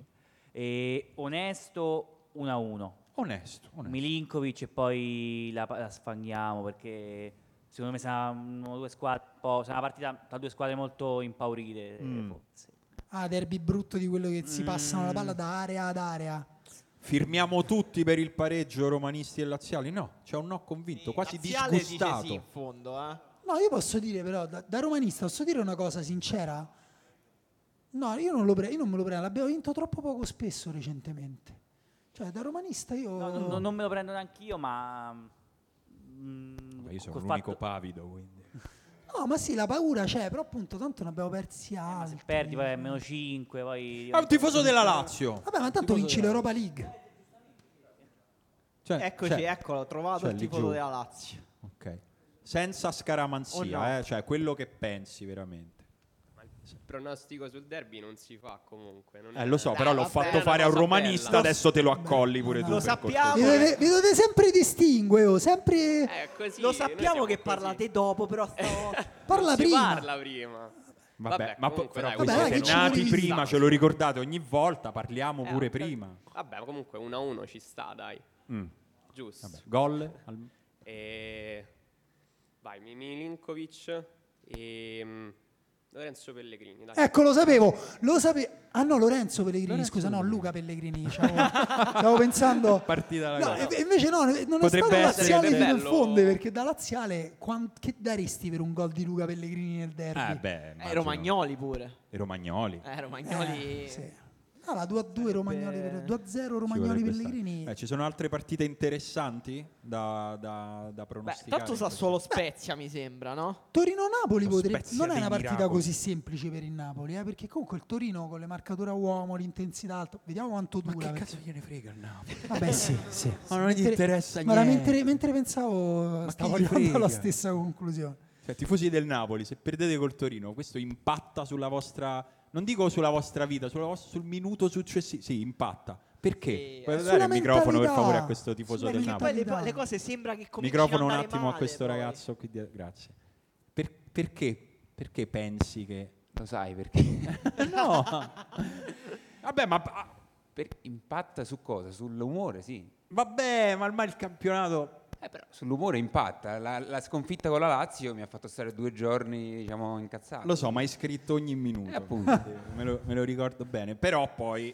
Speaker 12: onesto 1-1.
Speaker 1: Onesto, onesto.
Speaker 12: Milinkovic e poi la, la sfanghiamo perché secondo me saranno due squadre, un po'- sarà una partita tra due squadre molto impaurite. eh,
Speaker 1: Mm.
Speaker 12: forse.
Speaker 2: Ah, derby brutto di quello che si passano la palla da area ad area.
Speaker 1: Firmiamo tutti per il pareggio romanisti e laziali? No, c'è un no convinto, quasi
Speaker 3: Laziale dice
Speaker 1: disgustato.
Speaker 3: sì, in fondo, eh.
Speaker 2: No, io posso dire però, da, da romanista, posso dire una cosa sincera? No, io non, lo pre- io non me lo prendo, l'abbiamo vinto troppo poco spesso recentemente. Cioè, da romanista io...
Speaker 12: No, no, no, non me lo prendo neanch'io, ma... mm,
Speaker 1: Ma io sono
Speaker 12: col
Speaker 1: l'unico
Speaker 12: fatto-
Speaker 1: pavido, quindi.
Speaker 2: No, ma sì, la paura c'è, però appunto tanto ne abbiamo persi
Speaker 12: Eh, ma
Speaker 2: altri.
Speaker 12: Ah, se perdi poi è meno 5, poi...
Speaker 1: È un tifoso della Lazio.
Speaker 2: Vabbè, ma tanto vinci l'Europa League.
Speaker 1: Cioè,
Speaker 3: Eccoci,
Speaker 1: cioè,
Speaker 3: eccolo, ho trovato
Speaker 1: cioè,
Speaker 3: il
Speaker 1: lì
Speaker 3: tifoso
Speaker 1: giù.
Speaker 3: della Lazio.
Speaker 1: Ok. Senza scaramanzia,
Speaker 3: Oh no.
Speaker 1: eh, cioè quello che pensi veramente.
Speaker 13: Il pronostico sul derby non si fa comunque. non
Speaker 1: Eh,
Speaker 13: è-
Speaker 1: lo so,
Speaker 13: Dai,
Speaker 1: però l'ho
Speaker 13: vabbè, è
Speaker 1: fatto
Speaker 13: una
Speaker 1: fare a un
Speaker 13: cosa
Speaker 1: romanista,
Speaker 13: bella.
Speaker 1: adesso te lo accolli pure tu.
Speaker 2: Lo
Speaker 1: per
Speaker 3: sappiamo.
Speaker 12: Ah,
Speaker 2: Vi
Speaker 1: cortesia.
Speaker 2: dovete, vi dovete sempre distingue, oh, sempre...
Speaker 13: Eh, così,
Speaker 3: Lo
Speaker 13: noi
Speaker 3: sappiamo
Speaker 13: siamo
Speaker 3: che
Speaker 13: così.
Speaker 3: parlate dopo, però stavo...
Speaker 2: Parla
Speaker 13: Si
Speaker 2: prima.
Speaker 13: parla prima.
Speaker 1: Vabbè,
Speaker 13: Vabbè,
Speaker 1: ma po-
Speaker 13: comunque,
Speaker 1: però
Speaker 13: dai,
Speaker 1: voi
Speaker 2: Vabbè,
Speaker 1: siete
Speaker 2: che ci
Speaker 1: nati
Speaker 2: vuole
Speaker 1: prima,
Speaker 13: dire?
Speaker 1: ce lo ricordate ogni volta, parliamo
Speaker 13: Eh,
Speaker 1: pure
Speaker 13: ok.
Speaker 1: prima.
Speaker 13: Vabbè, ma comunque 1 a 1 ci sta, dai.
Speaker 1: Mm,
Speaker 13: Giusto.
Speaker 1: vabbè. Gol? al-
Speaker 13: E... Vai, Mi- Milinkovic e mm, Lorenzo Pellegrini, dai.
Speaker 2: Ecco, lo sapevo, lo sapevo. Ah no, Lorenzo Pellegrini,
Speaker 1: Lorenzo
Speaker 2: scusa, no,
Speaker 1: Pellegrini.
Speaker 2: Luca Pellegrini. Stavo, stavo pensando...
Speaker 1: Partita la
Speaker 2: No,
Speaker 1: cosa.
Speaker 2: e- e invece no, non
Speaker 1: Potrebbe
Speaker 2: è stato
Speaker 1: essere
Speaker 2: laziale
Speaker 13: bello.
Speaker 2: fino in fondo, perché da laziale quan- che daresti per un gol di Luca Pellegrini nel derby?
Speaker 1: Eh, beh,
Speaker 3: Eh,
Speaker 1: immagino.
Speaker 3: Romagnoli pure.
Speaker 1: E Romagnoli.
Speaker 3: Eh, Romagnoli...
Speaker 2: Eh, sì. Ah, la
Speaker 1: Eh,
Speaker 2: 2-2 Romagnoli per- 2-0
Speaker 1: Ci
Speaker 2: Romagnoli
Speaker 1: vorrebbe stare.
Speaker 2: Pellegrini.
Speaker 1: Eh, ci sono altre partite interessanti da, da, da
Speaker 3: Beh,
Speaker 1: pronosticare?
Speaker 3: tanto sa solo Spezia, mi sembra, no?
Speaker 2: Torino-Napoli
Speaker 1: Lo
Speaker 2: potrebbe
Speaker 1: Spezia
Speaker 2: non è
Speaker 1: dei
Speaker 2: una partita
Speaker 1: miracoli.
Speaker 2: così semplice per il Napoli, eh, perché comunque il Torino con le marcature a uomo, l'intensità alta, vediamo quanto
Speaker 1: Ma
Speaker 2: dura.
Speaker 1: che
Speaker 2: perché-
Speaker 1: cazzo gliene frega il Napoli?
Speaker 2: Vabbè, sì, sì.
Speaker 1: Ma non gli
Speaker 2: Mentre-
Speaker 1: interessa
Speaker 2: ma la-
Speaker 1: niente.
Speaker 2: Mentre, mentre pensavo,
Speaker 1: che
Speaker 2: stavo
Speaker 1: gli
Speaker 2: arrivando alla
Speaker 1: frega?
Speaker 2: stessa conclusione.
Speaker 1: Cioè, tifosi del Napoli, se perdete col Torino, questo impatta sulla vostra. Non dico sulla vostra vita, sulla vostra- sul minuto successivo. Sì, impatta. Perché?
Speaker 3: Sì, eh.
Speaker 1: Puoi dare
Speaker 2: Sulla
Speaker 1: il microfono per
Speaker 2: mentalità.
Speaker 1: favore a questo tifoso
Speaker 2: Sulla
Speaker 1: del
Speaker 2: mentalità.
Speaker 1: Napoli?
Speaker 3: Poi le,
Speaker 2: Qualità.
Speaker 3: le cose sembra che cominciano
Speaker 1: Microfono un
Speaker 3: ad andare
Speaker 1: attimo a
Speaker 3: male,
Speaker 1: questo
Speaker 3: poi.
Speaker 1: ragazzo qui dietro. Grazie. Per- perché? Perché pensi che.
Speaker 14: Lo sai perché?
Speaker 1: no! Vabbè, ma. ah,
Speaker 14: Per- impatta su cosa? Sull'umore, sì.
Speaker 1: Vabbè, ma ormai il campionato.
Speaker 14: Eh, però Sull'umore impatta. La, la sconfitta con la Lazio mi ha fatto stare due giorni, diciamo, incazzato.
Speaker 1: ah, Lo so, ma hai scritto ogni minuto.
Speaker 14: Eh, appunto.
Speaker 1: me, lo, me lo ricordo bene. Però poi.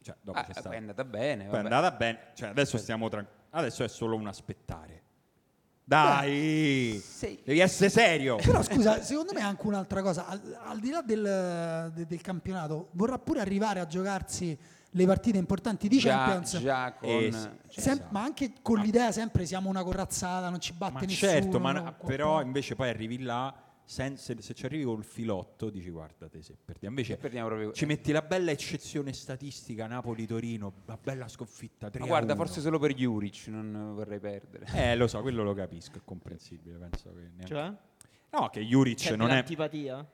Speaker 1: Cioè, dopo
Speaker 14: Ah,
Speaker 1: c'è
Speaker 14: poi
Speaker 1: stato.
Speaker 14: è andata bene.
Speaker 1: Poi è
Speaker 14: vabbè.
Speaker 1: andata bene. Cioè, adesso stiamo tranquilli. Adesso è solo un aspettare. Dai! Devi essere serio!
Speaker 2: Però scusa, secondo me è anche un'altra cosa, al, al di là del, de- del campionato, vorrà pure arrivare a giocarsi le partite importanti di
Speaker 14: già,
Speaker 2: Champions,
Speaker 14: già con...
Speaker 1: Eh, sì.
Speaker 14: cioè,
Speaker 2: sem- ma anche con l'idea sempre siamo una corazzata, non ci batte
Speaker 1: Ma
Speaker 2: nessuno.
Speaker 1: certo, ma
Speaker 2: no,
Speaker 1: na-
Speaker 2: qua-
Speaker 1: però invece poi arrivi là sen- se, se ci arrivi col filotto dici guardate se perdiamo. Invece
Speaker 14: Perdiamo proprio-
Speaker 1: ci metti la bella eccezione statistica Napoli-Torino, la bella sconfitta. 3
Speaker 14: Ma guarda, forse solo per Juric non vorrei perdere.
Speaker 1: Eh, lo so, quello lo capisco, è comprensibile, penso che neanche...
Speaker 14: Cioè?
Speaker 1: No, che Juric
Speaker 3: cioè,
Speaker 14: C'è
Speaker 1: non è...
Speaker 3: dell'antipatia?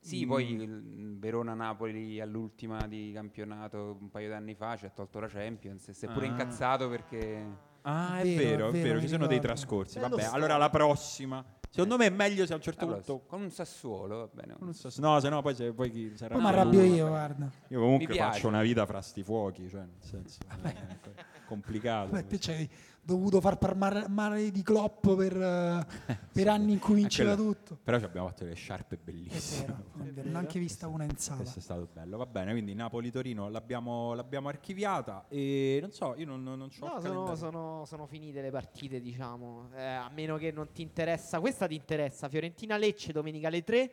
Speaker 14: Sì,
Speaker 1: Mm.
Speaker 14: poi il Verona-Napoli all'ultima di campionato un paio d'anni fa ci ha tolto la Champions e si è pure
Speaker 1: Ah.
Speaker 14: incazzato perché...
Speaker 1: Ah, è vero, è vero, ci sono dei trascorsi. Vabbè, allora la prossima. Secondo me è meglio se a un certo
Speaker 14: Allora,
Speaker 1: punto...
Speaker 14: Con un Sassuolo, va bene.
Speaker 1: Non so se- No, se no poi, se- poi chi sarà...
Speaker 2: Poi mi arrabbio io, guarda.
Speaker 1: Io comunque
Speaker 14: Mi piace.
Speaker 1: faccio una vita fra sti fuochi, cioè, nel senso... ecco, è complicato.
Speaker 2: Beh, te ci hai dovuto far parlare di Klopp per, eh, per anni in cui
Speaker 1: Eh,
Speaker 2: vinceva
Speaker 1: quello-
Speaker 2: tutto.
Speaker 1: Però ci abbiamo fatto delle sciarpe
Speaker 2: È
Speaker 1: bellissime.
Speaker 2: vero, Ah, è vero, ne ho anche vista una in sala.
Speaker 1: Questo è stato bello, va bene, quindi Napoli-Torino l'abbiamo, l'abbiamo archiviata e non so, io non, non, non c'ho il
Speaker 3: No, sono,
Speaker 1: calendario.
Speaker 3: sono- sono finite le partite, diciamo. Eh, a meno che non ti interessa, questa ti interessa. Fiorentina Lecce domenica alle 3.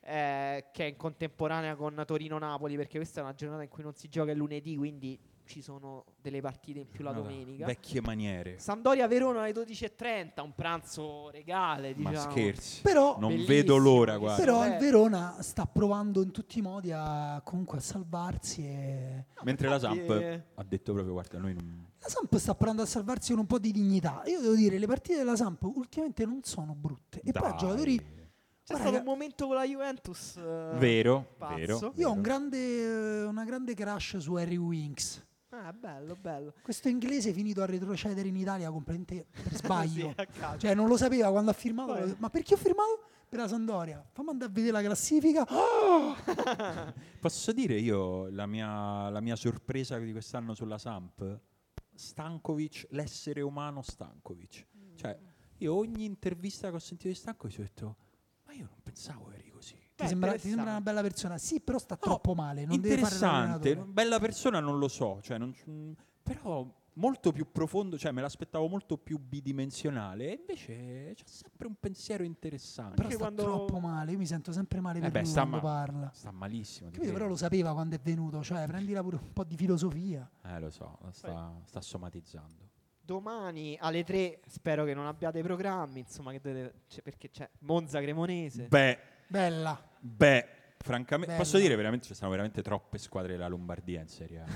Speaker 3: eh, che è in contemporanea con Torino-Napoli, perché questa è una giornata in cui non si gioca il lunedì, quindi ci sono delle partite in più la
Speaker 1: Giornata
Speaker 3: domenica.
Speaker 1: Vecchie maniere.
Speaker 3: Sandoria-Verona alle 12.30, un pranzo regale,
Speaker 1: Ma
Speaker 3: diciamo.
Speaker 1: scherzi,
Speaker 2: Però-
Speaker 1: non
Speaker 3: Bellissimo,
Speaker 1: vedo l'ora, guarda.
Speaker 2: Però il
Speaker 3: Eh.
Speaker 2: Verona sta provando in tutti i modi a, comunque a salvarsi e...
Speaker 1: Mentre la
Speaker 2: infatti,
Speaker 1: Samp
Speaker 2: eh.
Speaker 1: ha detto proprio, guarda, noi non...
Speaker 2: La Samp sta provando a salvarsi con un po' di dignità. Io devo dire, le partite della Samp ultimamente non sono brutte. E poi
Speaker 1: Dai.
Speaker 2: ha giocatori...
Speaker 3: C'è
Speaker 2: Guarda,
Speaker 3: stato
Speaker 2: raga-
Speaker 3: un momento con la Juventus. eh,
Speaker 1: Vero,
Speaker 3: pazzo.
Speaker 1: vero.
Speaker 2: Io ho un grande, eh, una grande crush su Harry Winks.
Speaker 3: Ah, bello, bello.
Speaker 2: Questo inglese è finito a retrocedere in Italia completamente per sbaglio.
Speaker 3: Sì, a caso.
Speaker 2: cioè, non lo sapeva quando ha firmato.
Speaker 3: Poi-
Speaker 2: Ma perché ho firmato? Per la Sandoria. Fammi andare a vedere la classifica.
Speaker 1: Eh,
Speaker 2: Oh!
Speaker 1: Posso dire io la mia, la mia sorpresa di quest'anno sulla Samp? Stankovic, l'essere umano Stankovic. Cioè, io ogni intervista che ho sentito di Stankovic ho detto, ma io non pensavo eri così.
Speaker 2: ti, sembra, ti sembra una bella persona. Sì, però sta troppo male. Non deve fare
Speaker 1: Oh, Interessante,
Speaker 2: l'allenatore.
Speaker 1: bella persona non lo so, cioè non- mm, però molto più profondo, cioè me l'aspettavo molto più bidimensionale e invece c'è sempre un pensiero interessante.
Speaker 2: Però sta troppo male. Io mi sento sempre male
Speaker 1: Eh
Speaker 2: per
Speaker 1: beh,
Speaker 2: lui
Speaker 1: sta
Speaker 2: quando
Speaker 1: ma-
Speaker 2: parla.
Speaker 1: sta malissimo. ti
Speaker 2: Capito? Però
Speaker 1: credo.
Speaker 2: lo sapeva quando è venuto. Cioè, prendila pure un po' di filosofia.
Speaker 1: Eh, lo so, lo sta, sta somatizzando.
Speaker 3: Domani alle 3 spero che non abbiate programmi, insomma, che dovete- cioè, perché c'è Monza Cremonese.
Speaker 1: Beh,
Speaker 2: Bella.
Speaker 1: beh, francamente,
Speaker 3: Bella.
Speaker 1: posso dire veramente ci sono veramente troppe squadre della Lombardia in Serie A.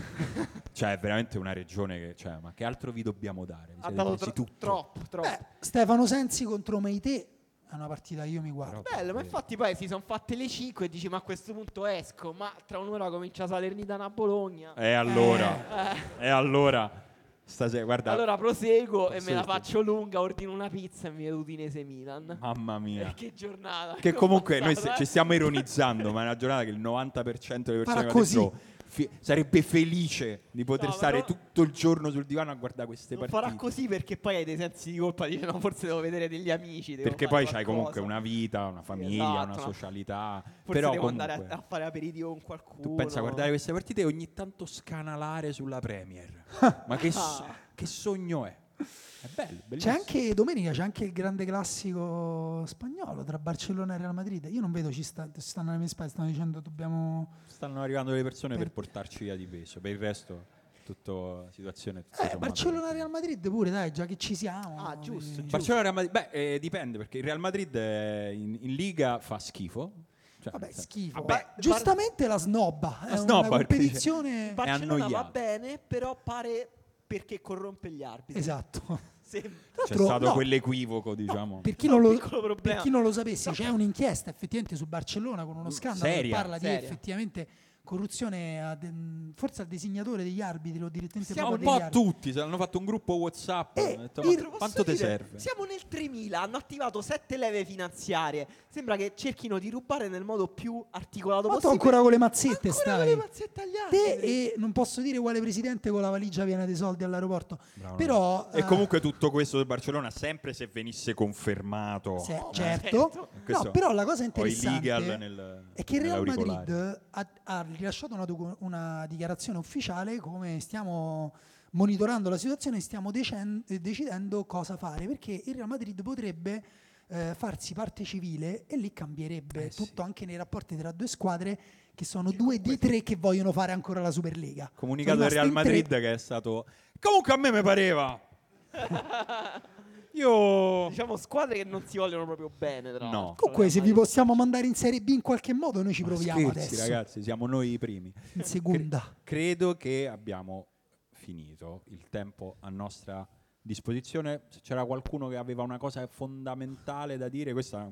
Speaker 1: cioè, è veramente una regione che, cioè, ma che altro vi dobbiamo dare? Vi
Speaker 3: Ha
Speaker 1: siete
Speaker 3: dato
Speaker 1: presi
Speaker 3: tro-
Speaker 1: tutto.
Speaker 3: troppo, troppo.
Speaker 2: Stefano Sensi contro Meite. È una partita che io mi guardo.
Speaker 3: Bello, ma infatti poi si sono fatte le 5 e dici ma a questo punto esco, ma tra un'ora comincia Salernitana a Bologna.
Speaker 1: E allora,
Speaker 3: Eh.
Speaker 1: e allora, stasera, guarda,
Speaker 3: Allora proseguo e
Speaker 1: Posso
Speaker 3: me la
Speaker 1: dirti-
Speaker 3: faccio lunga, ordino una pizza e mi vedo Udinese Milan.
Speaker 1: Mamma mia.
Speaker 3: Eh, Che giornata.
Speaker 1: che comunque noi
Speaker 3: passata,
Speaker 1: se-
Speaker 3: eh.
Speaker 1: ci stiamo ironizzando, ma è una giornata che il 90% delle persone
Speaker 2: Farà
Speaker 1: che
Speaker 2: così.
Speaker 1: dentro fi- sarebbe felice di poter
Speaker 3: No, ma
Speaker 1: stare
Speaker 3: no-
Speaker 1: tutto il giorno sul divano a guardare queste
Speaker 3: Non
Speaker 1: partite.
Speaker 3: farà così perché poi hai dei sensi di colpa, dice no, forse devo vedere degli amici. devo
Speaker 1: Perché
Speaker 3: fare
Speaker 1: poi c'hai
Speaker 3: qualcosa.
Speaker 1: comunque una vita, una famiglia,
Speaker 3: esatto,
Speaker 1: una
Speaker 3: no.
Speaker 1: socialità.
Speaker 3: Forse
Speaker 1: però
Speaker 3: devo
Speaker 1: comunque,
Speaker 3: andare a, a fare aperitivo con qualcuno. Eh,
Speaker 1: tu pensa a guardare queste partite e ogni tanto scanalare sulla Premier. Ma che, so- che sogno è? È bello,
Speaker 2: C'è
Speaker 1: bellissimo.
Speaker 2: anche domenica, c'è anche il grande classico spagnolo tra Barcellona e Real Madrid. Io non vedo ci sta- ci stanno le mie spalle, stanno dicendo dobbiamo.
Speaker 1: Stanno arrivando le persone per portarci via di peso. Per il resto, tutto situazione tutto
Speaker 2: Eh,
Speaker 1: sommato.
Speaker 2: Barcellona e Real Madrid pure, dai, già che ci siamo.
Speaker 3: Ah, giusto.
Speaker 2: Eh,
Speaker 1: Barcellona Real Madrid. Beh, eh, dipende perché il Real Madrid eh, in, in liga fa schifo. Cioè,
Speaker 2: Vabbè,
Speaker 1: nel senso-
Speaker 2: schifo.
Speaker 1: Vabbè,
Speaker 2: Giustamente la snobba. È
Speaker 1: snobba
Speaker 2: una
Speaker 1: perché dice-
Speaker 2: competizione.
Speaker 1: Ba-
Speaker 3: Barcellona va
Speaker 1: annoiato.
Speaker 3: bene, però pare perché corrompe gli arbitri.
Speaker 2: Esatto.
Speaker 3: Sembra.
Speaker 1: c'è
Speaker 2: Altro-
Speaker 1: stato
Speaker 2: no.
Speaker 1: quell'equivoco, diciamo.
Speaker 2: Per chi, non
Speaker 3: un
Speaker 2: lo,
Speaker 3: piccolo problema.
Speaker 2: per chi non lo sapesse, c'è un'inchiesta effettivamente su Barcellona con uno scandalo
Speaker 1: Mm, seria,
Speaker 2: che parla
Speaker 3: seria.
Speaker 2: di effettivamente corruzione, ad- mh, forse al disegnatore degli arbitri o direttamente
Speaker 1: Ma un
Speaker 2: proprio
Speaker 1: po'
Speaker 2: degli
Speaker 1: a
Speaker 2: arbitri.
Speaker 1: tutti, se hanno fatto un gruppo WhatsApp.
Speaker 2: Eh,
Speaker 1: hanno detto,
Speaker 2: il-
Speaker 1: "Ma
Speaker 3: Posso
Speaker 1: quanto ti
Speaker 3: dire,
Speaker 1: serve?
Speaker 3: Siamo nel 3000, hanno attivato 7 leve finanziarie. Sembra che cerchino di rubare nel modo più articolato
Speaker 2: Ma tu
Speaker 3: possibile.
Speaker 2: ancora con le mazzette
Speaker 3: Ancora
Speaker 2: stai.
Speaker 3: con le mazzette agli
Speaker 2: Te
Speaker 3: arbitri.
Speaker 2: e non posso dire quale presidente con la valigia piena di soldi all'aeroporto.
Speaker 1: Bravo,
Speaker 2: Però
Speaker 1: E
Speaker 2: eh,
Speaker 1: comunque tutto questo del Barcellona, sempre se venisse confermato.
Speaker 2: se-
Speaker 1: eh,
Speaker 2: certo.
Speaker 1: questo-
Speaker 2: No, però la cosa
Speaker 1: O illegal
Speaker 2: interessante
Speaker 1: nel,
Speaker 2: è che il Real
Speaker 1: nell'auricolare.
Speaker 2: Madrid ha, ha rilasciato una, docu- una dichiarazione ufficiale come stiamo monitorando la situazione e stiamo decen- eh, decidendo cosa fare, perché il Real Madrid potrebbe eh, farsi parte civile e lì cambierebbe tutto anche nei rapporti tra due squadre che sono due di tre che vogliono fare ancora la Superlega.
Speaker 1: Comunicato
Speaker 2: Sono
Speaker 1: del Real
Speaker 2: rimaste in tre.
Speaker 1: Madrid che è stato. Comunque a me mi pareva. Io.
Speaker 4: Diciamo squadre che non si vogliono proprio bene, tra
Speaker 1: No.
Speaker 4: l'altro.
Speaker 3: eh,
Speaker 2: Comunque, se vi possiamo mandare in Serie B in qualche modo, noi ci proviamo
Speaker 1: Scherzi,
Speaker 2: adesso.
Speaker 1: ragazzi, siamo noi i primi.
Speaker 2: In seconda.
Speaker 1: Credo che abbiamo finito il tempo a nostra disposizione. Se c'era qualcuno che aveva una cosa fondamentale da dire, questa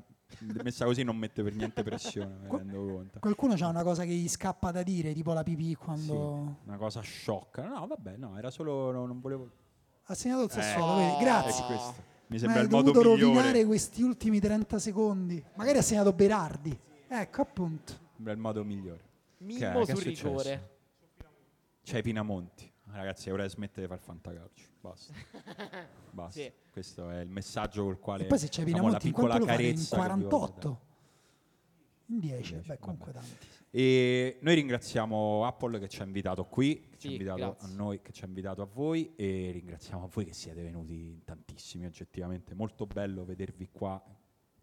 Speaker 1: messa così non mette per niente pressione, mi rendo conto.
Speaker 2: Qualcuno ha una cosa che gli scappa da dire, tipo la pipì quando.
Speaker 1: Una cosa sciocca. No, vabbè, no, era solo no, non volevo
Speaker 2: Ha segnato il
Speaker 1: Eh,
Speaker 2: Sassuolo,
Speaker 1: è
Speaker 3: Oh.
Speaker 2: vedi? grazie.
Speaker 1: questo. Mi
Speaker 2: Ma
Speaker 1: sembra
Speaker 2: hai
Speaker 1: il modo
Speaker 2: dovuto
Speaker 1: migliore.
Speaker 2: rovinare questi ultimi 30 secondi. Magari ha segnato Berardi. Ecco, appunto.
Speaker 1: Sembra il modo migliore.
Speaker 4: Mimmo
Speaker 1: Che è? Che è
Speaker 4: sul
Speaker 1: successo?
Speaker 4: rigore.
Speaker 1: C'è Pinamonti. Ragazzi, ora smettete di far fantacalcio. Basta. Basta.
Speaker 4: Sì.
Speaker 1: Questo è il messaggio col quale
Speaker 2: E poi se c'è
Speaker 1: diciamo, la
Speaker 2: Pinamonti, in quanto
Speaker 1: piccola
Speaker 2: lo fa? In
Speaker 1: carezza che vi voglio
Speaker 2: 48? In 10? Beh, comunque tanti.
Speaker 1: E noi ringraziamo Apple che ci ha invitato qui, che ci ha
Speaker 2: Sì,
Speaker 1: invitato
Speaker 2: grazie.
Speaker 1: a noi, che ci ha invitato a voi e ringraziamo a voi che siete venuti in tantissimi oggettivamente. Molto bello vedervi qua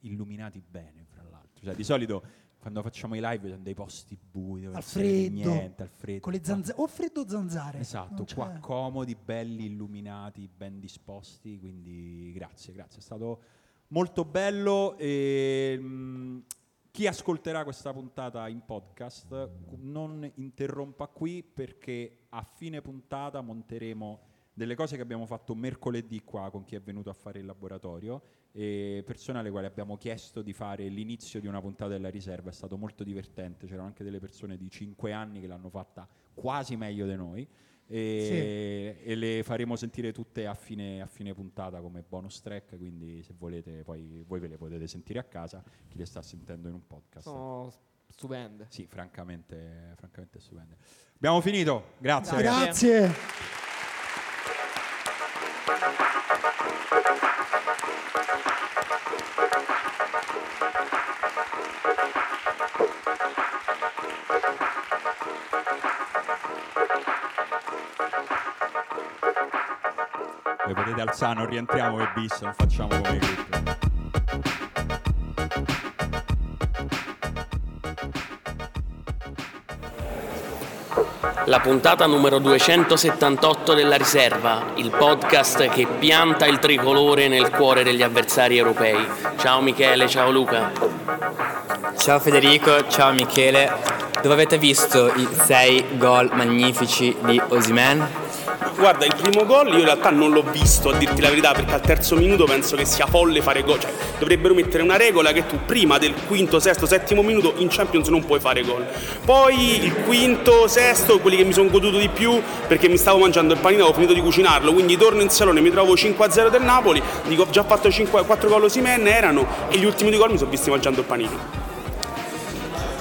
Speaker 1: illuminati bene, fra l'altro. Cioè, di solito quando facciamo i live sono dei posti bui dove
Speaker 2: Al
Speaker 1: non si vede
Speaker 2: freddo.
Speaker 1: niente, al freddo.
Speaker 2: Con le
Speaker 1: qua-
Speaker 2: zanzare. O freddo o zanzare.
Speaker 1: Esatto,
Speaker 2: Non c'è-
Speaker 1: qua comodi, belli, illuminati, ben disposti, quindi grazie, grazie, è stato molto bello. E, mm, chi ascolterà questa puntata in podcast non interrompa qui perché a fine puntata monteremo delle cose che abbiamo fatto mercoledì qua con chi è venuto a fare il laboratorio e persone alle quali abbiamo chiesto di fare l'inizio di una puntata della riserva, è stato molto divertente, c'erano anche delle persone di 5 anni che l'hanno fatta quasi meglio di noi e, e le faremo sentire tutte a fine, a fine puntata come bonus track, quindi se volete poi voi ve le potete sentire a casa, chi le sta sentendo in un podcast.
Speaker 3: Oh.
Speaker 4: Sono stupende.
Speaker 1: Sì, francamente, francamente stupende. Abbiamo finito, grazie. ragazzi.
Speaker 2: Grazie.
Speaker 1: Voi potete alzare, non rientriamo e bis, non facciamo come i gruppi.
Speaker 15: La puntata numero 278 della Riserva, il podcast che pianta il tricolore nel cuore degli avversari europei. Ciao Michele, ciao Luca.
Speaker 16: Ciao Federico, ciao Michele. Dove avete visto i sei gol magnifici di Osiman?
Speaker 17: Guarda, il primo gol io in realtà non l'ho visto, a dirti la verità, perché al terzo minuto penso che sia folle fare gol. Cioè, dovrebbero mettere una regola che tu prima del quinto, sesto, settimo minuto in Champions non puoi fare gol. Poi il quinto, sesto, quelli che mi sono goduto di più perché mi stavo mangiando il panino, avevo finito di cucinarlo, quindi torno in salone, mi trovo 5-0 del Napoli, dico ho già fatto 5, 4 gol Osimhen, erano, e gli ultimi due gol mi sono visti mangiando il panino.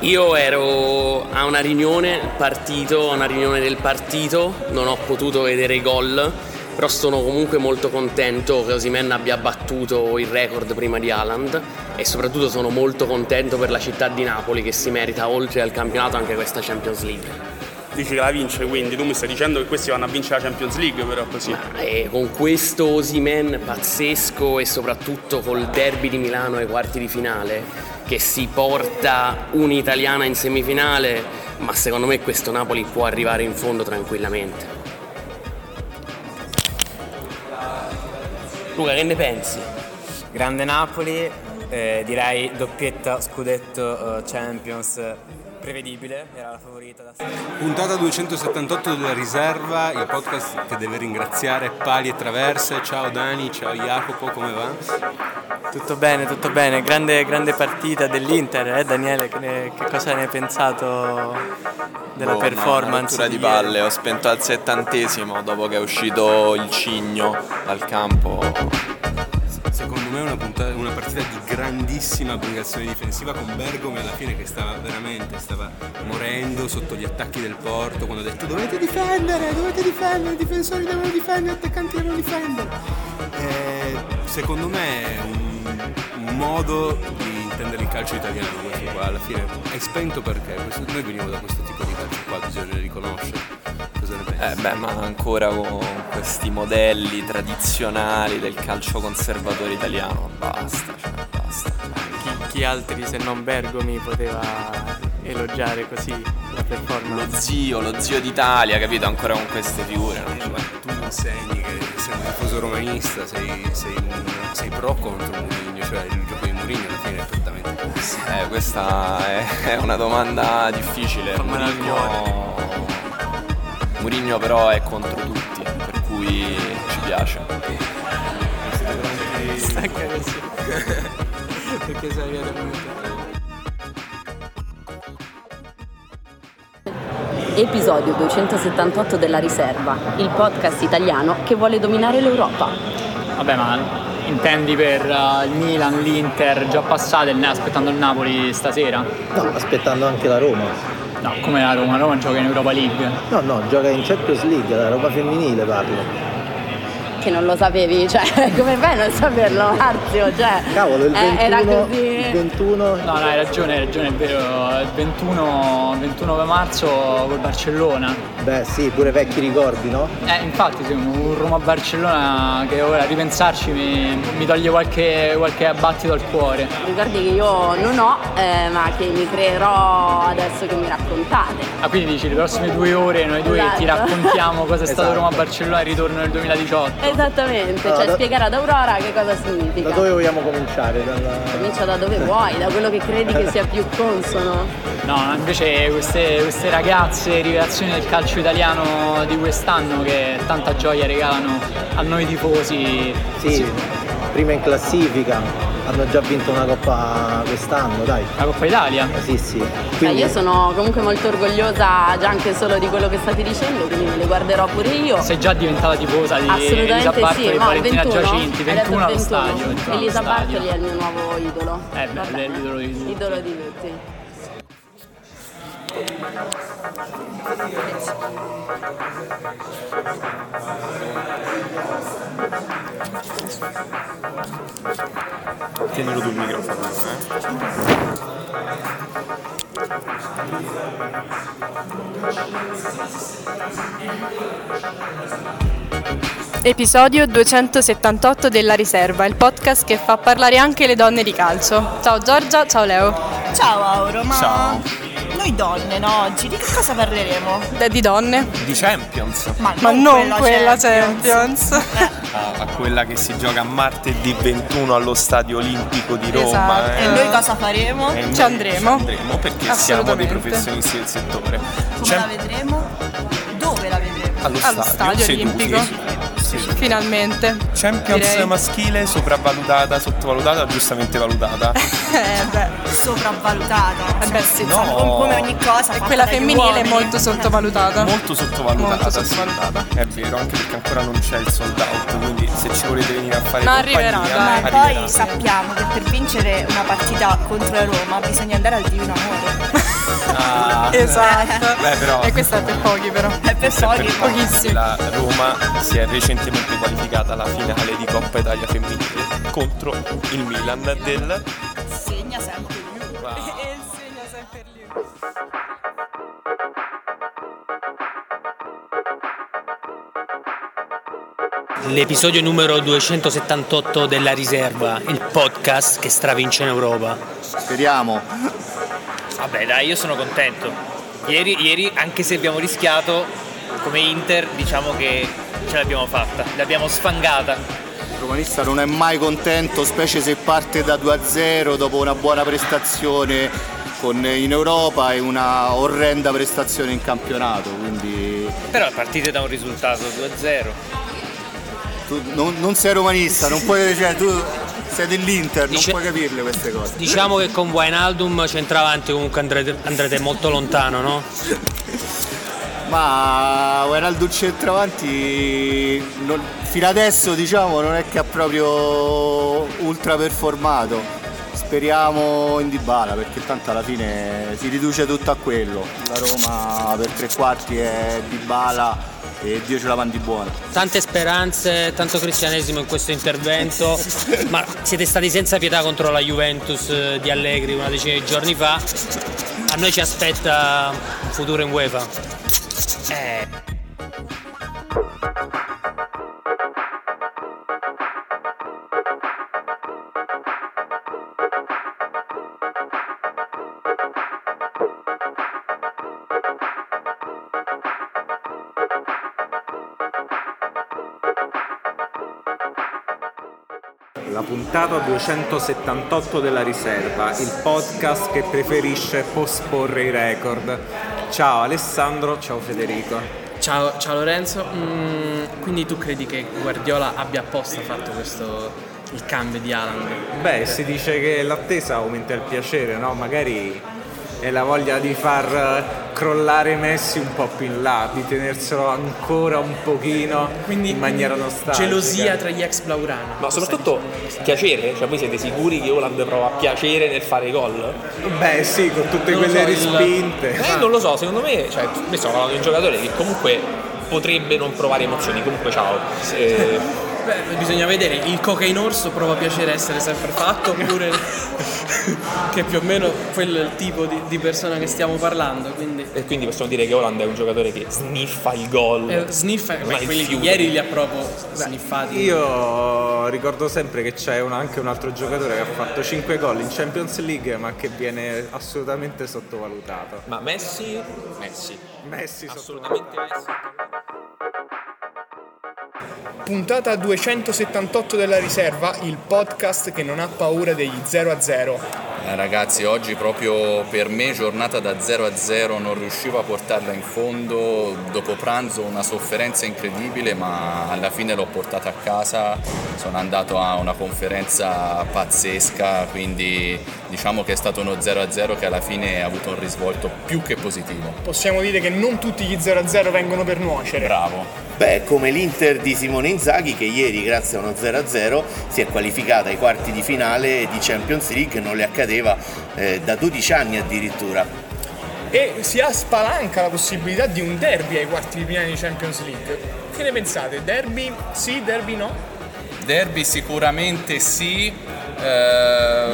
Speaker 15: Io ero a una riunione, partito, a una riunione del partito, non ho potuto vedere i gol, però sono comunque molto contento che Osimen abbia battuto il record prima di Haaland e soprattutto sono molto contento per la città di Napoli che si merita oltre al campionato anche questa Champions League.
Speaker 17: Dici che la vince, quindi tu mi stai dicendo che questi vanno a vincere la Champions League, però così.
Speaker 15: E con questo Osimen pazzesco e soprattutto col derby di Milano ai quarti di finale che si porta un'italiana in semifinale, ma secondo me questo Napoli può arrivare in fondo tranquillamente. Luca, che ne pensi?
Speaker 16: Grande Napoli, eh, direi doppietta scudetto eh, Champions eh, prevedibile, era la favorita da
Speaker 18: Puntata 278 della riserva, il podcast che deve ringraziare pali e traverse. Ciao Dani, ciao Jacopo, come va?
Speaker 16: Tutto bene, tutto bene, grande, grande partita dell'Inter, eh Daniele, che, ne- che cosa ne hai pensato della
Speaker 19: Boh, no, una
Speaker 16: performance?
Speaker 19: rottura di
Speaker 16: ieri?
Speaker 19: palle, ho spento al settantesimo dopo che è uscito il cigno dal campo.
Speaker 18: Secondo me è una, puntata- una partita di grandissima applicazione difensiva con Bergomi alla fine che stava veramente stava morendo sotto gli attacchi del Porto quando ha detto dovete difendere, dovete difendere, i difensori devono difendere, gli attaccanti devono difendere. Eh, secondo me è un, un modo di intendere il calcio italiano questo qua, alla fine è spento perché questo- noi veniamo da questo tipo di calcio qua, bisogna riconoscere. Cosa ne pensi?
Speaker 19: Eh beh, ma ancora con questi modelli tradizionali del calcio conservatore italiano, basta, cioè, basta.
Speaker 16: Chi, chi altri se non Bergomi poteva elogiare così la performance?
Speaker 19: Lo zio, lo zio d'Italia, capito? Ancora con queste figure, non ci va.
Speaker 18: Tu insegni che sei un tifoso romanista, sei, sei, un- sei pro contro Mourinho, cioè il gioco di Mourinho alla fine è prettamente questo.
Speaker 10: Eh, questa è, è una domanda difficile.
Speaker 18: Fammela al
Speaker 10: Mourinho... Mourinho però è contro tutti, per cui ci piace.
Speaker 13: Stacca adesso. Perché sei arrivato
Speaker 20: Episodio 278 della Riserva, il podcast italiano che vuole dominare l'Europa.
Speaker 13: Vabbè, ma intendi per eh, il Milan, l'Inter già passate, il- aspettando il Napoli stasera?
Speaker 2: No, aspettando anche la Roma.
Speaker 13: No, come la Roma? La Roma gioca in Europa League.
Speaker 2: No, no, gioca in Champions League, la roba femminile parlo.
Speaker 20: Che non lo sapevi, cioè, come fai a non saperlo, Marzio? Cioè,
Speaker 2: Cavolo, il
Speaker 20: eh,
Speaker 2: 21,
Speaker 20: era così.
Speaker 2: il 21
Speaker 13: No, no, hai ragione, hai ragione, è vero. Il 21, 29 marzo col Barcellona.
Speaker 2: Beh, sì, pure vecchi ricordi, no?
Speaker 13: Eh, infatti, sì, un Roma-Barcellona che ora a ripensarci mi, mi toglie qualche, qualche abbattito al cuore.
Speaker 20: Ricordi che io non ho, eh, ma che mi creerò adesso che mi raccontate.
Speaker 13: Ah, quindi dici le prossime due ore noi due ti
Speaker 20: Esatto.
Speaker 13: raccontiamo cosa è stato
Speaker 2: Esatto.
Speaker 13: Roma-Barcellona e il ritorno nel 2018.
Speaker 20: Esattamente,
Speaker 2: No,
Speaker 20: cioè
Speaker 2: da-
Speaker 20: spiegare ad Aurora che cosa
Speaker 2: Da
Speaker 20: significa.
Speaker 2: dove vogliamo cominciare? Dalla-
Speaker 20: Comincia da dove vuoi, da quello che credi che sia più consono.
Speaker 13: No, invece queste, queste ragazze, rivelazioni del calcio italiano di quest'anno che tanta gioia regalano a noi tifosi.
Speaker 2: Sì, prima in classifica, hanno già vinto una coppa quest'anno, dai.
Speaker 13: La Coppa Italia?
Speaker 2: Sì, sì.
Speaker 20: Cioè,
Speaker 2: Quindi
Speaker 20: io sono comunque molto orgogliosa già anche solo di quello che state dicendo, quindi me le guarderò pure io.
Speaker 13: Sei Cioè, già diventata tifosa di Elisa
Speaker 20: Assolutamente
Speaker 13: Bartoli
Speaker 20: sì,
Speaker 13: e
Speaker 20: no,
Speaker 13: Valentina
Speaker 20: 21,
Speaker 13: Giacinti,
Speaker 20: hai detto
Speaker 13: 21 allo
Speaker 20: 21.
Speaker 13: stadio. 21 allo
Speaker 20: Elisa
Speaker 13: stadio.
Speaker 20: Bartoli è il mio nuovo idolo.
Speaker 13: Eh, beh,
Speaker 20: Va
Speaker 13: lei è
Speaker 20: bene.
Speaker 13: l'idolo di tutti.
Speaker 20: Idolo di tutti.
Speaker 17: Tienilo tu il microfono, eh.
Speaker 21: Episodio 278 della Riserva, il podcast che fa parlare anche le donne di calcio. Ciao Giorgia, ciao Leo.
Speaker 6: Ciao Auro, ma
Speaker 21: Ciao.
Speaker 6: noi donne no, oggi di che cosa parleremo?
Speaker 21: Eh, Di donne.
Speaker 18: Di Champions.
Speaker 21: Ma non quella Champions.
Speaker 18: A, a quella che si gioca martedì 21 allo Stadio Olimpico di Roma.
Speaker 21: Esatto.
Speaker 18: eh.
Speaker 6: E noi cosa faremo?
Speaker 18: E noi
Speaker 21: Ci andremo.
Speaker 18: ci andremo perché siamo dei
Speaker 21: Assolutamente.
Speaker 18: professionisti del settore.
Speaker 6: Come
Speaker 18: C'è-
Speaker 6: la vedremo? Dove la vedremo?
Speaker 18: allo,
Speaker 21: Allo stadio
Speaker 18: seduti.
Speaker 21: olimpico.
Speaker 18: Sì.
Speaker 21: Finalmente.
Speaker 18: Champions
Speaker 21: Direi.
Speaker 18: maschile sopravvalutata, sottovalutata, giustamente valutata.
Speaker 21: Eh beh.
Speaker 6: Sopravvalutata.
Speaker 21: Eh beh sì,
Speaker 18: No.
Speaker 21: insomma,
Speaker 18: Come ogni
Speaker 6: cosa.
Speaker 21: E quella femminile è molto sottovalutata.
Speaker 18: Molto sottovalutata, sì. È vero, anche perché ancora non c'è il sold out, quindi se ci volete venire a fare
Speaker 6: Ma
Speaker 18: compagnia,
Speaker 6: arriverà, dai. Ma
Speaker 18: arriverà.
Speaker 6: poi sappiamo che per vincere una partita contro la Roma bisogna andare al Divino Amore.
Speaker 18: Ah.
Speaker 6: Esatto.
Speaker 18: Beh, però
Speaker 21: E questa è per pochi però. È
Speaker 6: per
Speaker 18: per poco la Roma si è recentemente qualificata alla finale di Coppa Italia femminile contro il Milan del
Speaker 6: Segna sempre lui.
Speaker 18: E
Speaker 6: il segno sempre lui.
Speaker 22: L'episodio numero 278 della Riserva, il podcast che stravince in Europa. Speriamo. Vabbè dai, io sono contento. Ieri, ieri, anche se abbiamo rischiato, come Inter diciamo che ce l'abbiamo fatta, l'abbiamo sfangata.
Speaker 23: Il romanista non è mai contento, specie se parte da 2-0 dopo una buona prestazione con- in Europa e una orrenda prestazione in campionato. Quindi
Speaker 22: Però partite da un risultato 2-0.
Speaker 23: tu non, non sei romanista, non puoi, cioè, tu sei dell'Inter, non puoi capirle queste cose.
Speaker 22: Diciamo che con Wijnaldum centravanti comunque andrete, andrete molto lontano, no?
Speaker 23: Ma Gueraldo centravanti non, fino adesso diciamo non è che ha proprio ultra performato. Speriamo in Dybala perché tanto alla fine si riduce tutto a quello. La Roma per tre quarti è Dybala e Dio ce la mandi buona.
Speaker 22: Tante speranze, tanto cristianesimo in questo intervento, ma siete stati senza pietà contro la Juventus eh, di Allegri una decina di giorni fa. A noi ci aspetta un futuro in UEFA. Eh.
Speaker 18: la puntata 278 della riserva, il podcast che preferisce posporre i record. Ciao Alessandro, ciao Federico.
Speaker 15: Ciao, ciao Lorenzo, Mm, quindi tu credi che Guardiola abbia apposta fatto questo, il cambio di Alan?
Speaker 18: Beh, si dice che l'attesa aumenta il piacere, no? Magari è la voglia di far eh, crollare Messi un po' più in là, di tenerselo ancora un pochino in maniera nostalgica.
Speaker 15: Gelosia tra gli ex Blaurana.
Speaker 1: Ma soprattutto piacere, cioè voi siete sicuri che Oland prova piacere nel fare gol?
Speaker 18: Beh sì, con tutte
Speaker 1: Non lo
Speaker 18: quelle
Speaker 1: so, il-
Speaker 18: respinte.
Speaker 1: Eh, non lo so, secondo me, cioè, noi stiamo parlando di un giocatore che comunque potrebbe non provare emozioni, comunque ciao. Eh,
Speaker 15: Beh, bisogna vedere, il coca in orso prova piacere a essere sempre fatto oppure che più o meno quello è il tipo di, di persona che stiamo parlando, quindi...
Speaker 1: E quindi possiamo dire che Oland è un giocatore che sniffa il gol.
Speaker 15: Eh, sniffa,
Speaker 1: Ma
Speaker 15: beh,
Speaker 1: il
Speaker 15: quelli
Speaker 1: fiume.
Speaker 15: ieri li ha proprio sniffati.
Speaker 18: Io ricordo sempre che c'è un- anche un altro giocatore che ha fatto 5 gol in Champions League ma che viene assolutamente sottovalutato.
Speaker 1: Ma Messi? Messi.
Speaker 18: Messi
Speaker 1: assolutamente Messi.
Speaker 9: Puntata 278 della riserva, il podcast che non ha paura degli 0 a 0.
Speaker 10: Eh, Ragazzi, oggi proprio per me giornata da 0 a 0, non riuscivo a portarla in fondo, dopo pranzo una sofferenza incredibile, ma alla fine l'ho portata a casa, sono andato a una conferenza pazzesca, quindi diciamo che è stato uno 0 a 0 che alla fine ha avuto un risvolto più che positivo.
Speaker 9: Possiamo dire che non tutti gli 0 a 0 vengono per nuocere.
Speaker 10: Bravo.
Speaker 24: Beh, come l'Inter di Simone Inzaghi che ieri grazie a uno 0-0 si è qualificata ai quarti di finale di Champions League, non le accadeva eh, da 12 anni addirittura.
Speaker 9: E si ha spalanca la possibilità di un derby ai quarti di finale di Champions League. Che ne pensate? Derby sì, derby no?
Speaker 10: Derby sicuramente sì, eh,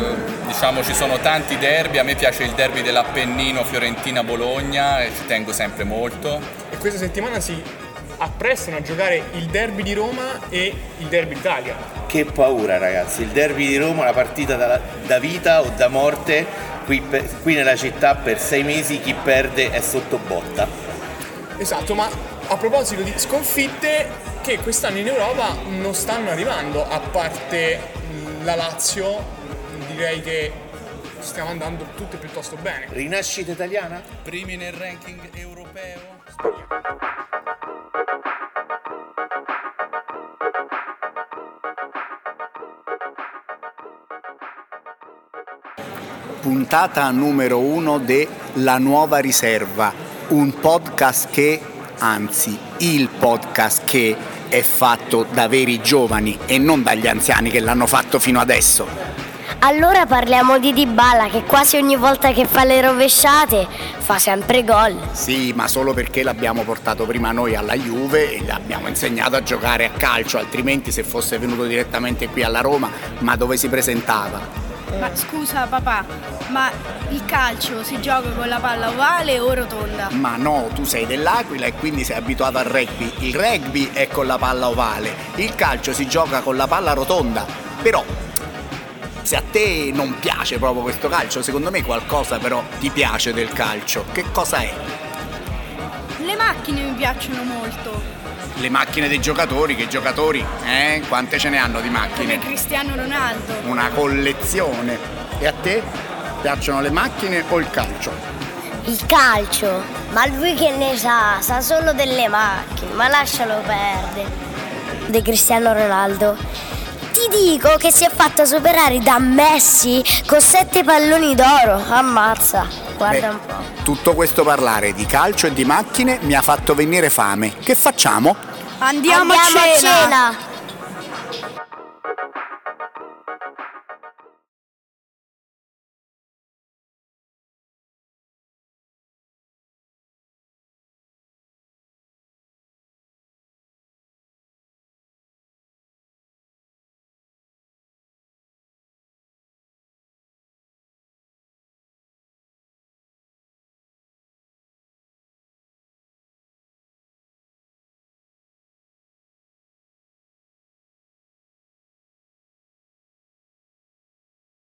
Speaker 10: diciamo ci sono tanti derby, a me piace il derby dell'Appennino Fiorentina-Bologna e ci tengo sempre molto.
Speaker 9: E questa settimana si apprestano a giocare il derby di Roma e il derby d'Italia.
Speaker 24: Che paura ragazzi, il derby di Roma, la partita da, da vita o da morte, qui, pe- qui nella città per sei mesi chi perde è sotto botta.
Speaker 9: Esatto, ma a proposito di sconfitte che quest'anno in Europa non stanno arrivando, a parte mh, la Lazio, direi che stiamo andando tutte piuttosto bene.
Speaker 24: Rinascita italiana?
Speaker 10: Primi nel ranking europeo?
Speaker 25: Puntata numero uno de La Nuova Riserva, un podcast che, anzi, il podcast che è fatto da veri giovani e non dagli anziani che l'hanno fatto fino adesso.
Speaker 26: Allora parliamo di Dybala che quasi ogni volta che fa le rovesciate fa sempre gol.
Speaker 25: Sì, ma solo perché l'abbiamo portato prima noi alla Juve e l'abbiamo insegnato a giocare a calcio, altrimenti se fosse venuto direttamente qui alla Roma, ma dove si presentava?
Speaker 27: Ma scusa papà, ma il calcio si gioca con la palla ovale o rotonda?
Speaker 25: Ma no, tu sei dell'Aquila e quindi sei abituato al rugby. Il rugby è con la palla ovale, il calcio si gioca con la palla rotonda. Però, se a te non piace proprio questo calcio, secondo me qualcosa però ti piace del calcio. Che cosa è?
Speaker 27: Le macchine mi piacciono molto,
Speaker 25: Le macchine dei giocatori, che giocatori? Eh? Quante ce ne hanno di
Speaker 27: come
Speaker 25: macchine?
Speaker 27: Cristiano Ronaldo.
Speaker 25: Una collezione. E a te? Piacciono le macchine o il calcio?
Speaker 26: Il calcio, ma lui che ne sa, sa solo delle macchine, ma lascialo perdere. Di Cristiano Ronaldo. Ti dico che si è fatto superare da Messi con sette palloni d'oro. Ammazza, guarda un po'.
Speaker 25: Tutto questo parlare di calcio e di macchine mi ha fatto venire fame. Che facciamo?
Speaker 27: Andiamo, a cena!